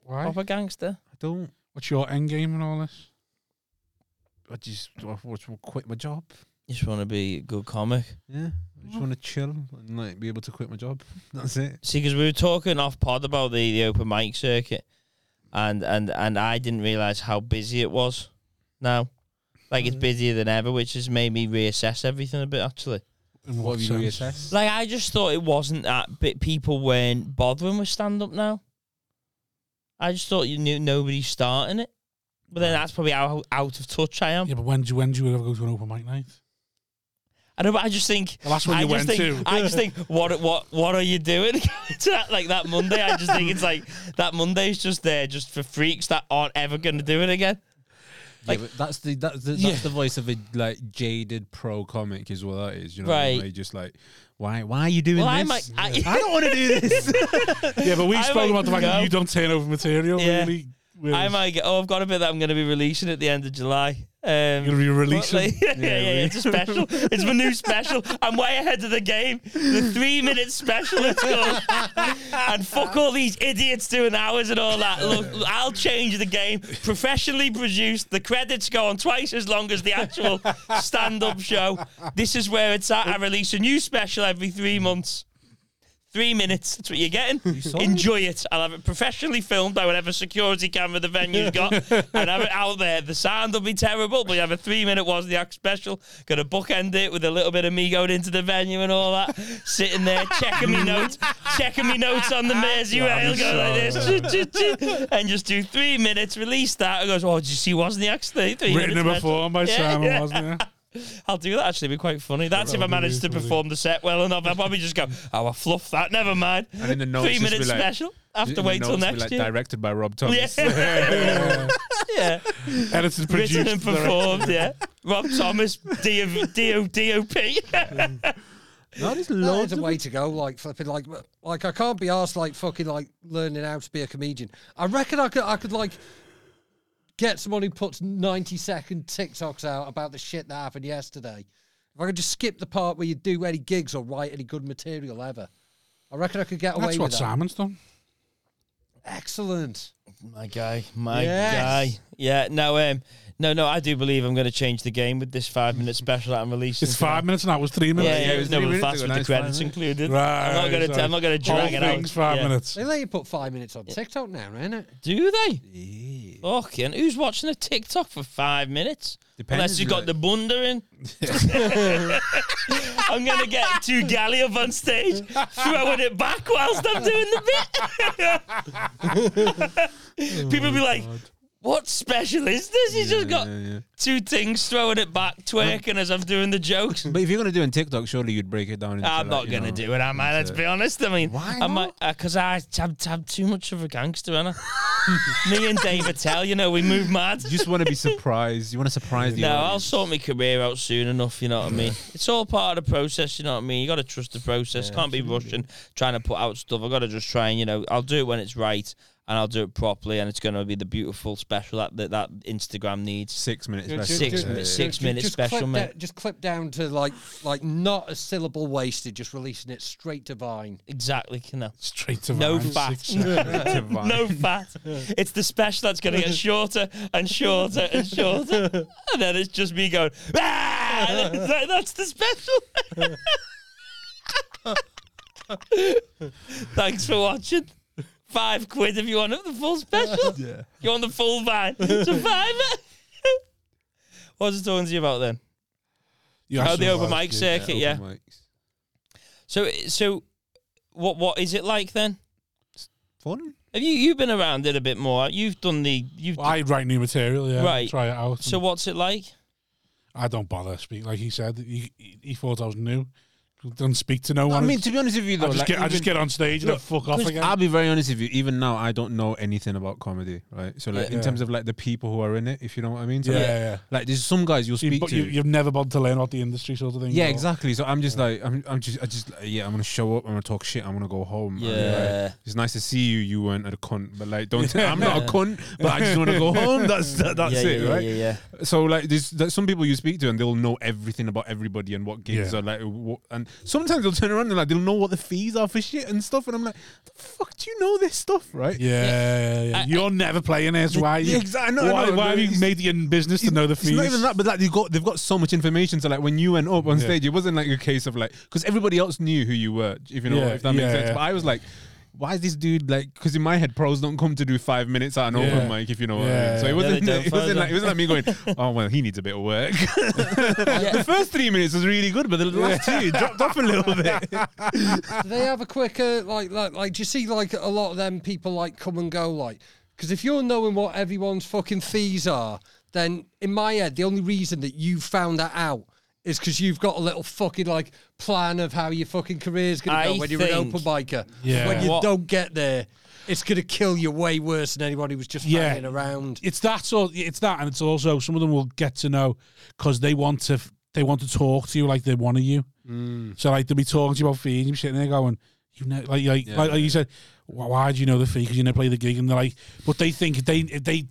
Speaker 1: Why?
Speaker 2: Proper gangster.
Speaker 5: I don't.
Speaker 1: What's your end game in all this?
Speaker 5: I just I want to quit my job.
Speaker 2: You just want to be a good comic.
Speaker 5: Yeah, I just want to chill and like be able to quit my job. That's it.
Speaker 2: See, because we were talking off pod about the, the open mic circuit, and and and I didn't realize how busy it was. Now, like it's busier than ever, which has made me reassess everything a bit. Actually,
Speaker 1: In
Speaker 5: What
Speaker 1: what,
Speaker 5: have you
Speaker 1: sense?
Speaker 5: reassessed?
Speaker 2: Like I just thought it wasn't that bit people weren't bothering with stand up now. I just thought you knew nobody's starting it. But then that's probably how out of touch I am.
Speaker 1: Yeah, but when do, when do you ever go to an open mic night?
Speaker 2: I know, but I just think
Speaker 1: The last one
Speaker 2: I
Speaker 1: you
Speaker 2: just
Speaker 1: went
Speaker 2: think,
Speaker 1: to.
Speaker 2: I just think what what what are you doing? To that, like that Monday, I just think it's like that Monday's just there just for freaks that aren't ever going to do it again. Like-
Speaker 5: yeah, but that's the that's the, that's
Speaker 1: Yeah.
Speaker 5: the voice of a like jaded pro comic is what that is. You know,
Speaker 2: Right.
Speaker 5: Where you're just like why why are you doing
Speaker 2: Well, I
Speaker 5: this?
Speaker 2: might. I,
Speaker 5: I don't want to do this.
Speaker 1: Yeah, but we
Speaker 2: I
Speaker 1: spoke
Speaker 2: might
Speaker 1: about the fact that
Speaker 2: go.
Speaker 1: you don't turn over material
Speaker 2: Yeah.
Speaker 1: really. Whereas
Speaker 2: I might get. Oh, I've got a bit that I'm going to be releasing at the end of July. Um,
Speaker 1: You're gonna be releasing.
Speaker 2: Like, yeah, yeah, yeah, it's a special. It's my new special. I'm way ahead of the game. The three minute special it's called. and fuck all these idiots doing hours and all that. Look, I'll change the game. Professionally produced. The credits go on twice as long as the actual stand up show. This is where it's at. I release a new special every three months. Three minutes. That's what you're getting. Enjoy it. I'll have it professionally filmed by whatever security camera the venue's got and have it out there. The sound will be terrible, but you have a three minute Wozniak special. Gonna bookend it with a little bit of me going into the venue and all that. Sitting there checking me notes, checking me notes on the Mersey rail, going like this. and just do three minutes, release that. It goes, Oh, did you see Wozniak's thing? Three
Speaker 1: written
Speaker 2: minutes
Speaker 1: in a
Speaker 2: special."
Speaker 1: form by
Speaker 2: Yeah,
Speaker 1: Simon,
Speaker 2: yeah.
Speaker 1: wasn't it?
Speaker 2: I'll do that actually. It'd be quite funny. That's if I
Speaker 1: That'd be
Speaker 2: manage to
Speaker 1: funny.
Speaker 2: perform the set well enough. I'll probably just go, oh, I fluffed that. Never mind.
Speaker 5: And in the notes,
Speaker 2: Three
Speaker 5: just
Speaker 2: minute
Speaker 5: be like-
Speaker 2: special. I have
Speaker 5: In
Speaker 2: to
Speaker 5: the
Speaker 2: wait till
Speaker 5: notes, be
Speaker 2: next
Speaker 5: like,
Speaker 2: year.
Speaker 5: Directed by Rob
Speaker 2: Yeah.
Speaker 5: Thomas.
Speaker 2: yeah.
Speaker 1: Edited, produced,
Speaker 2: Written and performed, yeah. Rob Thomas, D of- D O D O P.
Speaker 5: No, there's
Speaker 4: That
Speaker 5: loads
Speaker 4: is a
Speaker 5: of
Speaker 4: way to go. Like flipping, like like I can't be asked like fucking like learning how to be a comedian. I reckon I could I could like get someone who puts ninety second TikToks out about the shit that happened yesterday. If I could just skip the part where you do any gigs or write any good material ever, I reckon I could get away
Speaker 1: That's
Speaker 4: with
Speaker 1: what
Speaker 4: that.
Speaker 1: Simon's done.
Speaker 4: Excellent.
Speaker 2: My guy, my
Speaker 4: Yes.
Speaker 2: guy. Yeah, no, um, no, no, I do believe I'm going to change the game with this five minute special that I'm releasing.
Speaker 1: It's five minutes and that was three
Speaker 2: Yeah,
Speaker 1: minutes.
Speaker 2: yeah,
Speaker 5: it was
Speaker 2: no,
Speaker 5: three
Speaker 2: but
Speaker 5: minutes
Speaker 2: that's
Speaker 5: ago,
Speaker 2: with
Speaker 5: now
Speaker 2: the
Speaker 5: it's five
Speaker 2: credits
Speaker 5: minutes.
Speaker 2: included.
Speaker 1: Right.
Speaker 2: I'm not going to.
Speaker 1: sorry.
Speaker 2: I'm not going to drag
Speaker 1: Whole
Speaker 2: it out.
Speaker 1: thing's five
Speaker 2: Yeah.
Speaker 1: minutes.
Speaker 4: They let you put five minutes on TikTok now, innit?
Speaker 2: Do they? Fucking who's watching a TikTok for five minutes?
Speaker 5: Depends,
Speaker 2: Unless you've got
Speaker 5: like-
Speaker 2: the bunda in. I'm gonna get two galley up on stage, throwing it back whilst I'm doing the bit. People be like, "What special is this? He's just got
Speaker 5: Oh, Yeah, yeah.
Speaker 2: two things throwing it back, twerking as I'm doing the jokes."
Speaker 5: But if you're gonna do it on TikTok, surely you'd break it down. Into
Speaker 2: I'm not
Speaker 5: like, you
Speaker 2: gonna
Speaker 5: know,
Speaker 2: do it, am I? Let's be honest. I mean,
Speaker 5: Why
Speaker 2: I might because I I'm, I'm too much of a gangster, am I? Me and Dave Attell, you know, we move mad.
Speaker 5: You just want to be surprised. You want to surprise the
Speaker 2: No, I'll
Speaker 5: audience.
Speaker 2: sort my career out soon enough, you know what I mean? It's all part of the process, you know what I mean? You got to trust the process. Can't be rushing, trying to put out stuff. i got to just try and, you know, I'll do it when it's right and I'll do it properly and it's going to be the beautiful special that that, that Instagram needs.
Speaker 5: six minutes.
Speaker 4: Ju-
Speaker 5: special.
Speaker 2: Six
Speaker 4: ju-
Speaker 5: Yeah,
Speaker 2: mi-
Speaker 5: yeah,
Speaker 4: ju-
Speaker 2: six
Speaker 4: ju-
Speaker 2: minute
Speaker 4: just
Speaker 2: special,
Speaker 4: clip
Speaker 2: mate.
Speaker 4: da- just clip down to like like not a syllable wasted, just releasing it straight to Vine.
Speaker 2: Exactly, you know.
Speaker 1: Straight to
Speaker 2: No
Speaker 1: Vine,
Speaker 2: fat.
Speaker 1: six seconds.
Speaker 5: Divine.
Speaker 2: No fat. It's the special that's going to get shorter and shorter and shorter. And then it's just me going, "Ah!" And it's like, that's the special. Thanks for watching. Five quid if you want the full special.
Speaker 5: Yeah.
Speaker 2: You want the full vine. It's a fiver. what was I talking to you about then?
Speaker 1: You
Speaker 2: Oh,
Speaker 1: asked
Speaker 2: the
Speaker 1: us
Speaker 2: open
Speaker 1: about-
Speaker 2: mic circuit, yeah.
Speaker 5: open mics.
Speaker 2: So, so what? what is it like then?
Speaker 5: Fun.
Speaker 2: Have you you've been around it a bit more? You've done the you've
Speaker 1: Well, I write new material, yeah.
Speaker 2: Right.
Speaker 1: Try it out.
Speaker 2: so
Speaker 1: So
Speaker 2: what's it like?
Speaker 1: I don't bother speak. Like he said, he, he he thought I was new. Don't speak to no
Speaker 5: I
Speaker 1: one.
Speaker 5: mean, to be honest with you,
Speaker 1: I
Speaker 5: though,
Speaker 1: just
Speaker 5: like,
Speaker 1: get I just
Speaker 5: even-
Speaker 1: get on stage and I
Speaker 5: Look,
Speaker 1: fuck off
Speaker 5: Chris,
Speaker 1: again.
Speaker 5: I'll be very honest with you. Even now, I don't know anything about comedy, right? So, like,
Speaker 1: Yeah.
Speaker 5: in terms of like the people who are in it, if you know what I mean. So,
Speaker 1: yeah,
Speaker 5: like,
Speaker 1: yeah, yeah.
Speaker 5: like, there's some guys you'll
Speaker 1: So you,
Speaker 5: speak
Speaker 1: but
Speaker 5: to.
Speaker 1: you, you've never bothered to learn about the industry, sort of thing.
Speaker 5: yeah,
Speaker 1: or-
Speaker 5: exactly. So I'm just like, I'm, I'm just, I just, like, yeah, I'm gonna show up, I'm gonna talk shit, I'm gonna go home. and, like,
Speaker 2: Yeah.
Speaker 5: it's nice to see you. You weren't a cunt, but like, don't. I'm not a cunt, but I just want to go home. That's that, that's
Speaker 2: yeah,
Speaker 5: it,
Speaker 2: yeah,
Speaker 5: right?
Speaker 2: Yeah, yeah.
Speaker 5: So like, there's, there's some people you speak to, and they'll know everything about everybody and what gigs
Speaker 1: Yeah.
Speaker 5: are like, what, and sometimes they'll turn around and like they'll know what the fees are for shit and stuff, and I'm like, the fuck, do you know this stuff, right?
Speaker 1: Yeah, yeah, yeah.
Speaker 2: I-
Speaker 1: You're never playing this. Why?
Speaker 5: yeah,
Speaker 1: you-
Speaker 5: exactly. No,
Speaker 1: why
Speaker 5: no,
Speaker 1: why
Speaker 5: no,
Speaker 1: have you
Speaker 5: it's-
Speaker 1: made it in business to know the fees?
Speaker 5: It's not even that, but like they've got they've got so much information. So like when you went up on
Speaker 1: Yeah.
Speaker 5: stage, it wasn't like a case of like because everybody else knew who you were, if you know
Speaker 1: Yeah,
Speaker 5: if that makes
Speaker 1: yeah,
Speaker 5: sense.
Speaker 1: yeah.
Speaker 5: But I was like, why is this dude like? Because in my head, pros don't come to do five minutes at an
Speaker 1: Yeah.
Speaker 5: open mic, if you know what I
Speaker 1: Yeah.
Speaker 5: mean. So it
Speaker 1: No,
Speaker 5: wasn't,
Speaker 2: they don't
Speaker 5: it wasn't
Speaker 2: further.
Speaker 5: like it wasn't like me going, oh well, he needs a bit of work. the first three minutes was really good, but the last two it dropped off a little bit.
Speaker 4: Do they have a quicker like like like? Do you see like a lot of them people like come and go like? Because if you're knowing what everyone's fucking fees are, then in my head the only reason that you found that out is because you've got a little fucking like plan of how your fucking career's gonna go
Speaker 2: I
Speaker 4: when you're an
Speaker 2: think-
Speaker 4: open biker.
Speaker 1: Yeah.
Speaker 4: When you
Speaker 2: What-
Speaker 4: don't get there, it's gonna kill you way worse than anyone who was just
Speaker 1: Yeah.
Speaker 4: hanging around.
Speaker 1: it's that so it's that and it's also some of them will get to know because they want to f- they want to talk to you like they want to you
Speaker 5: Mm.
Speaker 1: so like they'll be talking to you about fees and you're sitting there going you know like like, like, like you said why, why do you know the fee because you never play the gig and they're like but they think if they if they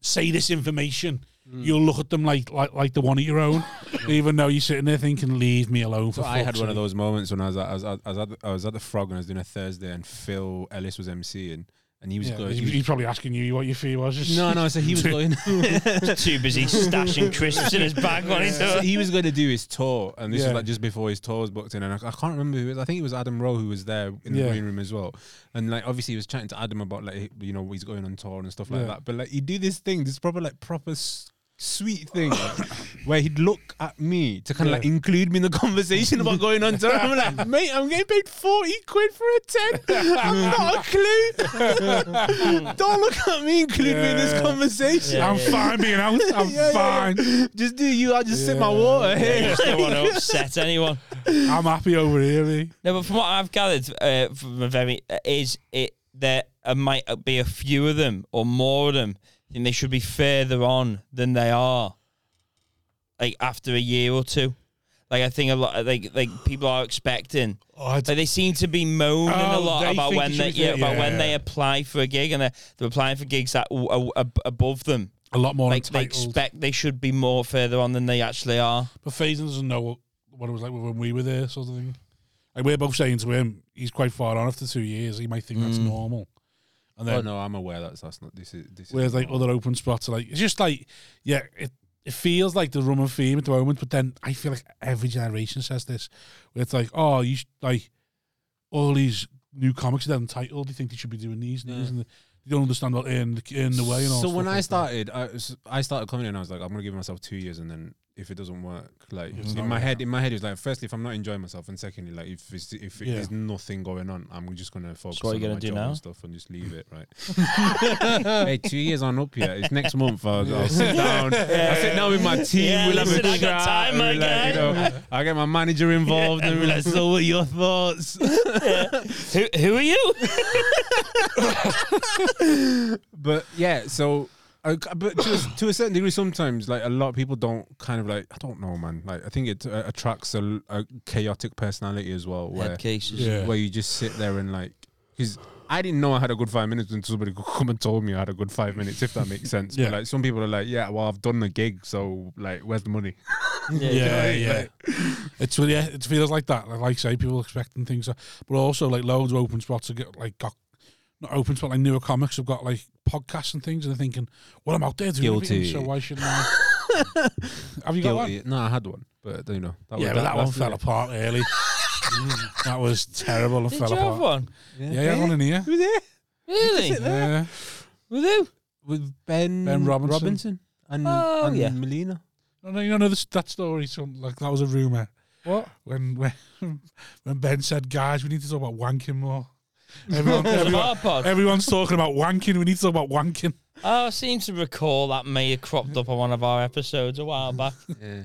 Speaker 1: say this information
Speaker 5: Mm.
Speaker 1: you'll look at them like like like the one of your own even though you're sitting there thinking leave me alone for
Speaker 5: So I had
Speaker 1: fuck's
Speaker 5: one of
Speaker 1: sake."
Speaker 5: those moments when I was at, I was, at, I was at the, I was at the Frog and I was doing a Thursday and Phil Ellis was emceeing and he was
Speaker 1: yeah,
Speaker 5: going.
Speaker 1: he-
Speaker 5: he was-
Speaker 1: he's probably asking you what your fee was
Speaker 5: no, no. So he was going.
Speaker 2: He's too busy stashing crisps in his bag on his
Speaker 5: so
Speaker 2: own.
Speaker 5: he was going to do his tour, and this
Speaker 1: Yeah.
Speaker 5: was like just before his tour was booked in, and I, I can't remember. Who it was. I think it was Adam Rowe who was there in
Speaker 1: Yeah.
Speaker 5: the green room as well, and like obviously he was chatting to Adam about like you know he's going on tour and stuff like
Speaker 1: Yeah.
Speaker 5: that. But like he do this thing, this proper like proper s- sweet thing, where he'd look at me to kind of like
Speaker 1: Yeah.
Speaker 5: include me in the conversation about going on tour. I'm like, mate, I'm getting paid forty quid for a ten. I'm not a clue. Don't look at me, include me in this
Speaker 1: Yeah.
Speaker 5: conversation.
Speaker 1: I'm fine being out I'm
Speaker 5: Yeah, yeah,
Speaker 1: fine
Speaker 5: yeah. Just do you. I'll just sip my
Speaker 1: Yeah.
Speaker 5: water
Speaker 2: I
Speaker 5: here.
Speaker 2: just don't want to upset anyone.
Speaker 1: I'm happy over here eh?
Speaker 2: No, but from what I've gathered uh, from a very uh, is it there uh, might be a few of them or more of them, and they should be further on than they are. Like after a year or two, like I think a lot like like people are expecting.
Speaker 1: oh, it's
Speaker 2: Like they seem to be moaning a
Speaker 1: Oh,
Speaker 2: lot
Speaker 1: they
Speaker 2: about
Speaker 1: think
Speaker 2: when
Speaker 1: it
Speaker 2: they
Speaker 1: should be
Speaker 2: yeah,
Speaker 1: there,
Speaker 2: about when
Speaker 1: yeah.
Speaker 2: they apply for a gig and they're, they're applying for gigs that w- a- a- above them.
Speaker 1: a lot more
Speaker 2: Like they
Speaker 1: entitled.
Speaker 2: expect they should be more further on than they actually are.
Speaker 1: But Faison doesn't know what, what it was like when we were there, sort of thing. Like we're both saying to him, he's quite far on after two years. He might think that's
Speaker 2: Mm.
Speaker 1: normal. And then
Speaker 5: Oh no, I'm aware that's that's not this is this. is
Speaker 1: whereas like
Speaker 5: normal.
Speaker 1: other open spots are like it's just like yeah, it it feels like the rum and theme at the moment. But then I feel like every generation says this, where it's like oh you sh- like all these new comics are entitled. They think they should be doing these and these, and they don't understand what in the, in the way. And all
Speaker 5: So
Speaker 1: stuff
Speaker 5: when
Speaker 1: like
Speaker 5: I
Speaker 1: that.
Speaker 5: started, I, s- I started coming in. I was like, I'm gonna give myself two years, and then if it doesn't work, like
Speaker 1: It's
Speaker 5: in
Speaker 1: not
Speaker 5: my
Speaker 1: working.
Speaker 5: head, in my head, it was like, firstly, if I'm not enjoying myself, and secondly, like if it's, if
Speaker 1: Yeah.
Speaker 5: there's nothing going on, I'm just gonna focus
Speaker 2: what
Speaker 5: on
Speaker 2: you're gonna
Speaker 5: my
Speaker 2: do
Speaker 5: job
Speaker 2: now?
Speaker 5: and stuff and just leave it. Right? hey, two years on up here. It's next month. I'll, I'll sit down. I'll sit down with my team.
Speaker 2: Yeah,
Speaker 5: we'll
Speaker 2: listen,
Speaker 5: have
Speaker 2: I
Speaker 5: a
Speaker 2: got
Speaker 5: chat,
Speaker 2: time,
Speaker 5: we'll,
Speaker 2: my
Speaker 5: like, you
Speaker 2: guy.
Speaker 5: know, I'll get my manager involved, and we're like, so what are your thoughts?
Speaker 2: Who who are you?
Speaker 5: but yeah, so. I, but to a, to a certain degree, sometimes like a lot of people don't kind of like I don't know, man. Like I think it uh, attracts a, a chaotic personality as well, where
Speaker 2: cases.
Speaker 1: yeah.
Speaker 5: where you just sit there and like because I didn't know I had a good five minutes until somebody come and told me I had a good five minutes, if that makes sense.
Speaker 1: Yeah.
Speaker 5: But like some people are like, yeah, well I've done the gig, so like where's the money?
Speaker 1: yeah,
Speaker 5: you know,
Speaker 1: yeah. it's really, yeah, it feels like that. Like, like say, people expecting things, uh, but also like loads of open spots have got like got not open spot like newer comics have got like podcasts and things, and they're thinking, well, I'm out there doing
Speaker 5: Guilty.
Speaker 1: everything, so why shouldn't I? Have you got one?
Speaker 5: Guilty. No, I had one, but you know, that
Speaker 1: yeah, but that one fell apart early. Mm, that was terrible and
Speaker 2: Did
Speaker 1: fell
Speaker 2: you
Speaker 1: apart.
Speaker 2: have one?
Speaker 1: Yeah, yeah, I had one in here.
Speaker 5: Who there?
Speaker 2: Really?
Speaker 1: Yeah,
Speaker 2: With who?
Speaker 5: With Ben
Speaker 1: Ben Robinson.
Speaker 5: and,
Speaker 2: Oh,
Speaker 5: and
Speaker 2: yeah.
Speaker 5: Melina.
Speaker 1: no, no, you know this, that story. So, like that was a rumor.
Speaker 5: What?
Speaker 1: when when when Ben said, "Guys, we need to talk about wanking more." Everyone,
Speaker 2: It was a
Speaker 1: everyone-
Speaker 2: hard pod.
Speaker 1: everyone's talking about wanking. We need to talk about wanking.
Speaker 2: Oh, I seem to recall that may have cropped up on one of our episodes a while back.
Speaker 5: Yeah.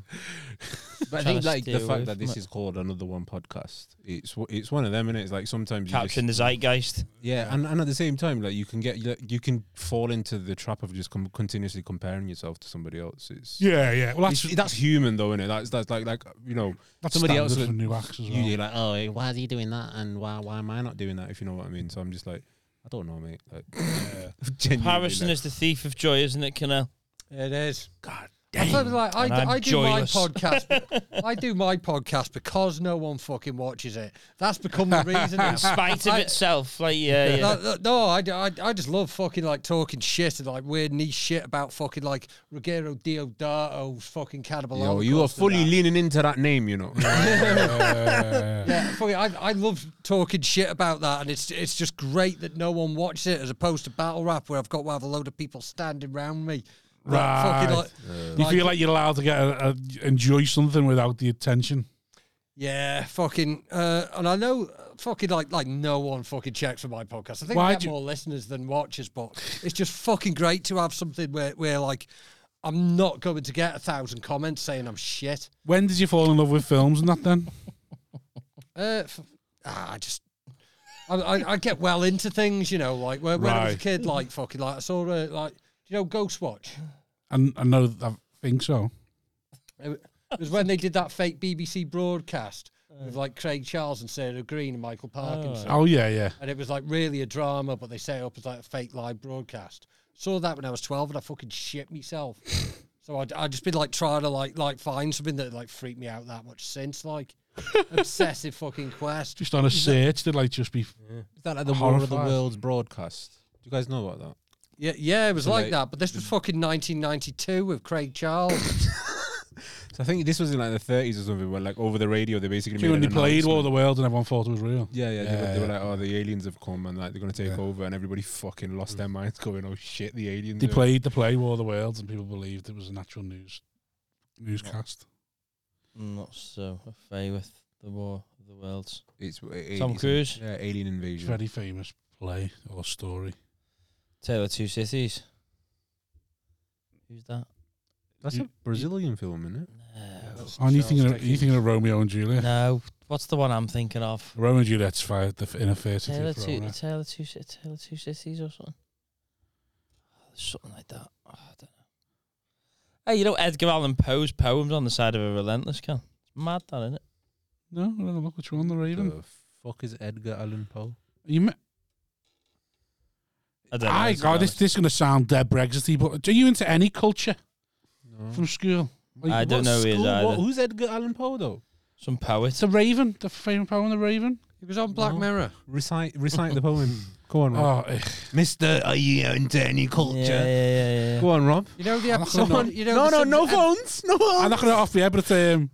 Speaker 5: But I
Speaker 2: Trying
Speaker 5: think
Speaker 2: to
Speaker 5: like the
Speaker 2: steer away
Speaker 5: fact that
Speaker 2: from
Speaker 5: this
Speaker 2: it.
Speaker 5: is called another one podcast, it's w- it's one of them, and it's like sometimes you
Speaker 2: Capturing
Speaker 5: just,
Speaker 2: the zeitgeist.
Speaker 5: yeah, and, and at the same time, like you can get like, you can fall into the trap of just com- continuously comparing yourself to somebody else. It's
Speaker 1: Yeah, yeah. Well, that's
Speaker 5: it's- that's human though, isn't it? That's that's like like you know
Speaker 1: that's
Speaker 5: somebody
Speaker 1: standard
Speaker 5: else would-
Speaker 1: for new acts as well.
Speaker 5: you, you're like oh eh, why is he doing that and why why am I not doing that if you know what I mean. So I'm just like I don't know, mate. Like genuinely,
Speaker 2: Harrison
Speaker 5: like,
Speaker 2: is the thief of joy, isn't it, Canel?
Speaker 4: It is.
Speaker 1: God,
Speaker 4: I feel like I,
Speaker 2: And I'm
Speaker 4: I do
Speaker 2: joyless.
Speaker 4: my podcast. I do my podcast because no one fucking watches it. That's become the reason. now.
Speaker 2: Spite of
Speaker 4: I-
Speaker 2: itself, like yeah, yeah.
Speaker 4: Like, th- no, I, d- I, I just love fucking like talking shit and like weird niche shit about fucking like Ruggero Diodato's fucking cannibal.
Speaker 5: Yo, you are
Speaker 4: Holocaust and
Speaker 5: fully
Speaker 4: that.
Speaker 5: leaning into that name, you know.
Speaker 4: Yeah, fucking, I, I love talking shit about that, and it's it's just great that no one watches it as opposed to battle rap where I've got to have a load of people standing round me. Like, fucking,
Speaker 1: Right.
Speaker 4: like-
Speaker 1: You feel like you're allowed to get a, a, enjoy something without the attention.
Speaker 4: Yeah, fucking, uh, and I know uh, fucking like like no one fucking checks for my podcast. I think
Speaker 1: Why
Speaker 4: I get
Speaker 1: do you-
Speaker 4: more listeners than watchers, but it's just fucking great to have something where where like I'm not going to get a thousand comments saying I'm shit.
Speaker 1: When did you fall in love with films and that then?
Speaker 4: Uh, f- ah, I just. I, I, I get well into things, you know, like when, when I was a
Speaker 1: Right.
Speaker 4: kid, like fucking, like I saw, uh, like, do you know, Ghostwatch?
Speaker 1: And I know, I think so.
Speaker 4: It was when they did that fake BBC broadcast with
Speaker 1: Uh.
Speaker 4: like Craig Charles and Sarah Green and Michael Parkinson.
Speaker 1: Oh, yeah, yeah.
Speaker 4: and it was like really a drama, but they set it up as like a fake live broadcast. Saw that when I was twelve, and I fucking shit myself. so I'd, I'd just been like trying to like like find something that like freaked me out that much since like obsessive fucking quest.
Speaker 1: Just on a search, they'd like just be.
Speaker 5: Is that like the
Speaker 1: War of the
Speaker 5: Worlds broadcast? Do you guys know about that?
Speaker 4: Yeah, yeah, it was like
Speaker 5: like-
Speaker 4: that. But this was fucking 1992 with Craig Charles.
Speaker 5: So I think this was in like the 30s or something, where like over the radio they basically
Speaker 1: When
Speaker 5: made
Speaker 1: they
Speaker 5: an
Speaker 1: played War of the
Speaker 5: announcement.
Speaker 1: Worlds and everyone thought it was real.
Speaker 5: yeah, yeah, they, were, they
Speaker 1: Yeah,
Speaker 5: were like, oh, the aliens have come and like they're gonna take
Speaker 1: Yeah.
Speaker 5: over, and everybody fucking lost their minds, going, oh shit, the aliens.
Speaker 1: They
Speaker 5: are-
Speaker 1: played the play War of the Worlds and people believed it was a natural news newscast.
Speaker 2: I'm not so afraid with the war of the worlds.
Speaker 5: It's uh, a-
Speaker 2: Tom
Speaker 5: it's a-
Speaker 2: Cruise.
Speaker 5: Yeah, alien
Speaker 1: It's a
Speaker 5: invasion.
Speaker 1: very famous play or story.
Speaker 2: Tale of Two Cities. Who's that?
Speaker 5: That's a Brazilian film, isn't it?
Speaker 2: No.
Speaker 1: Oh, and you thinking of, you thinking of Romeo and Juliet?
Speaker 2: No. What's the one I'm thinking of?
Speaker 1: Romeo and Juliet's fire the inner face.
Speaker 2: Tale
Speaker 1: Yeah,
Speaker 2: of Two, Tale of Two, Ci- Tale of Two Cities or something. Something like that. Oh, I don't know. Hey, you know Edgar Allan Poe's poems on the side of a relentless can. It's mad, that isn't it?
Speaker 1: no, I don't look which one the Raven.
Speaker 5: The fuck is Edgar Allan Poe?
Speaker 1: You me-
Speaker 2: I don't know.
Speaker 1: I
Speaker 2: to be
Speaker 1: God, this
Speaker 2: honest.
Speaker 1: this is gonna sound dead Brexity, but are you into any culture
Speaker 5: No.
Speaker 1: from school? Like,
Speaker 2: I don't
Speaker 5: What
Speaker 2: know who he is
Speaker 5: school? What-
Speaker 2: either.
Speaker 5: who's Edgar Allan Poe though?
Speaker 2: Some poet.
Speaker 1: It's the Raven, the famous poem, the Raven.
Speaker 4: It was on Black
Speaker 5: No.
Speaker 4: Mirror.
Speaker 5: Recite, recite the poem. Go on, Rob.
Speaker 1: Oh, eh,
Speaker 5: Mister, are you into any
Speaker 2: Yeah, yeah, yeah, yeah.
Speaker 5: Go on, Rob.
Speaker 4: You know the
Speaker 1: I'm not
Speaker 4: episode.
Speaker 1: gonna-
Speaker 4: you know
Speaker 5: no,
Speaker 4: the
Speaker 5: no,
Speaker 4: sub-
Speaker 5: no
Speaker 4: ep-
Speaker 5: phones, no
Speaker 1: I'm
Speaker 5: phones.
Speaker 1: not gonna off the air, but um,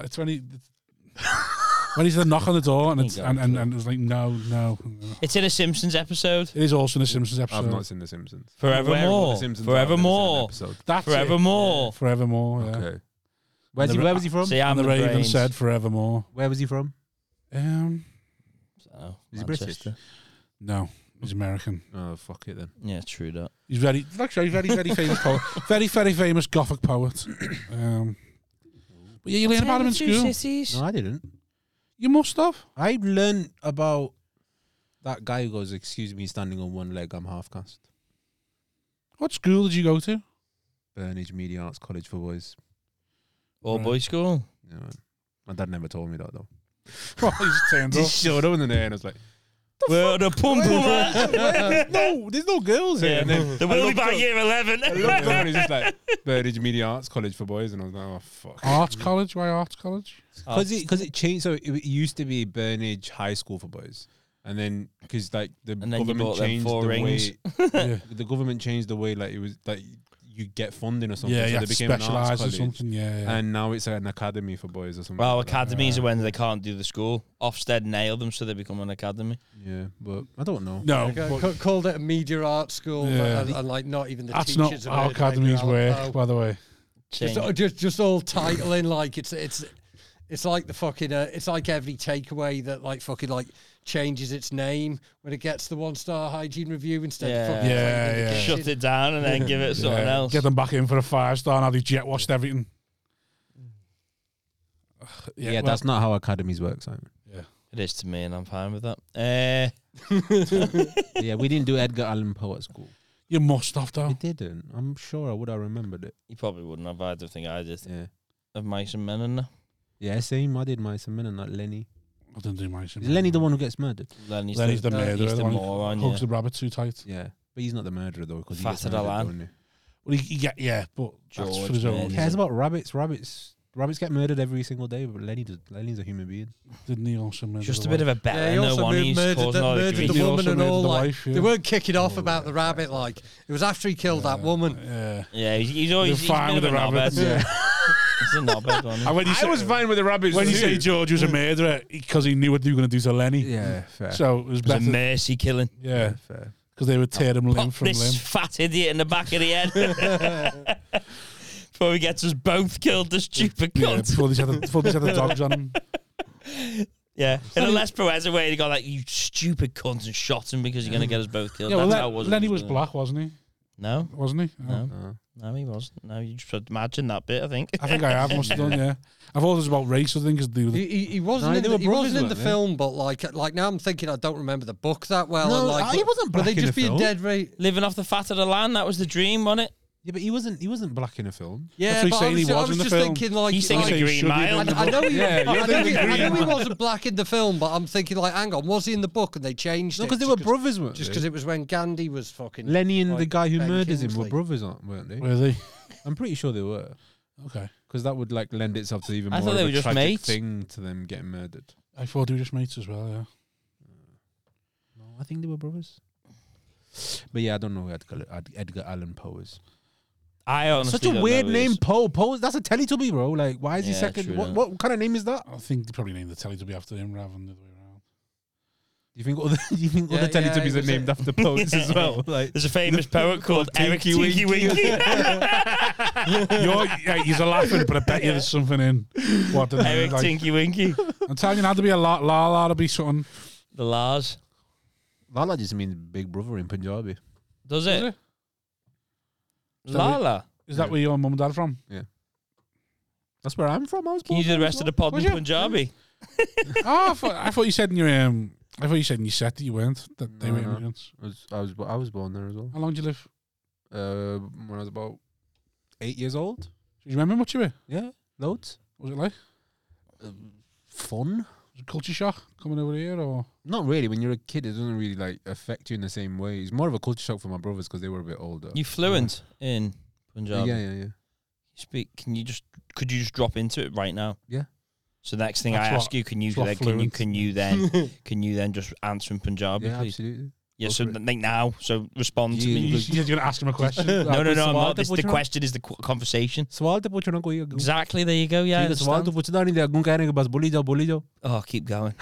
Speaker 1: it's when he when he's the knock on the door and it's, and, and, and it's like no, no. no.
Speaker 2: It's in a Simpsons episode.
Speaker 1: It is also in the Simpsons episode.
Speaker 5: I've not seen The Simpsons.
Speaker 2: Forevermore. Forevermore.
Speaker 1: That's it.
Speaker 2: Forevermore.
Speaker 1: Forevermore. Yeah.
Speaker 5: Okay. Where's
Speaker 1: The
Speaker 5: he,
Speaker 1: Ra-
Speaker 5: where was he from?
Speaker 2: See, I'm
Speaker 1: And the,
Speaker 2: the,
Speaker 1: Raven
Speaker 2: brains.
Speaker 1: said forevermore.
Speaker 5: Where was he from?
Speaker 1: Um,
Speaker 2: So,
Speaker 5: Is he British?
Speaker 2: Oh, Manchester.
Speaker 1: no, he's American.
Speaker 5: Oh, fuck it then.
Speaker 2: Yeah, true that.
Speaker 1: He's very, actually, very, very famous poet. Very, very famous Gothic poet. Um, but yeah, you learn about him in school.
Speaker 5: No, I didn't.
Speaker 1: You must have.
Speaker 5: I learned about that guy who goes, "Excuse me, standing on one leg, I'm half caste."
Speaker 1: What school did you go to?
Speaker 5: Burnage Media Arts College for Boys.
Speaker 2: All
Speaker 1: Right.
Speaker 2: boy school.
Speaker 5: You know, my dad never told me that though.
Speaker 1: Well, he just turned
Speaker 5: He
Speaker 1: up.
Speaker 5: showed up in the day and I was like,
Speaker 2: Well, the pump
Speaker 5: "No, there's no girls here." And then
Speaker 2: The
Speaker 5: I
Speaker 2: will
Speaker 5: looked
Speaker 2: by
Speaker 5: up-
Speaker 2: year
Speaker 5: I
Speaker 2: 11.
Speaker 5: looked up and he's just like Burnage Media Arts College for Boys, and I was like, "Oh fuck."
Speaker 1: Arts college? Why arts college?
Speaker 5: because it because it changed. So it, it used to be Burnage High School for boys, and then because like the
Speaker 2: then you
Speaker 5: government
Speaker 2: bought them
Speaker 5: changed the
Speaker 2: four rings.
Speaker 5: way
Speaker 1: yeah,
Speaker 5: the government changed the way like it was like you get funding or something.
Speaker 1: yeah,
Speaker 5: so
Speaker 1: yeah.
Speaker 5: they became an arts
Speaker 1: Specialise or
Speaker 5: college,
Speaker 1: something. Yeah, yeah.
Speaker 5: and now it's an academy for boys or something.
Speaker 2: Well,
Speaker 5: like that.
Speaker 2: academies are when they can't do the school. Ofsted nailed them, so they become an academy.
Speaker 5: Yeah, but I don't know.
Speaker 1: no,
Speaker 4: Ca-
Speaker 1: but
Speaker 4: ca- called it a media art school,
Speaker 1: Yeah.
Speaker 4: and, and, like not even the
Speaker 1: that's not
Speaker 4: teachers.
Speaker 1: how
Speaker 4: have heard of Edgar
Speaker 1: academies
Speaker 4: Allan
Speaker 1: work,
Speaker 4: Poe.
Speaker 1: by the way.
Speaker 2: Change.
Speaker 4: just, uh, just just all titling like it's it's it's like the fucking uh, it's like every takeaway that like fucking like changes its name when it gets the one star hygiene review instead of fucking
Speaker 1: Yeah.
Speaker 4: cleaning the
Speaker 1: Yeah,
Speaker 2: Shut
Speaker 4: kitchen.
Speaker 2: it uh, down and then give it something
Speaker 1: Yeah,
Speaker 2: else.
Speaker 1: Get them back in for a five star. Now they jet washed everything. Ugh,
Speaker 5: Yeah,
Speaker 1: well,
Speaker 5: that's not how academies work, Simon.
Speaker 2: It is to me, and I'm fine with that. Uh,
Speaker 5: yeah, we didn't do Edgar Allan Poe at school.
Speaker 1: you must have though.
Speaker 5: We didn't. I'm sure I would have remembered it.
Speaker 2: you probably wouldn't have. I don't think I did.
Speaker 5: Yeah.
Speaker 2: Of mice and men and that.
Speaker 5: Yeah, same. I did my Simon and not Lenny.
Speaker 1: I didn't do my.
Speaker 5: Is Lenny the one who gets murdered?
Speaker 2: Lenny's,
Speaker 1: Lenny's the
Speaker 4: No,
Speaker 1: murderer.
Speaker 2: he's the
Speaker 1: one who
Speaker 2: moron,
Speaker 1: Hugs
Speaker 2: yeah.
Speaker 1: the rabbit too tight.
Speaker 5: Yeah, but he's not the murderer though, because he gets
Speaker 2: Father
Speaker 5: murdered,
Speaker 2: Allan.
Speaker 5: don't he?
Speaker 1: Well, he, he get yeah, but that's
Speaker 2: George,
Speaker 1: for his own.
Speaker 2: man.
Speaker 5: Who cares about rabbits? Rabbits. Rabbits get murdered every single day, but Lenny does. Lenny's a human being.
Speaker 1: Didn't he also murder
Speaker 2: Just
Speaker 1: the
Speaker 2: a bit
Speaker 1: wife?
Speaker 2: of a
Speaker 4: Yeah,
Speaker 2: better yeah,
Speaker 4: he
Speaker 2: no
Speaker 4: also
Speaker 2: one.
Speaker 4: mur-
Speaker 2: He's
Speaker 4: murdered,
Speaker 2: caused
Speaker 4: the,
Speaker 2: all
Speaker 4: murdered the
Speaker 1: He
Speaker 2: grief.
Speaker 1: also
Speaker 4: woman and
Speaker 1: murdered
Speaker 4: all.
Speaker 1: the
Speaker 4: like,
Speaker 1: wife, yeah.
Speaker 4: They weren't kicking off about the rabbit. Like it was after he killed that woman.
Speaker 1: Yeah.
Speaker 2: Yeah, he's, he's always
Speaker 1: You're
Speaker 2: he's
Speaker 1: fine
Speaker 2: fine
Speaker 1: with
Speaker 2: with a
Speaker 1: the rabbits,
Speaker 2: knobhead. Yeah, he's a knobhead. One.
Speaker 1: And when you say,
Speaker 5: fine with the rabbits.
Speaker 1: when you say George was a murderer because he knew what they were going to do to Lenny,
Speaker 5: yeah, fair.
Speaker 1: so it was
Speaker 2: It was a
Speaker 1: better.
Speaker 2: mercy killing.
Speaker 1: yeah,
Speaker 5: fair.
Speaker 1: because they would tear him limb
Speaker 2: Pop
Speaker 1: from
Speaker 2: this
Speaker 1: limb.
Speaker 2: fat idiot in the back of the head before he gets us both killed. The stupid
Speaker 1: Yeah,
Speaker 2: cunt.
Speaker 1: before these other before these other dogs on him.
Speaker 2: Yeah, in a Les Perez way, he got like you stupid cunt and shot him because you're gonna get us both killed.
Speaker 1: Yeah, well,
Speaker 2: That's
Speaker 1: Le-
Speaker 2: how it was.
Speaker 1: Lenny was
Speaker 2: wasn't it?
Speaker 1: black, wasn't he?
Speaker 2: No,
Speaker 1: Wasn't he? Oh.
Speaker 2: no, no, he wasn't. No, you just imagine that bit. I think.
Speaker 1: I think I have must have done. Yeah, I thought it was about race. I think because the
Speaker 4: He, he, he wasn't
Speaker 5: No,
Speaker 4: in
Speaker 5: they
Speaker 4: the,
Speaker 5: were
Speaker 4: he wasn't
Speaker 5: brothers,
Speaker 4: in the
Speaker 5: weren't they?
Speaker 4: film, but like like now I'm thinking I don't remember the book that well.
Speaker 5: No,
Speaker 4: and like,
Speaker 5: he wasn't
Speaker 4: Were
Speaker 5: black
Speaker 4: they
Speaker 5: in
Speaker 4: just
Speaker 5: the
Speaker 4: being
Speaker 5: film.
Speaker 4: dead right?
Speaker 2: Living off the fat of the land, that was the dream, wasn't it?
Speaker 5: Yeah, but he wasn't. He wasn't black in a film.
Speaker 4: Yeah,
Speaker 1: what he's
Speaker 4: but
Speaker 1: saying,
Speaker 4: I was,
Speaker 1: he
Speaker 4: I
Speaker 1: was in the
Speaker 4: just
Speaker 1: film.
Speaker 4: thinking like,
Speaker 2: He's
Speaker 1: You
Speaker 2: thinking
Speaker 1: say
Speaker 2: the
Speaker 1: he
Speaker 2: Green
Speaker 1: should be
Speaker 2: Mile.
Speaker 1: in the
Speaker 4: I, I know he,
Speaker 5: Yeah, you're
Speaker 4: I, know
Speaker 5: thinking
Speaker 4: he, I know he
Speaker 5: Green.
Speaker 4: wasn't black in the film, but I'm thinking like, hang on, was he in the book? And they changed
Speaker 5: No,
Speaker 4: it
Speaker 5: because they
Speaker 4: just
Speaker 5: were brothers, weren't
Speaker 4: Just
Speaker 5: they?
Speaker 4: because it was when Gandhi was fucking
Speaker 5: Lenny and the
Speaker 4: like,
Speaker 5: guy who
Speaker 4: Ben
Speaker 5: murders him were
Speaker 4: Kingsley.
Speaker 5: brothers, aren't- weren't they?
Speaker 1: were they?
Speaker 5: I'm pretty sure they were.
Speaker 1: Okay,
Speaker 5: Because that would like lend itself to even
Speaker 2: I
Speaker 5: more
Speaker 2: thought
Speaker 5: of
Speaker 2: they
Speaker 5: a
Speaker 2: were just
Speaker 5: tragic
Speaker 2: mates.
Speaker 5: thing to them getting murdered.
Speaker 1: I thought they were just mates as well. Yeah.
Speaker 5: No, I think they were brothers. But yeah, I don't know who Edgar, Ed- Edgar Allan Poe is.
Speaker 2: I honestly
Speaker 5: Such a
Speaker 2: don't
Speaker 5: weird
Speaker 2: know
Speaker 5: name,
Speaker 2: Is.
Speaker 5: Poe. Poe, that's a Teletubby, bro. Like, why is he
Speaker 2: Yeah,
Speaker 5: second?
Speaker 2: true
Speaker 5: What,
Speaker 2: that.
Speaker 5: what kind of name is that? Do
Speaker 1: I think they probably named the telly to be after him rather than the other way around.
Speaker 5: you think other, do you think
Speaker 4: Yeah,
Speaker 5: other
Speaker 4: yeah, it
Speaker 5: Teletubbies are
Speaker 4: was
Speaker 5: named
Speaker 4: a-
Speaker 5: after poets as well? Like,
Speaker 2: There's a famous poet called Eric
Speaker 5: Tinky
Speaker 2: Tinky
Speaker 5: Winky.
Speaker 2: Winky.
Speaker 1: You're, yeah, he's a laughing, but I bet you there's something in what the name.
Speaker 2: Eric
Speaker 1: Like,
Speaker 2: Tinky Winky.
Speaker 1: I'm telling you, had to be a la la la to be something.
Speaker 2: The Lars.
Speaker 5: Lala just means big brother in Punjabi.
Speaker 2: Does
Speaker 1: Is,
Speaker 2: it?
Speaker 1: it?
Speaker 2: Lala.
Speaker 1: Is that where your mum and dad are from?
Speaker 5: That's where I'm from. I was
Speaker 2: Can
Speaker 5: born.
Speaker 2: you do the rest of the pod
Speaker 1: Was
Speaker 2: in
Speaker 1: you?
Speaker 2: Punjabi?
Speaker 1: oh, I thought, I thought you said in your um, I thought you said in your set that you weren't that they
Speaker 5: No,
Speaker 1: were
Speaker 5: no.
Speaker 1: immigrants.
Speaker 5: I was, I was, bo- I was born there as well.
Speaker 1: How long did you live?
Speaker 5: Uh, when I was about eight years old.
Speaker 1: Do you remember much of it?
Speaker 5: Yeah, loads.
Speaker 1: What Was it like
Speaker 5: Fun.
Speaker 1: was it culture shock coming over here or?
Speaker 5: Not really. When you're a kid, it doesn't really like affect you in the same way. It's more of a culture shock for my brothers because they were a bit older.
Speaker 2: You fluent in
Speaker 5: yeah,
Speaker 2: Punjabi.
Speaker 5: yeah, yeah.
Speaker 2: Speak. Can you just? Could you just drop into it right now?
Speaker 5: Yeah.
Speaker 2: So next thing
Speaker 1: That's
Speaker 2: I
Speaker 1: what-
Speaker 2: ask you, can you
Speaker 1: that's what
Speaker 2: then, can you
Speaker 1: fluent.
Speaker 2: can you then can you then just answer in Punjabi,
Speaker 5: Yeah,
Speaker 2: please?
Speaker 5: absolutely.
Speaker 2: Yeah.
Speaker 5: Go
Speaker 2: So
Speaker 5: for it.
Speaker 2: like now, so respond to
Speaker 5: You-
Speaker 2: me.
Speaker 1: You, said you're gonna ask him a question.
Speaker 2: No, no, no. I'm
Speaker 5: Swallow
Speaker 2: not. This,
Speaker 5: the
Speaker 2: the
Speaker 5: butcher.
Speaker 2: question is the qu- conversation.
Speaker 5: सवाल तो पूछना कोई अगर-
Speaker 2: Exactly. There you go. Yeah. I
Speaker 5: ठीक है, सवाल तो
Speaker 2: understand.
Speaker 5: पूछना नहीं अगू कह रहे हैं कि बस बोली जाओ बोली जाओ
Speaker 2: Oh, keep going.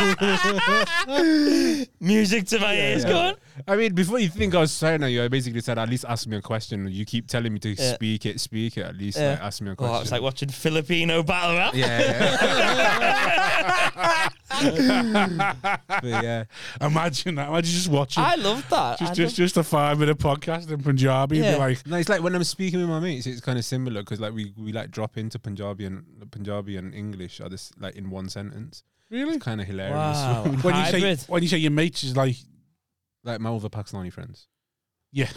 Speaker 2: Music to my ears. Go on.
Speaker 5: I mean, before you think I was saying you, I basically said, at least ask me a question. You keep telling me to
Speaker 2: Yeah.
Speaker 5: speak it, speak it. At least
Speaker 2: Yeah.
Speaker 5: like, ask me a question.
Speaker 2: Oh, it's like watching Filipino battle rap.
Speaker 5: yeah, yeah. but yeah,
Speaker 1: Imagine that. Imagine just watching.
Speaker 2: I love that.
Speaker 1: just,
Speaker 2: I
Speaker 1: just, just a five minute podcast in Punjabi.
Speaker 2: Yeah.
Speaker 1: And be like,
Speaker 5: no, it's like when I'm speaking with my mates, it's kind of similar because like we, we like drop into Punjabi and Punjabi and English are this like in one sentence.
Speaker 1: really?
Speaker 5: It's kind of hilarious.
Speaker 2: Wow.
Speaker 1: When you
Speaker 2: Hybrid.
Speaker 1: say when you say your mates is like,
Speaker 5: like my other Pakistani friends.
Speaker 1: yeah,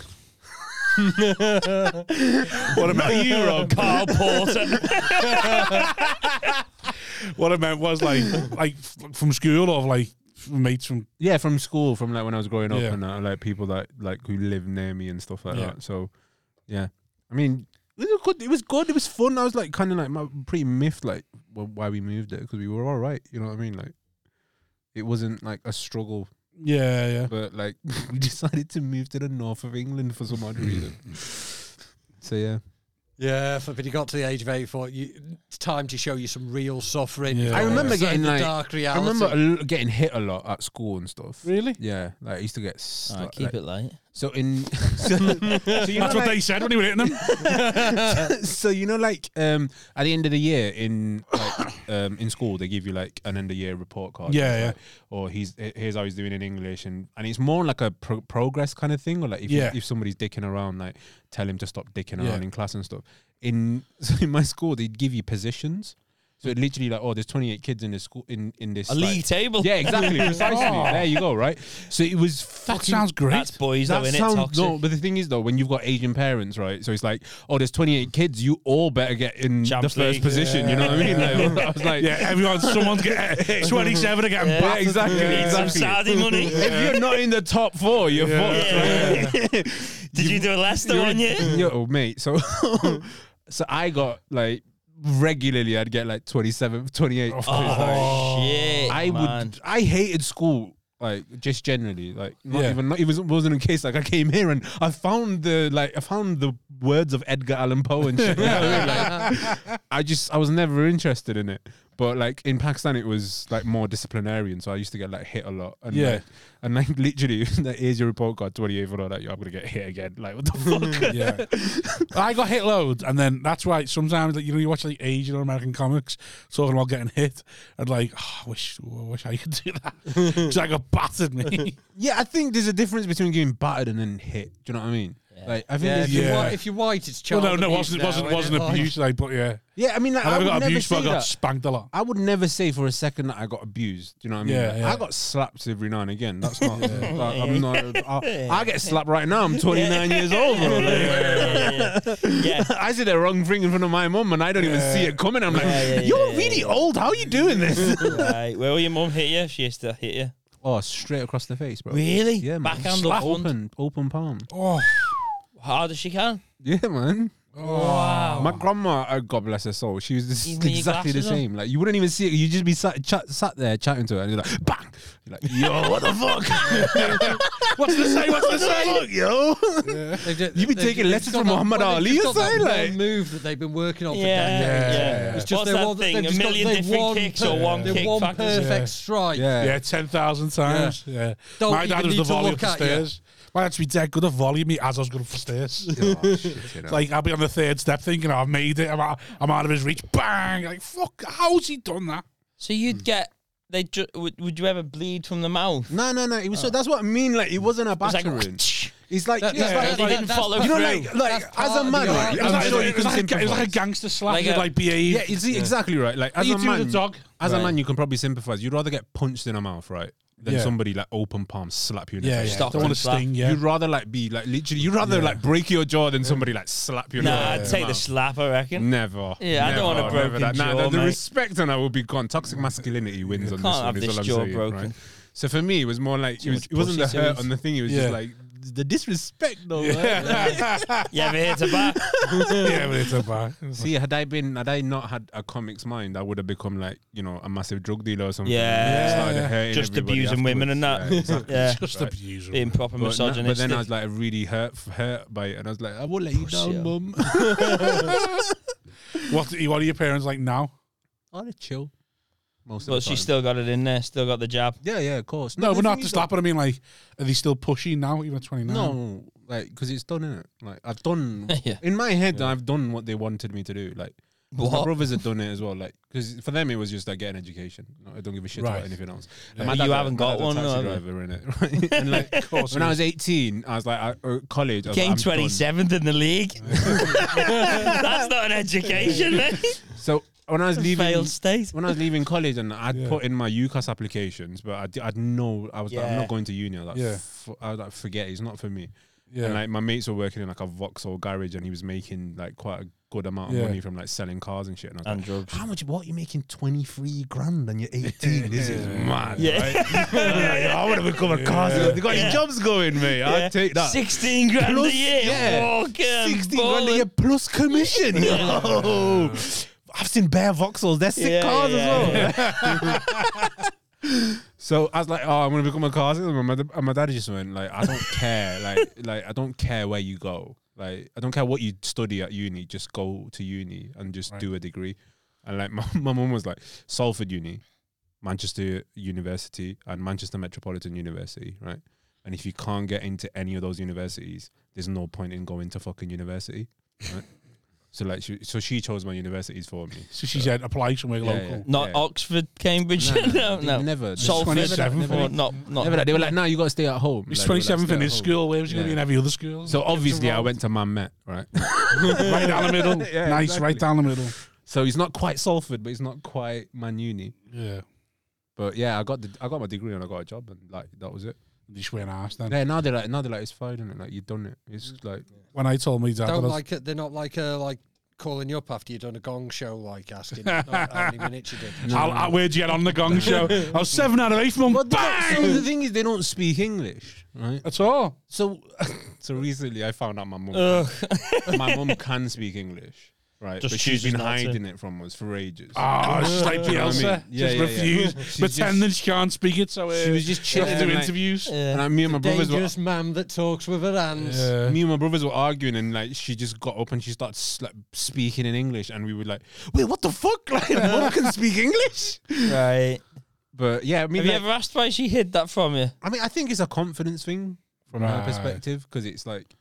Speaker 2: What about you, Rob? Carl Porter.
Speaker 1: what I meant was like like f- from school or like from mates from
Speaker 5: Yeah, from school, from like when I was growing up,
Speaker 1: Yeah.
Speaker 5: and uh, like people that like who live near me and stuff like
Speaker 1: Yeah.
Speaker 5: that. So, yeah, I mean, it was good. It was good. It was fun. I was like kind of like my, pretty miffed like wh- why we moved it because we were all right. You know what I mean? Like, it wasn't like a struggle,
Speaker 1: yeah yeah.
Speaker 5: but like we decided to move to the north of England for some odd reason. so yeah,
Speaker 4: Yeah, flipping. He got to the age of 84. You, it's time to show you some real suffering.
Speaker 1: Yeah. I
Speaker 5: remember
Speaker 4: It's
Speaker 5: getting,
Speaker 4: the
Speaker 5: like-
Speaker 4: dark
Speaker 5: I
Speaker 4: reality.
Speaker 5: remember a l- getting hit a lot at school and stuff.
Speaker 1: Really?
Speaker 5: Yeah, like I used to get s-
Speaker 2: Alright,
Speaker 5: like-
Speaker 2: keep
Speaker 5: like-
Speaker 2: it light.
Speaker 5: so in so, so you know,
Speaker 1: That's
Speaker 5: like-
Speaker 1: what they said when he were hitting them.
Speaker 5: so you know, like um, at the end of the year in like, um, in school, they give you like an end of year report card.
Speaker 1: Yeah,
Speaker 5: It's
Speaker 1: yeah.
Speaker 5: like, Or he's he- here's how he's doing in English, and and it's more like a pro- progress kind of thing, or like if you-
Speaker 1: Yeah.
Speaker 5: if somebody's dicking around, like tell him to stop dicking
Speaker 1: Yeah.
Speaker 5: around in class and stuff. In so in my school, they'd give you positions. So it literally like, oh, there's 28 kids in this school in in this
Speaker 2: A
Speaker 5: like-
Speaker 2: league table.
Speaker 5: Yeah, exactly, precisely.
Speaker 1: Oh.
Speaker 5: There you go, right? So it was
Speaker 1: That
Speaker 5: fucking
Speaker 1: sounds great.
Speaker 2: That's boys though, innit?
Speaker 5: sounds-
Speaker 2: Toxic.
Speaker 5: no, but the thing is though, when you've got Asian parents, right? So it's like, oh, there's 28 kids, you all better get in the
Speaker 2: Champs
Speaker 5: first
Speaker 2: League.
Speaker 5: position. You know what I mean? Like, I was like,
Speaker 1: yeah, everyone, someone's getting twenty-seven are getting
Speaker 2: Yeah.
Speaker 1: battered.
Speaker 5: exactly,
Speaker 2: Need some
Speaker 5: exactly.
Speaker 2: Saudi money.
Speaker 5: If you're not in the top four, you're
Speaker 1: Yeah.
Speaker 5: fucked. right?
Speaker 2: Did you do a Leicester one yet?
Speaker 5: Yo, oh, mate. So, so I got like regularly. I'd get like 27th, 28th. It's like-
Speaker 2: Oh, shit.
Speaker 5: I
Speaker 2: man.
Speaker 5: would. I hated school. Like just generally, like not
Speaker 1: Yeah.
Speaker 5: even not even wasn't in case. Like I came here and I found the like I found the words of Edgar Allan Poe and shit. Like, I just I was never interested in it. But like in Pakistan, it was like more disciplinarian, so I used to get like hit a lot. And
Speaker 1: Yeah.
Speaker 5: like, and like literally, like, here's your report card, twenty eighth. Like I'm gonna get hit again. Like what the fuck?
Speaker 1: yeah. I got hit loads, and then that's why sometimes like you know you watch like Asian or American comics talking about getting hit, and like "Oh, I wish I wish I could do that because I got battered me.
Speaker 5: yeah, I think there's a difference between getting battered and then hit. Do you know what I mean? Like I think
Speaker 4: Yeah,
Speaker 5: there's-
Speaker 4: if, You're
Speaker 1: Yeah.
Speaker 4: white, if you're white, it's
Speaker 1: well,
Speaker 4: child
Speaker 1: no, no, it wasn't it
Speaker 4: abuse now,
Speaker 1: wasn't
Speaker 4: innit?
Speaker 1: wasn't
Speaker 4: Like-
Speaker 1: abuse like, but yeah,
Speaker 5: yeah. I mean, like,
Speaker 1: I
Speaker 5: I,
Speaker 1: never
Speaker 5: would
Speaker 1: got
Speaker 5: never
Speaker 1: abused,
Speaker 5: say
Speaker 1: but I got
Speaker 5: that.
Speaker 1: spanked a lot.
Speaker 5: I would never say for a second that I got abused. Do you know what I mean?
Speaker 1: Yeah,
Speaker 5: Like,
Speaker 1: yeah.
Speaker 5: I got slapped every now and again. That's not. like, I'm not. I, I get slapped right now. I'm 29 years old. Bro. Like,
Speaker 2: yeah, yeah, yeah. yeah.
Speaker 5: I see the wrong thing in front of my mum, and I don't even see it coming. I'm like,
Speaker 2: yeah, yeah,
Speaker 5: "You're
Speaker 2: yeah,
Speaker 5: really
Speaker 2: yeah.
Speaker 5: old. How are you doing this?"
Speaker 2: Right. Well, your mum hit you. She used to hit you.
Speaker 5: oh, straight across the face, bro.
Speaker 2: Really?
Speaker 5: Yeah, man.
Speaker 2: Backhand or
Speaker 5: Slap
Speaker 2: front?
Speaker 5: open, open palm.
Speaker 1: Oh,
Speaker 2: Hard as she can.
Speaker 5: Yeah, man.
Speaker 2: Wow.
Speaker 5: My grandma, uh, God bless her soul, she was just
Speaker 2: You need
Speaker 5: exactly the
Speaker 2: glasses on?
Speaker 5: same. Like you wouldn't even see it. You'd just be sat, chat, sat there chatting to her, and you're like, "Bang!" You're like, "Yo, what the fuck?"
Speaker 1: what's the say? What's the say?
Speaker 5: Look, yo.
Speaker 4: They've d-
Speaker 5: You be
Speaker 4: they've-
Speaker 5: taking
Speaker 4: they've
Speaker 5: lessons
Speaker 4: got
Speaker 5: from
Speaker 4: that-
Speaker 5: Muhammad
Speaker 4: well, they've
Speaker 5: Ali
Speaker 4: got
Speaker 5: or
Speaker 4: that
Speaker 5: something,
Speaker 4: one
Speaker 5: like-
Speaker 4: move that they've been working on for
Speaker 2: Yeah,
Speaker 4: decades.
Speaker 2: yeah.
Speaker 4: It's just
Speaker 2: What's
Speaker 4: they
Speaker 2: that
Speaker 4: want-
Speaker 2: thing?
Speaker 4: they've
Speaker 2: A
Speaker 4: just got
Speaker 2: million
Speaker 4: their
Speaker 2: different
Speaker 4: one
Speaker 2: kicks
Speaker 4: per-
Speaker 2: or one
Speaker 4: their
Speaker 2: kick
Speaker 4: one
Speaker 2: factors?
Speaker 4: perfect
Speaker 1: Yeah.
Speaker 4: strike.
Speaker 5: Yeah.
Speaker 1: Yeah, ten thousand times. Yeah,
Speaker 4: Don't
Speaker 1: my dad
Speaker 4: even
Speaker 1: was
Speaker 4: need
Speaker 1: the
Speaker 4: to
Speaker 1: volley up
Speaker 4: look
Speaker 1: the
Speaker 4: at you.
Speaker 1: stairs. My dad would be dead good at volleying me as I was going up the stairs.
Speaker 5: Oh,
Speaker 1: Like I'll be on the third step thinking "Oh, I've made it. I'm out, I'm out of his reach. Bang! Like fuck, how's he done that?
Speaker 2: So you'd get. They ju- would, would you ever bleed from the mouth?
Speaker 5: No, no, no. It was, so that's what I mean. Like, it wasn't a
Speaker 2: It's like,
Speaker 5: battering. it's like,
Speaker 4: That-
Speaker 5: it's
Speaker 4: that-
Speaker 5: like-
Speaker 4: that-
Speaker 2: they didn't
Speaker 4: that's
Speaker 2: follow
Speaker 5: you know,
Speaker 2: through.
Speaker 5: like, like
Speaker 4: That's
Speaker 5: as
Speaker 4: part
Speaker 5: a
Speaker 4: of
Speaker 5: man,
Speaker 4: the
Speaker 5: right?
Speaker 4: art.
Speaker 1: It was,
Speaker 5: I'm
Speaker 1: like,
Speaker 5: sure
Speaker 1: it
Speaker 5: you
Speaker 1: was
Speaker 5: can
Speaker 1: like, it was like a
Speaker 5: sympathize.
Speaker 1: gangster slap.
Speaker 2: Like
Speaker 1: You'd
Speaker 2: a-
Speaker 1: like E. behave.
Speaker 5: Yeah, it's exactly right. Like, as
Speaker 1: you
Speaker 5: a
Speaker 1: do the
Speaker 5: man,
Speaker 1: dog.
Speaker 5: as a
Speaker 2: Right.
Speaker 5: man, you can probably sympathize. You'd rather get punched in the mouth, right, than
Speaker 1: Yeah.
Speaker 5: somebody like open palm slap you in the
Speaker 1: Yeah, yeah.
Speaker 5: face.
Speaker 2: Stop
Speaker 1: Don't want
Speaker 2: and
Speaker 1: to
Speaker 2: slap.
Speaker 1: sting. Yeah,
Speaker 5: You'd rather like be like literally. You'd rather like break your jaw than somebody like slap you. in
Speaker 2: Nah,
Speaker 5: the
Speaker 2: I'd
Speaker 5: face.
Speaker 2: take the slap, I reckon.
Speaker 5: Never.
Speaker 2: Yeah, I don't want a
Speaker 5: Never, never
Speaker 2: broken
Speaker 5: that. Nah,
Speaker 2: jaw,
Speaker 5: the, the
Speaker 2: mate.
Speaker 5: respect on that will be gone. Toxic masculinity wins on this
Speaker 2: Can't
Speaker 5: one.
Speaker 2: have
Speaker 5: is
Speaker 2: this
Speaker 5: all I'm
Speaker 2: jaw
Speaker 5: saying,
Speaker 2: broken.
Speaker 5: right? So for me, it was more like it,
Speaker 2: Too
Speaker 5: was,
Speaker 2: much
Speaker 5: it wasn't the
Speaker 2: pussy
Speaker 5: hurt
Speaker 2: suits.
Speaker 5: on the thing. It was
Speaker 1: Yeah.
Speaker 5: just like the disrespect, though.
Speaker 2: You ever hit a bat?
Speaker 1: yeah, but it's a bar.
Speaker 5: See, had I been, had I not had a comics mind, I would have become like you know a massive drug dealer or something.
Speaker 2: Yeah.
Speaker 5: Started hurting
Speaker 2: Just
Speaker 5: everybody
Speaker 2: abusing women and that.
Speaker 5: afterwards. Yeah, exactly.
Speaker 2: Yeah.
Speaker 1: Just
Speaker 5: Right.
Speaker 1: abuse.
Speaker 2: Being proper
Speaker 5: But, no-
Speaker 2: misogynistic.
Speaker 5: but then I was like really hurt, hurt by it, and I was like, I won't let you
Speaker 2: Pussy.
Speaker 5: down, mum.
Speaker 1: What? What are your parents like now?
Speaker 5: I'll chill. Most
Speaker 2: but
Speaker 5: of the time.
Speaker 2: she still got it in there, still got the jab.
Speaker 5: Yeah, yeah, of course.
Speaker 1: No,
Speaker 5: the
Speaker 1: but not
Speaker 5: thing
Speaker 1: to
Speaker 5: is,
Speaker 1: slap. But I mean, like, are they still pushy now? Even at twenty nine?
Speaker 5: No, like because it's done in it. Like I've done
Speaker 2: Yeah.
Speaker 5: in my head, I've done what they wanted me to do. Like 'cause my
Speaker 2: What?
Speaker 5: brothers had done it as well. Like because for them it was just like get an education. No, I don't give a shit
Speaker 1: Right.
Speaker 5: about anything else.
Speaker 1: Yeah.
Speaker 5: And my
Speaker 2: You
Speaker 5: dad's a-
Speaker 2: haven't
Speaker 5: my
Speaker 2: got
Speaker 5: dad's a
Speaker 2: one,
Speaker 5: taxi
Speaker 2: have you?
Speaker 5: driver in it. Right? and like
Speaker 1: course
Speaker 5: when
Speaker 1: he
Speaker 5: I was eighteen, I was like I, uh, college. I was like,
Speaker 2: Came
Speaker 5: I'm done.
Speaker 2: twenty seventh in the league. That's not an education, mate.
Speaker 5: So when I was leaving.
Speaker 2: Failed state.
Speaker 5: when I was leaving college and I'd
Speaker 1: Yeah.
Speaker 5: put in my UCAS applications, but I, d- I'd know I was like, I'm
Speaker 2: Yeah.
Speaker 5: not going to uni. I was like,
Speaker 1: Yeah.
Speaker 5: f- I was like, forget it, it's not for me.
Speaker 1: Yeah.
Speaker 5: And like my mates were working in like a Vauxhall garage, and he was making like quite a good amount of
Speaker 1: Yeah.
Speaker 5: money from like selling cars and shit. And I was
Speaker 2: And
Speaker 5: like,
Speaker 2: drugs.
Speaker 5: how much? What you making? Twenty three grand, and you're eighteen. this is mad.
Speaker 2: Yeah.
Speaker 5: right? Like, I want to become a car.
Speaker 1: Yeah.
Speaker 5: They got
Speaker 2: Yeah.
Speaker 5: any jobs going, mate?
Speaker 2: Yeah.
Speaker 5: I'd take that.
Speaker 2: Sixteen grand
Speaker 5: Plus-
Speaker 2: a year.
Speaker 5: yeah.
Speaker 2: Fucking
Speaker 5: 16 grand a
Speaker 2: ballin'.
Speaker 5: year plus commission. Yo. I've seen bare voxels. They're sick
Speaker 2: Yeah,
Speaker 5: cars
Speaker 2: yeah,
Speaker 5: as well. so I was like, oh, I'm gonna become a car salesman. And My, dad- and my dad just went like, I don't care. Like, like I don't care where you go. Like, I don't care what you study at uni. Just go to uni and just do a degree. And like, my my mum was like, Salford Uni, Manchester University, and Manchester Metropolitan University, right? And if you can't get into any of those universities, there's no point in going to fucking university. Right? so like, she, so she chose my universities for me.
Speaker 1: So she said, apply somewhere
Speaker 5: Yeah,
Speaker 1: local.
Speaker 5: yeah.
Speaker 2: Not Oxford, Cambridge. No, no.
Speaker 5: They Never.
Speaker 2: Salford.
Speaker 1: 27th,
Speaker 2: Never,
Speaker 1: wasn't
Speaker 2: not, not.
Speaker 5: Never. They were like, no, you got to stay at home.
Speaker 1: He's
Speaker 5: Like,
Speaker 1: twenty
Speaker 5: they were like,
Speaker 1: seventh in
Speaker 5: stay at
Speaker 1: his
Speaker 5: home.
Speaker 1: school. Where was he going to be
Speaker 5: Yeah.
Speaker 1: in every other school?
Speaker 5: So obviously, I went to Man Met, right?
Speaker 1: right down the middle.
Speaker 5: Yeah,
Speaker 1: nice,
Speaker 5: exactly.
Speaker 1: right down the middle.
Speaker 5: so he's not quite Salford, but he's not quite Man Uni.
Speaker 1: Yeah.
Speaker 5: But yeah, I got the, I got my degree and I got a job, and like that was it.
Speaker 1: They just went ass then.
Speaker 5: Yeah, now they're like, now they're like, it's fine, is it? Like you've done it. It's like
Speaker 1: When I told my dad,
Speaker 4: Don't
Speaker 1: that I-
Speaker 4: like it. They're not like a like calling you up after you'd done a gong show, like asking how many minutes you did.
Speaker 1: I'll, I, where'd you get on the gong show? I was seven out of eight months.
Speaker 5: But the, so
Speaker 1: Bang!
Speaker 5: the thing is, they don't speak English, right?
Speaker 1: That's all.
Speaker 5: So, so recently, I found out my mum
Speaker 2: Ugh.
Speaker 5: my mum can speak English, right?
Speaker 2: Just
Speaker 5: but she's
Speaker 2: chooses
Speaker 5: been
Speaker 2: not to.
Speaker 5: hiding it from us for ages.
Speaker 1: Ah, she's like
Speaker 5: Do you know what I
Speaker 1: Bielsa.
Speaker 5: mean? Yeah,
Speaker 1: just
Speaker 5: yeah, yeah.
Speaker 1: refuse,
Speaker 5: She's
Speaker 1: pretend
Speaker 5: just-
Speaker 1: that she can't speak it. So uh,
Speaker 5: she was just
Speaker 1: she has
Speaker 5: chilling.
Speaker 1: to
Speaker 5: and,
Speaker 1: do
Speaker 5: like-
Speaker 1: interviews.
Speaker 5: and like, me and my brothers were
Speaker 4: Dangerous man that talks with her hands.
Speaker 5: me and my brothers were arguing, and like she just got up and she started s- like speaking in English, and we were like, "Wait, what the fuck? Like, my mum can speak English?"
Speaker 2: Right.
Speaker 5: But yeah, I mean,
Speaker 2: Have you
Speaker 5: like-
Speaker 2: ever asked why she hid that from you?
Speaker 5: I mean, I think it's a confidence thing from
Speaker 1: Right.
Speaker 5: her perspective because it's like,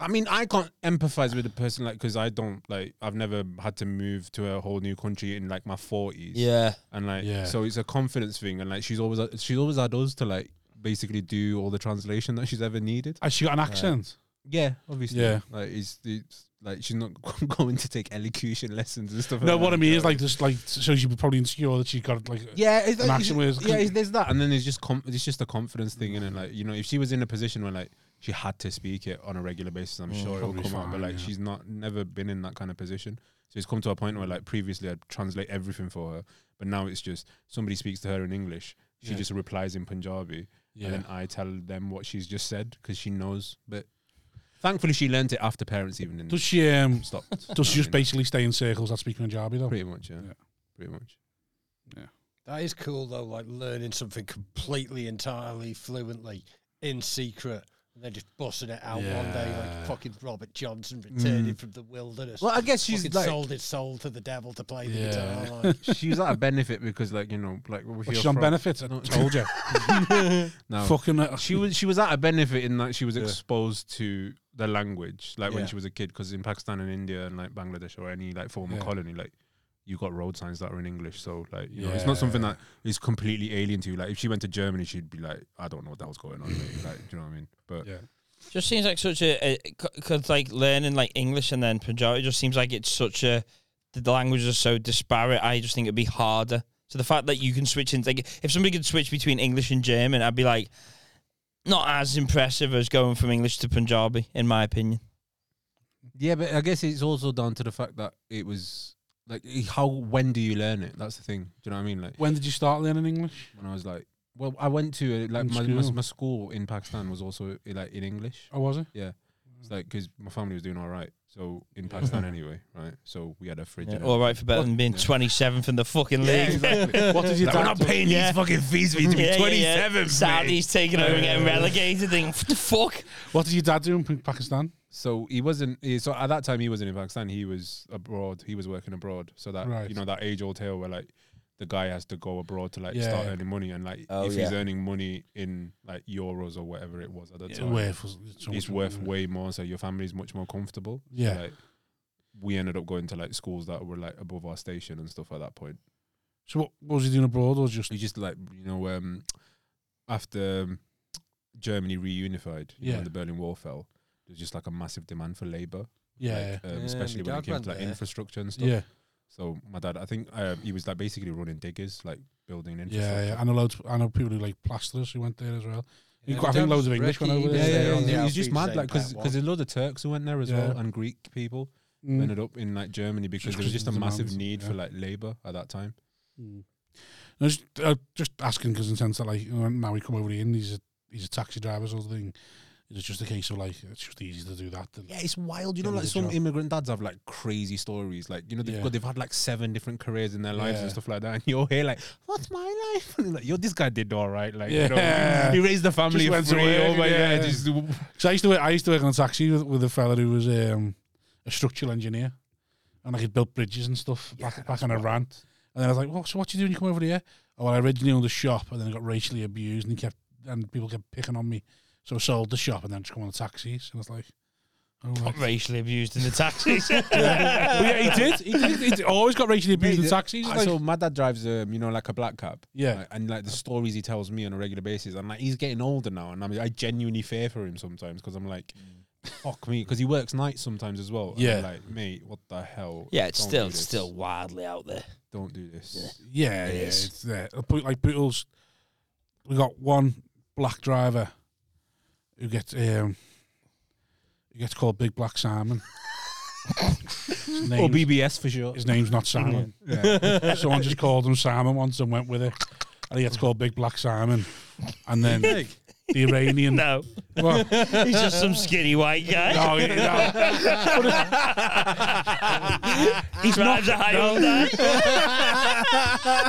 Speaker 5: I mean, I can't empathize with a person like because I don't like I've never had to move to a whole new country in like my forties,
Speaker 2: Yeah.
Speaker 5: and like
Speaker 1: Yeah.
Speaker 5: so it's a confidence thing, and like she's always she's always had us to like basically do all the translation that she's ever needed.
Speaker 1: Has she got an accent?
Speaker 5: Yeah, obviously.
Speaker 1: Yeah.
Speaker 5: like it's, it's like she's not going to take elocution lessons and stuff.
Speaker 1: No,
Speaker 5: like
Speaker 1: what
Speaker 5: that,
Speaker 1: I mean is
Speaker 5: so-
Speaker 1: like just like so she'd be probably insecure that she's got like
Speaker 5: Yeah, it's,
Speaker 1: an
Speaker 5: it's-
Speaker 1: action where it's-
Speaker 5: yeah, it's, there's that, and then it's just com- it's just a confidence thing, and like you know, if she was in a position where like she had to speak it on a regular basis, I'm sure it'll
Speaker 1: Mm, probably
Speaker 5: come out. But
Speaker 1: fine,
Speaker 5: like
Speaker 1: yeah.
Speaker 5: she's not never been in that kind of position, so it's come to a point where like previously I'd translate everything for her, but now it's just somebody speaks to her in English, she
Speaker 1: Yeah.
Speaker 5: just replies in Punjabi, and then I tell them what she's just said because she knows. But thankfully, she learnt it after parents even didn't
Speaker 1: Does she um
Speaker 5: stop.
Speaker 1: does she just basically stay in circles that speak Punjabi though?
Speaker 5: pretty much? Yeah,
Speaker 1: Yeah.
Speaker 5: pretty much.
Speaker 4: That is cool though, like learning something completely, entirely, fluently in secret, and then just busting it out one day,
Speaker 1: Yeah.
Speaker 4: like fucking Robert Johnson returning from the wilderness.
Speaker 5: Well, I guess she's
Speaker 4: fucking
Speaker 5: like-
Speaker 4: sold his soul to the devil to play the
Speaker 1: Yeah.
Speaker 4: guitar. Like,
Speaker 5: She was at a benefit because, like, you know, like
Speaker 1: Well, she's on benefits. I told you.
Speaker 5: No,
Speaker 1: Fucking uh,
Speaker 5: she was she was at a benefit in that she was
Speaker 1: Yeah.
Speaker 5: exposed to the language, like
Speaker 4: Yeah.
Speaker 5: when she was a kid, because in Pakistan and India and like Bangladesh or any like former
Speaker 1: Yeah.
Speaker 5: colony, like you got road signs that are in English, so like you know, it's not something
Speaker 1: Yeah.
Speaker 5: that is completely alien to you. Like if she went to Germany, she'd be like, I don't know what that was going on, mate. like do you know what I mean? But
Speaker 1: Yeah.
Speaker 2: Just seems like such a because like learning like English and then Punjabi just seems like it's such a the languages are so disparate. I just think it'd be harder. So the fact that you can switch into like if somebody could switch between English and German, I'd be like not as impressive as going from English to Punjabi, in my opinion.
Speaker 5: yeah, but I guess it's also down to the fact that it was like how when do you learn it? That's the thing. Do you know what I mean? Like
Speaker 1: When did you start learning English?
Speaker 5: when I was like, well, I went to uh, like
Speaker 1: In
Speaker 5: my, my
Speaker 1: school.
Speaker 5: my school in Pakistan was also uh, like in English.
Speaker 1: Or was it?
Speaker 5: It's like because my family was doing all right. So in Pakistan anyway, right? So we had a fridge.
Speaker 2: Yeah, Oh,
Speaker 5: and
Speaker 2: all right for better
Speaker 5: What-
Speaker 2: than being
Speaker 5: yeah.
Speaker 2: twenty seventh in the fucking
Speaker 5: Yeah,
Speaker 2: league.
Speaker 5: exactly.
Speaker 1: What did you
Speaker 5: Like, we're not
Speaker 1: do?
Speaker 5: paying
Speaker 2: Yeah.
Speaker 5: these fucking fees for you to be
Speaker 2: Yeah, yeah,
Speaker 5: twenty
Speaker 2: yeah.
Speaker 5: seven.
Speaker 2: Saudi's taking over and getting relegated. Think what the fuck?
Speaker 1: What did your dad do in P- Pakistan?
Speaker 5: So he wasn't. he- So at that time, he wasn't in Pakistan. He was abroad. He was working abroad. So that
Speaker 1: Right.
Speaker 5: you know that age old tale where like the guy has to go abroad to like
Speaker 1: Yeah.
Speaker 5: start earning money, and like
Speaker 2: Oh,
Speaker 5: if he's
Speaker 2: yeah.
Speaker 5: earning money in like euros or whatever it was at the
Speaker 1: It's
Speaker 5: time,
Speaker 1: worth, so much
Speaker 5: it's worth
Speaker 1: money.
Speaker 5: way more. So your family's much more comfortable. So,
Speaker 1: Yeah.
Speaker 5: like, we ended up going to like schools that were like above our station and stuff at that point.
Speaker 1: So what, what was he doing abroad or just
Speaker 5: You just like you know um, after um, Germany reunified, you know,
Speaker 1: Yeah.
Speaker 5: when the Berlin Wall fell, there's just like a massive demand for labor,
Speaker 1: yeah,
Speaker 5: like, um,
Speaker 4: Yeah,
Speaker 5: especially
Speaker 4: my
Speaker 5: when it
Speaker 4: dad
Speaker 5: came
Speaker 4: went
Speaker 5: to like
Speaker 4: there.
Speaker 5: infrastructure and stuff.
Speaker 1: yeah,
Speaker 5: So my dad, I think uh, he was like basically running diggers, like building infrastructure.
Speaker 1: yeah, yeah. I know loads. I know people who like plasterers who went there as well.
Speaker 4: Yeah,
Speaker 1: I
Speaker 4: that
Speaker 1: think loads
Speaker 4: was
Speaker 1: of English went
Speaker 4: Ricky,
Speaker 1: over
Speaker 4: he
Speaker 5: Yeah,
Speaker 1: there.
Speaker 4: was
Speaker 5: yeah,
Speaker 4: there on the
Speaker 5: It was just
Speaker 4: Alfie's
Speaker 5: mad,
Speaker 4: St.
Speaker 5: like, because
Speaker 4: Pat one.
Speaker 5: there's a lot of Turks who went there as well,
Speaker 1: Yeah.
Speaker 5: and Greek people
Speaker 1: Mm.
Speaker 5: ended up in like Germany because there
Speaker 1: 'cause
Speaker 5: was just a
Speaker 1: of the
Speaker 5: massive
Speaker 1: demands,
Speaker 5: need
Speaker 1: yeah.
Speaker 5: for like labor at that time.
Speaker 1: Mm. No, just, uh, just asking because in the sense that like you know, now he come over here and he's a, he's a taxi driver sort of thing. It's just a case of like it's just easy to do that. Than,
Speaker 5: Yeah, it's wild. You know,
Speaker 1: Getting
Speaker 5: like
Speaker 1: the
Speaker 5: some
Speaker 1: job.
Speaker 5: immigrant dads have like crazy stories. Like, you know, they've
Speaker 1: Yeah.
Speaker 5: got they've had like seven different careers in their lives
Speaker 1: Yeah.
Speaker 5: and stuff like that. And you're here like, what's my life? And you're like, yo, this guy did all right. Like, you
Speaker 1: Yeah.
Speaker 5: know, he raised the family
Speaker 1: Just went to
Speaker 5: free.
Speaker 1: work,
Speaker 5: oh my
Speaker 1: yeah.
Speaker 5: god, just,
Speaker 1: So I used to work, I used to work on a taxi with, with a fella who was um, a structural engineer, and like he built bridges and stuff back back in Iran. And then I was like, well, so what you do when you come over here? Oh, well, I originally owned a shop, and then I got racially abused, and he kept and people kept picking on me, so I sold the shop and then just come on the taxis. And I was like, oh, right.
Speaker 2: Got racially abused in the taxis.
Speaker 1: But yeah, he did. He did. He did. always got racially abused in
Speaker 5: Mate,
Speaker 1: taxis.
Speaker 5: I-
Speaker 1: like-
Speaker 5: so my dad drives, um, you know, like a black cab.
Speaker 1: Yeah.
Speaker 5: Like, and like the stories he tells me on a regular basis, and like he's getting older now, and I mean, I genuinely fear for him sometimes because I'm like, fuck me, because he works nights sometimes as well. and I'm
Speaker 1: Yeah.
Speaker 5: like mate, what the hell?
Speaker 2: yeah, it's
Speaker 5: Don't
Speaker 2: still
Speaker 5: do this.
Speaker 2: still wildly out there.
Speaker 5: Don't do this.
Speaker 1: Yeah,
Speaker 2: It
Speaker 1: yeah,
Speaker 2: is.
Speaker 1: it's there. Uh, but, Like Bootles, we got one black driver who gets um, who gets called Big Black Simon, His
Speaker 5: or
Speaker 1: name's,
Speaker 5: BBS for sure.
Speaker 1: his name's not Simon. Someone just called him Simon once and went with it. And he gets called Big Black Simon. And then the
Speaker 4: Big.
Speaker 1: Iranian.
Speaker 2: No,
Speaker 1: What?
Speaker 2: he's just some skinny white guy.
Speaker 1: No, he- no.
Speaker 2: he's drives a Hyundai,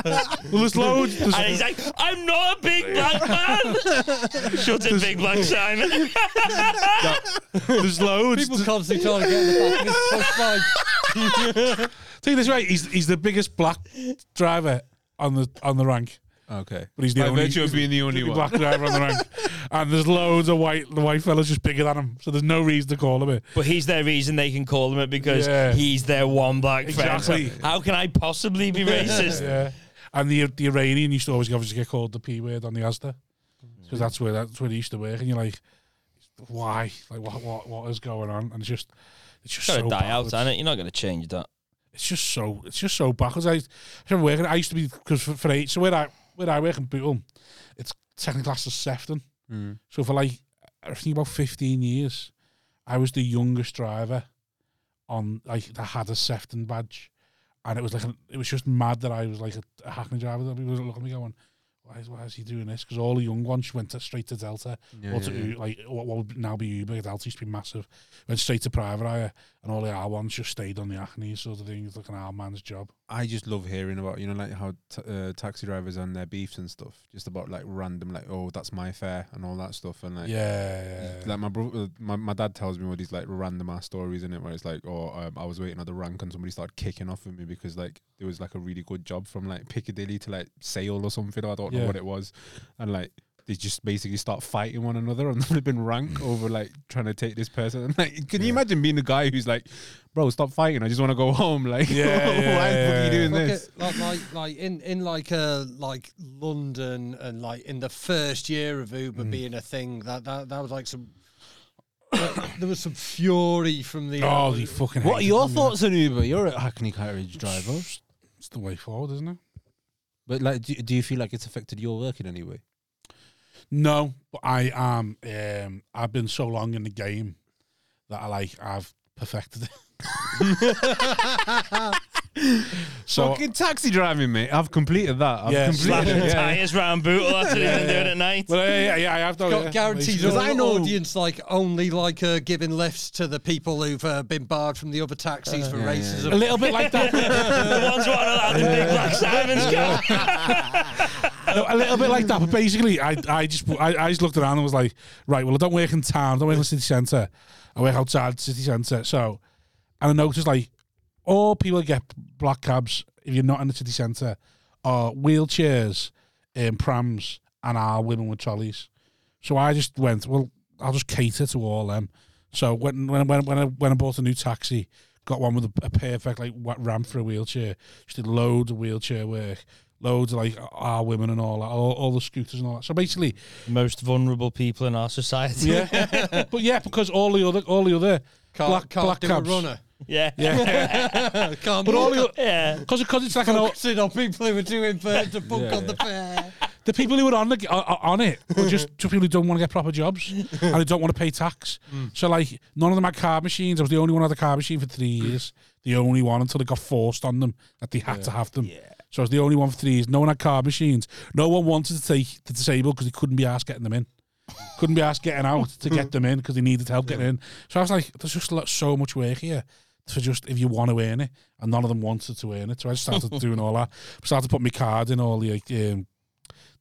Speaker 1: Well, there's loads. There's,
Speaker 2: and he's like, "I'm not a big black man." Shut it, big black Simon.
Speaker 1: there's loads.
Speaker 4: People constantly trying to get in the back of his push bike.
Speaker 1: Think this right. He's he's the biggest black driver on the on the rank.
Speaker 5: Okay.
Speaker 1: But he's the
Speaker 5: By
Speaker 1: only-
Speaker 5: virtue of being the only
Speaker 1: Big
Speaker 5: one.
Speaker 1: black driver on the rank. And there's loads of white the white fellas just bigger than him. So there's no reason to call him it.
Speaker 2: But he's their reason they can call him it because
Speaker 1: Yeah.
Speaker 2: he's their one black
Speaker 1: Exactly.
Speaker 2: friend. How can I possibly be racist?
Speaker 1: Yeah. And the the Iranian used to always obviously get called the P word on the Asda because that's where that's where he used to work. And you're like, why? Like what what what is going on? And it's just it's just
Speaker 2: It's
Speaker 1: so
Speaker 2: gonna die out,
Speaker 1: backwards.
Speaker 2: isn't it? You're not gonna change that.
Speaker 1: It's just so it's just so backwards. I, I remember working. I used to be because for, for eight. So where I where I work in Bootle, it's technically classed as Sefton.
Speaker 5: Mm.
Speaker 1: So for like I think about fifteen years, I was the youngest driver on like that had a Sefton badge, and it was like it was just mad that I was like a, a Hackney driver. That people would look at me going, "Why is why is he doing this?" Because all the young ones went to, straight to Delta
Speaker 5: Yeah,
Speaker 1: or to
Speaker 5: yeah, yeah.
Speaker 1: U like what, what would now be Uber. Delta used to be massive. Went straight to private eye, and all the R ones just stayed on the Hackney sort of thing. It's like an R man's job.
Speaker 5: I just love hearing about you know like how t- uh, taxi drivers and their beefs and stuff. Just about like random like oh that's my fare and all that stuff and like
Speaker 1: Yeah,
Speaker 5: Like my brother, my, my dad tells me all these like random ass stories in it where it's like, oh, um, I was waiting at the rank and somebody started kicking off at me because like there was like a really good job from like Piccadilly to like Sale or something. I don't
Speaker 1: Yeah.
Speaker 5: know what it was, and like they just basically start fighting one another on the flipping rank over like trying to take this person. And, like, can you imagine being the guy who's like, bro, stop fighting. I just want to go home. Like,
Speaker 1: Yeah,
Speaker 5: why the fuck are
Speaker 1: yeah,
Speaker 5: you doing
Speaker 4: Look
Speaker 5: this?
Speaker 4: at, like, like, like in, in like uh like London and like in the first year of Uber being a thing, that that, that was like some there was some fury from the
Speaker 1: Oh, they fucking. hated them, yeah.
Speaker 5: on Uber? You're a Hackney carriage driver,
Speaker 1: It's the way forward, isn't it?
Speaker 5: but like, do, do you feel like it's affected your work in any way?
Speaker 1: No, but I am. Um, I've been so long in the game that I like. I've perfected it. so
Speaker 5: Fucking taxi driving, mate. I've completed that. I've
Speaker 1: Yeah,
Speaker 5: completed
Speaker 2: Slapping
Speaker 5: it.
Speaker 2: tires round boot. That's what he's been doing at night.
Speaker 1: well, yeah, yeah, yeah, I have done.
Speaker 4: got
Speaker 1: yeah.
Speaker 4: guaranteed
Speaker 1: Like,
Speaker 4: an
Speaker 5: Because I know-
Speaker 4: audience like only like uh, giving lifts to the people who've uh, been barred from the other taxis for
Speaker 5: Uh, Yeah, yeah,
Speaker 4: racism.
Speaker 1: a little bit like that.
Speaker 2: the ones who aren't allowed in Big Black Simon's car.
Speaker 1: No, a little bit like that. But basically, I, I just, I, I just looked around and was like, right, well, I don't work in town. I don't work in the city centre. I work outside the city centre. So, and I noticed like, all people that get black cabs if you're not in the city centre are wheelchairs, um, prams, and our women with trolleys. So I just went, well, I'll just cater to all them. So when when when when I, when I bought a new taxi, got one with a, a perfect like wa- ramp for a wheelchair. Just did loads of wheelchair work, loads of like our women and all that, all, all the scooters and all that. So basically,
Speaker 2: Most vulnerable people in our society.
Speaker 1: yeah, but yeah, because all the other all the other
Speaker 4: Can't,
Speaker 1: black
Speaker 4: can't
Speaker 1: black
Speaker 4: do
Speaker 1: cabs,
Speaker 4: a runner.
Speaker 2: Yeah.
Speaker 1: yeah,
Speaker 4: Can't
Speaker 1: but all the
Speaker 2: Yeah.
Speaker 1: because because it's like an old,
Speaker 4: focusing on people who are doing first to book
Speaker 5: Yeah,
Speaker 4: on the fair.
Speaker 1: the people who are on the are, are on it were just two people who don't want to get proper jobs and who don't want to pay tax. So like none of them had card machines. I was the only one who had a card machine for three years. The only one until they got forced on them that they had to have them. So I was the only one for three years. No one had card machines. No one wanted to take the disabled because they couldn't be asked getting them in. couldn't be asked getting out to get them in because they needed help getting in. So I was like, there's just lo- so much work here. For just if you want to earn it, and none of them wanted to earn it, so I just started doing all that. Started putting my card in all the like, um,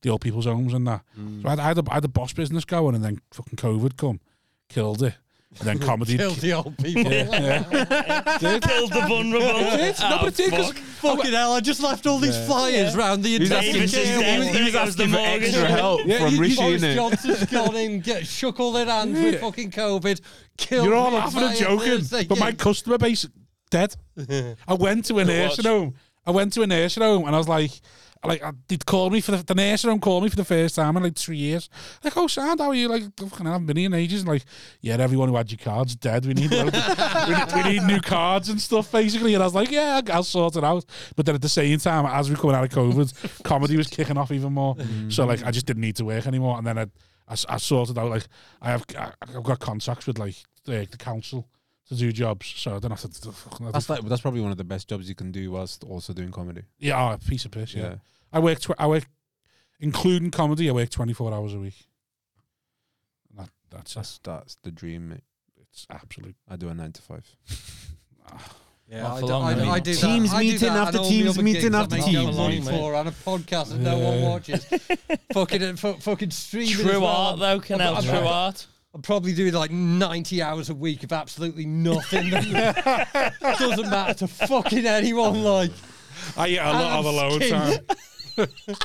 Speaker 1: the old people's homes and that. So I had, I, had a, I had a boss business going, and then fucking COVID come, killed it, and then comedy.
Speaker 4: Kill the old people.
Speaker 1: yeah, yeah.
Speaker 2: Killed the vulnerable.
Speaker 1: No, but
Speaker 2: Oh,
Speaker 1: it did, 'cause-
Speaker 2: fuck.
Speaker 4: Fucking hell, I just left all these flyers round the
Speaker 5: He's
Speaker 4: entire
Speaker 5: asking-
Speaker 2: Davis is
Speaker 5: he was-
Speaker 2: dead.
Speaker 5: he was
Speaker 2: There goes the
Speaker 5: asking for
Speaker 2: mortgage.
Speaker 5: extra help
Speaker 1: Yeah,
Speaker 5: from
Speaker 1: you-
Speaker 5: Rishi,
Speaker 4: Boris
Speaker 5: innit?
Speaker 4: Johnson's gone in, get, shook all their hands with
Speaker 1: Yeah.
Speaker 4: fucking COVID. Killed
Speaker 1: You're all
Speaker 4: the
Speaker 1: laughing and
Speaker 4: entire
Speaker 1: joking,
Speaker 4: Thursday
Speaker 1: but my
Speaker 4: gig.
Speaker 1: customer base dead. I went to a nursing home. I went to a nursing home, and I was like, like I, they'd call me for the, the nursing home called me for the first time in like three years. Like, oh, Sand, how are you? Like, fucking, I haven't been here in ages. And like, yeah, everyone who had your cards dead. We need, loads- we need, we need new cards and stuff, basically. And I was like, yeah, I'll sort it out. But then at the same time, as we were coming out of COVID, comedy was kicking off even more. So like, I just didn't need to work anymore. And then I, I, s- I sorted out like I have I- I've got contacts with like the, the council to do jobs, so I don't have to. do- fucking- I don't-
Speaker 5: That's like that's probably one of the best jobs you can do whilst also doing comedy.
Speaker 1: yeah, oh, a piece of piss. Yeah,
Speaker 5: Yeah.
Speaker 1: I work. Tw- I work, including comedy. I work twenty four hours a week. And That, that's that's
Speaker 5: That's that's the dream, mate.
Speaker 1: it's absolute.
Speaker 5: I do a nine to five.
Speaker 4: Yeah,
Speaker 2: Not
Speaker 4: I
Speaker 2: for
Speaker 4: do,
Speaker 2: long,
Speaker 4: I, do-
Speaker 2: mate.
Speaker 4: I do that-
Speaker 5: Teams
Speaker 4: I do
Speaker 5: meeting
Speaker 4: that and
Speaker 5: after
Speaker 4: all the
Speaker 5: teams
Speaker 4: other
Speaker 5: meeting
Speaker 4: gigs I
Speaker 5: after
Speaker 4: make
Speaker 5: teams
Speaker 4: No money
Speaker 2: meeting.
Speaker 4: for and a podcast that no one watches. fucking uh, fu- fucking streaming. as
Speaker 2: True
Speaker 4: well.
Speaker 2: art, though, can help.
Speaker 4: I'm-
Speaker 2: True art.
Speaker 4: I'm probably doing like 90 hours a week of absolutely nothing. that doesn't matter to fucking anyone. Like,
Speaker 1: I get a lot of alone
Speaker 4: skint.
Speaker 1: time.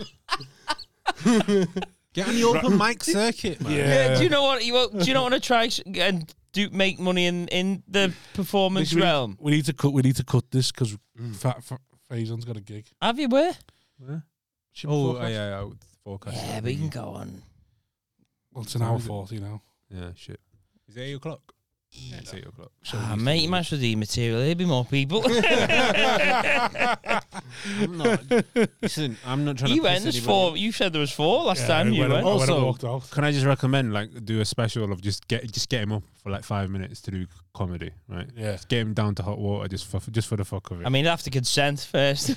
Speaker 5: Get on the open mic circuit, man.
Speaker 1: Yeah.
Speaker 2: Do you know what? You won't- do you not want to try s- and do make money in in the performance
Speaker 1: we,
Speaker 2: realm?
Speaker 1: we need to cut. We need to cut this because
Speaker 5: Mm.
Speaker 1: Fat Fa- Faison's got a gig.
Speaker 2: Have you where?
Speaker 1: She
Speaker 5: Oh,
Speaker 1: forecast-
Speaker 5: yeah, yeah, yeah, forecast.
Speaker 2: Yeah, but you can go on.
Speaker 1: Well, it's an hour forty now.
Speaker 5: Yeah, shit. Is it eight o'clock? Yeah, it's eight o'clock.
Speaker 2: Ah, mate, you might as well do your material. There'll be more people.
Speaker 5: I'm not. Listen, I'm not trying
Speaker 2: you
Speaker 5: to.
Speaker 2: went. There's four. You said there was four last
Speaker 1: Yeah,
Speaker 2: time.
Speaker 1: when
Speaker 2: You
Speaker 1: I-
Speaker 2: went.
Speaker 1: when I
Speaker 5: Also-
Speaker 1: walked out.
Speaker 5: Can I just recommend like do a special of just get just get him up for like five minutes to do comedy, right?
Speaker 1: Yeah.
Speaker 5: Just get him down to hot water just for just for the fuck of it.
Speaker 2: I mean, after consent first.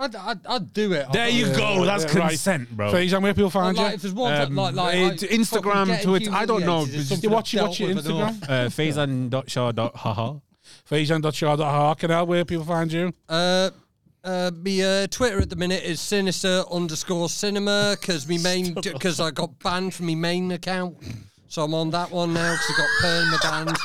Speaker 4: I'd, I'd, I'd do it.
Speaker 5: there you
Speaker 1: Yeah,
Speaker 5: go. That's
Speaker 1: yeah, right.
Speaker 5: consent, bro.
Speaker 1: Faison, where people
Speaker 4: Like,
Speaker 1: find
Speaker 4: like,
Speaker 1: you?
Speaker 4: if there's one that,
Speaker 5: Um,
Speaker 4: like, like,
Speaker 5: uh,
Speaker 4: I
Speaker 5: to
Speaker 4: fucking
Speaker 5: Instagram,
Speaker 4: getting
Speaker 5: to it- I don't know,
Speaker 4: humiliated is
Speaker 5: but
Speaker 4: something
Speaker 1: You watch, you
Speaker 4: I've
Speaker 1: watch your
Speaker 4: dealt with at all.
Speaker 1: Instagram.
Speaker 5: Uh, Faison.shaw.haha.
Speaker 1: Faison.shaw.ha. Can I where people find you?
Speaker 4: Uh, uh, me uh, Twitter at the minute is sinister underscore cinema because me main because I got banned from my main account, so I'm on that one now because I got perma banned.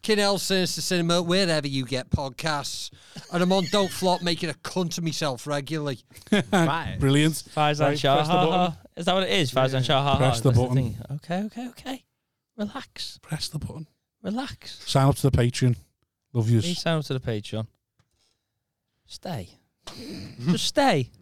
Speaker 4: Kinnell Sinister Cinema, wherever you get podcasts, and I'm on Don't Flop making a cunt of myself regularly.
Speaker 1: Brilliant.
Speaker 2: Farzan
Speaker 1: Right,
Speaker 2: Shah.
Speaker 1: press the
Speaker 2: ha,
Speaker 1: button.
Speaker 2: ha. Is that what it is? Farzan Shah. ha, ha.
Speaker 1: Press the
Speaker 2: That's
Speaker 1: button.
Speaker 2: thing. Okay, okay, okay. Relax.
Speaker 1: Press the button.
Speaker 2: Relax.
Speaker 1: Sign up to the Patreon. Love you.
Speaker 2: Please sign up to the Patreon. Stay. Just stay.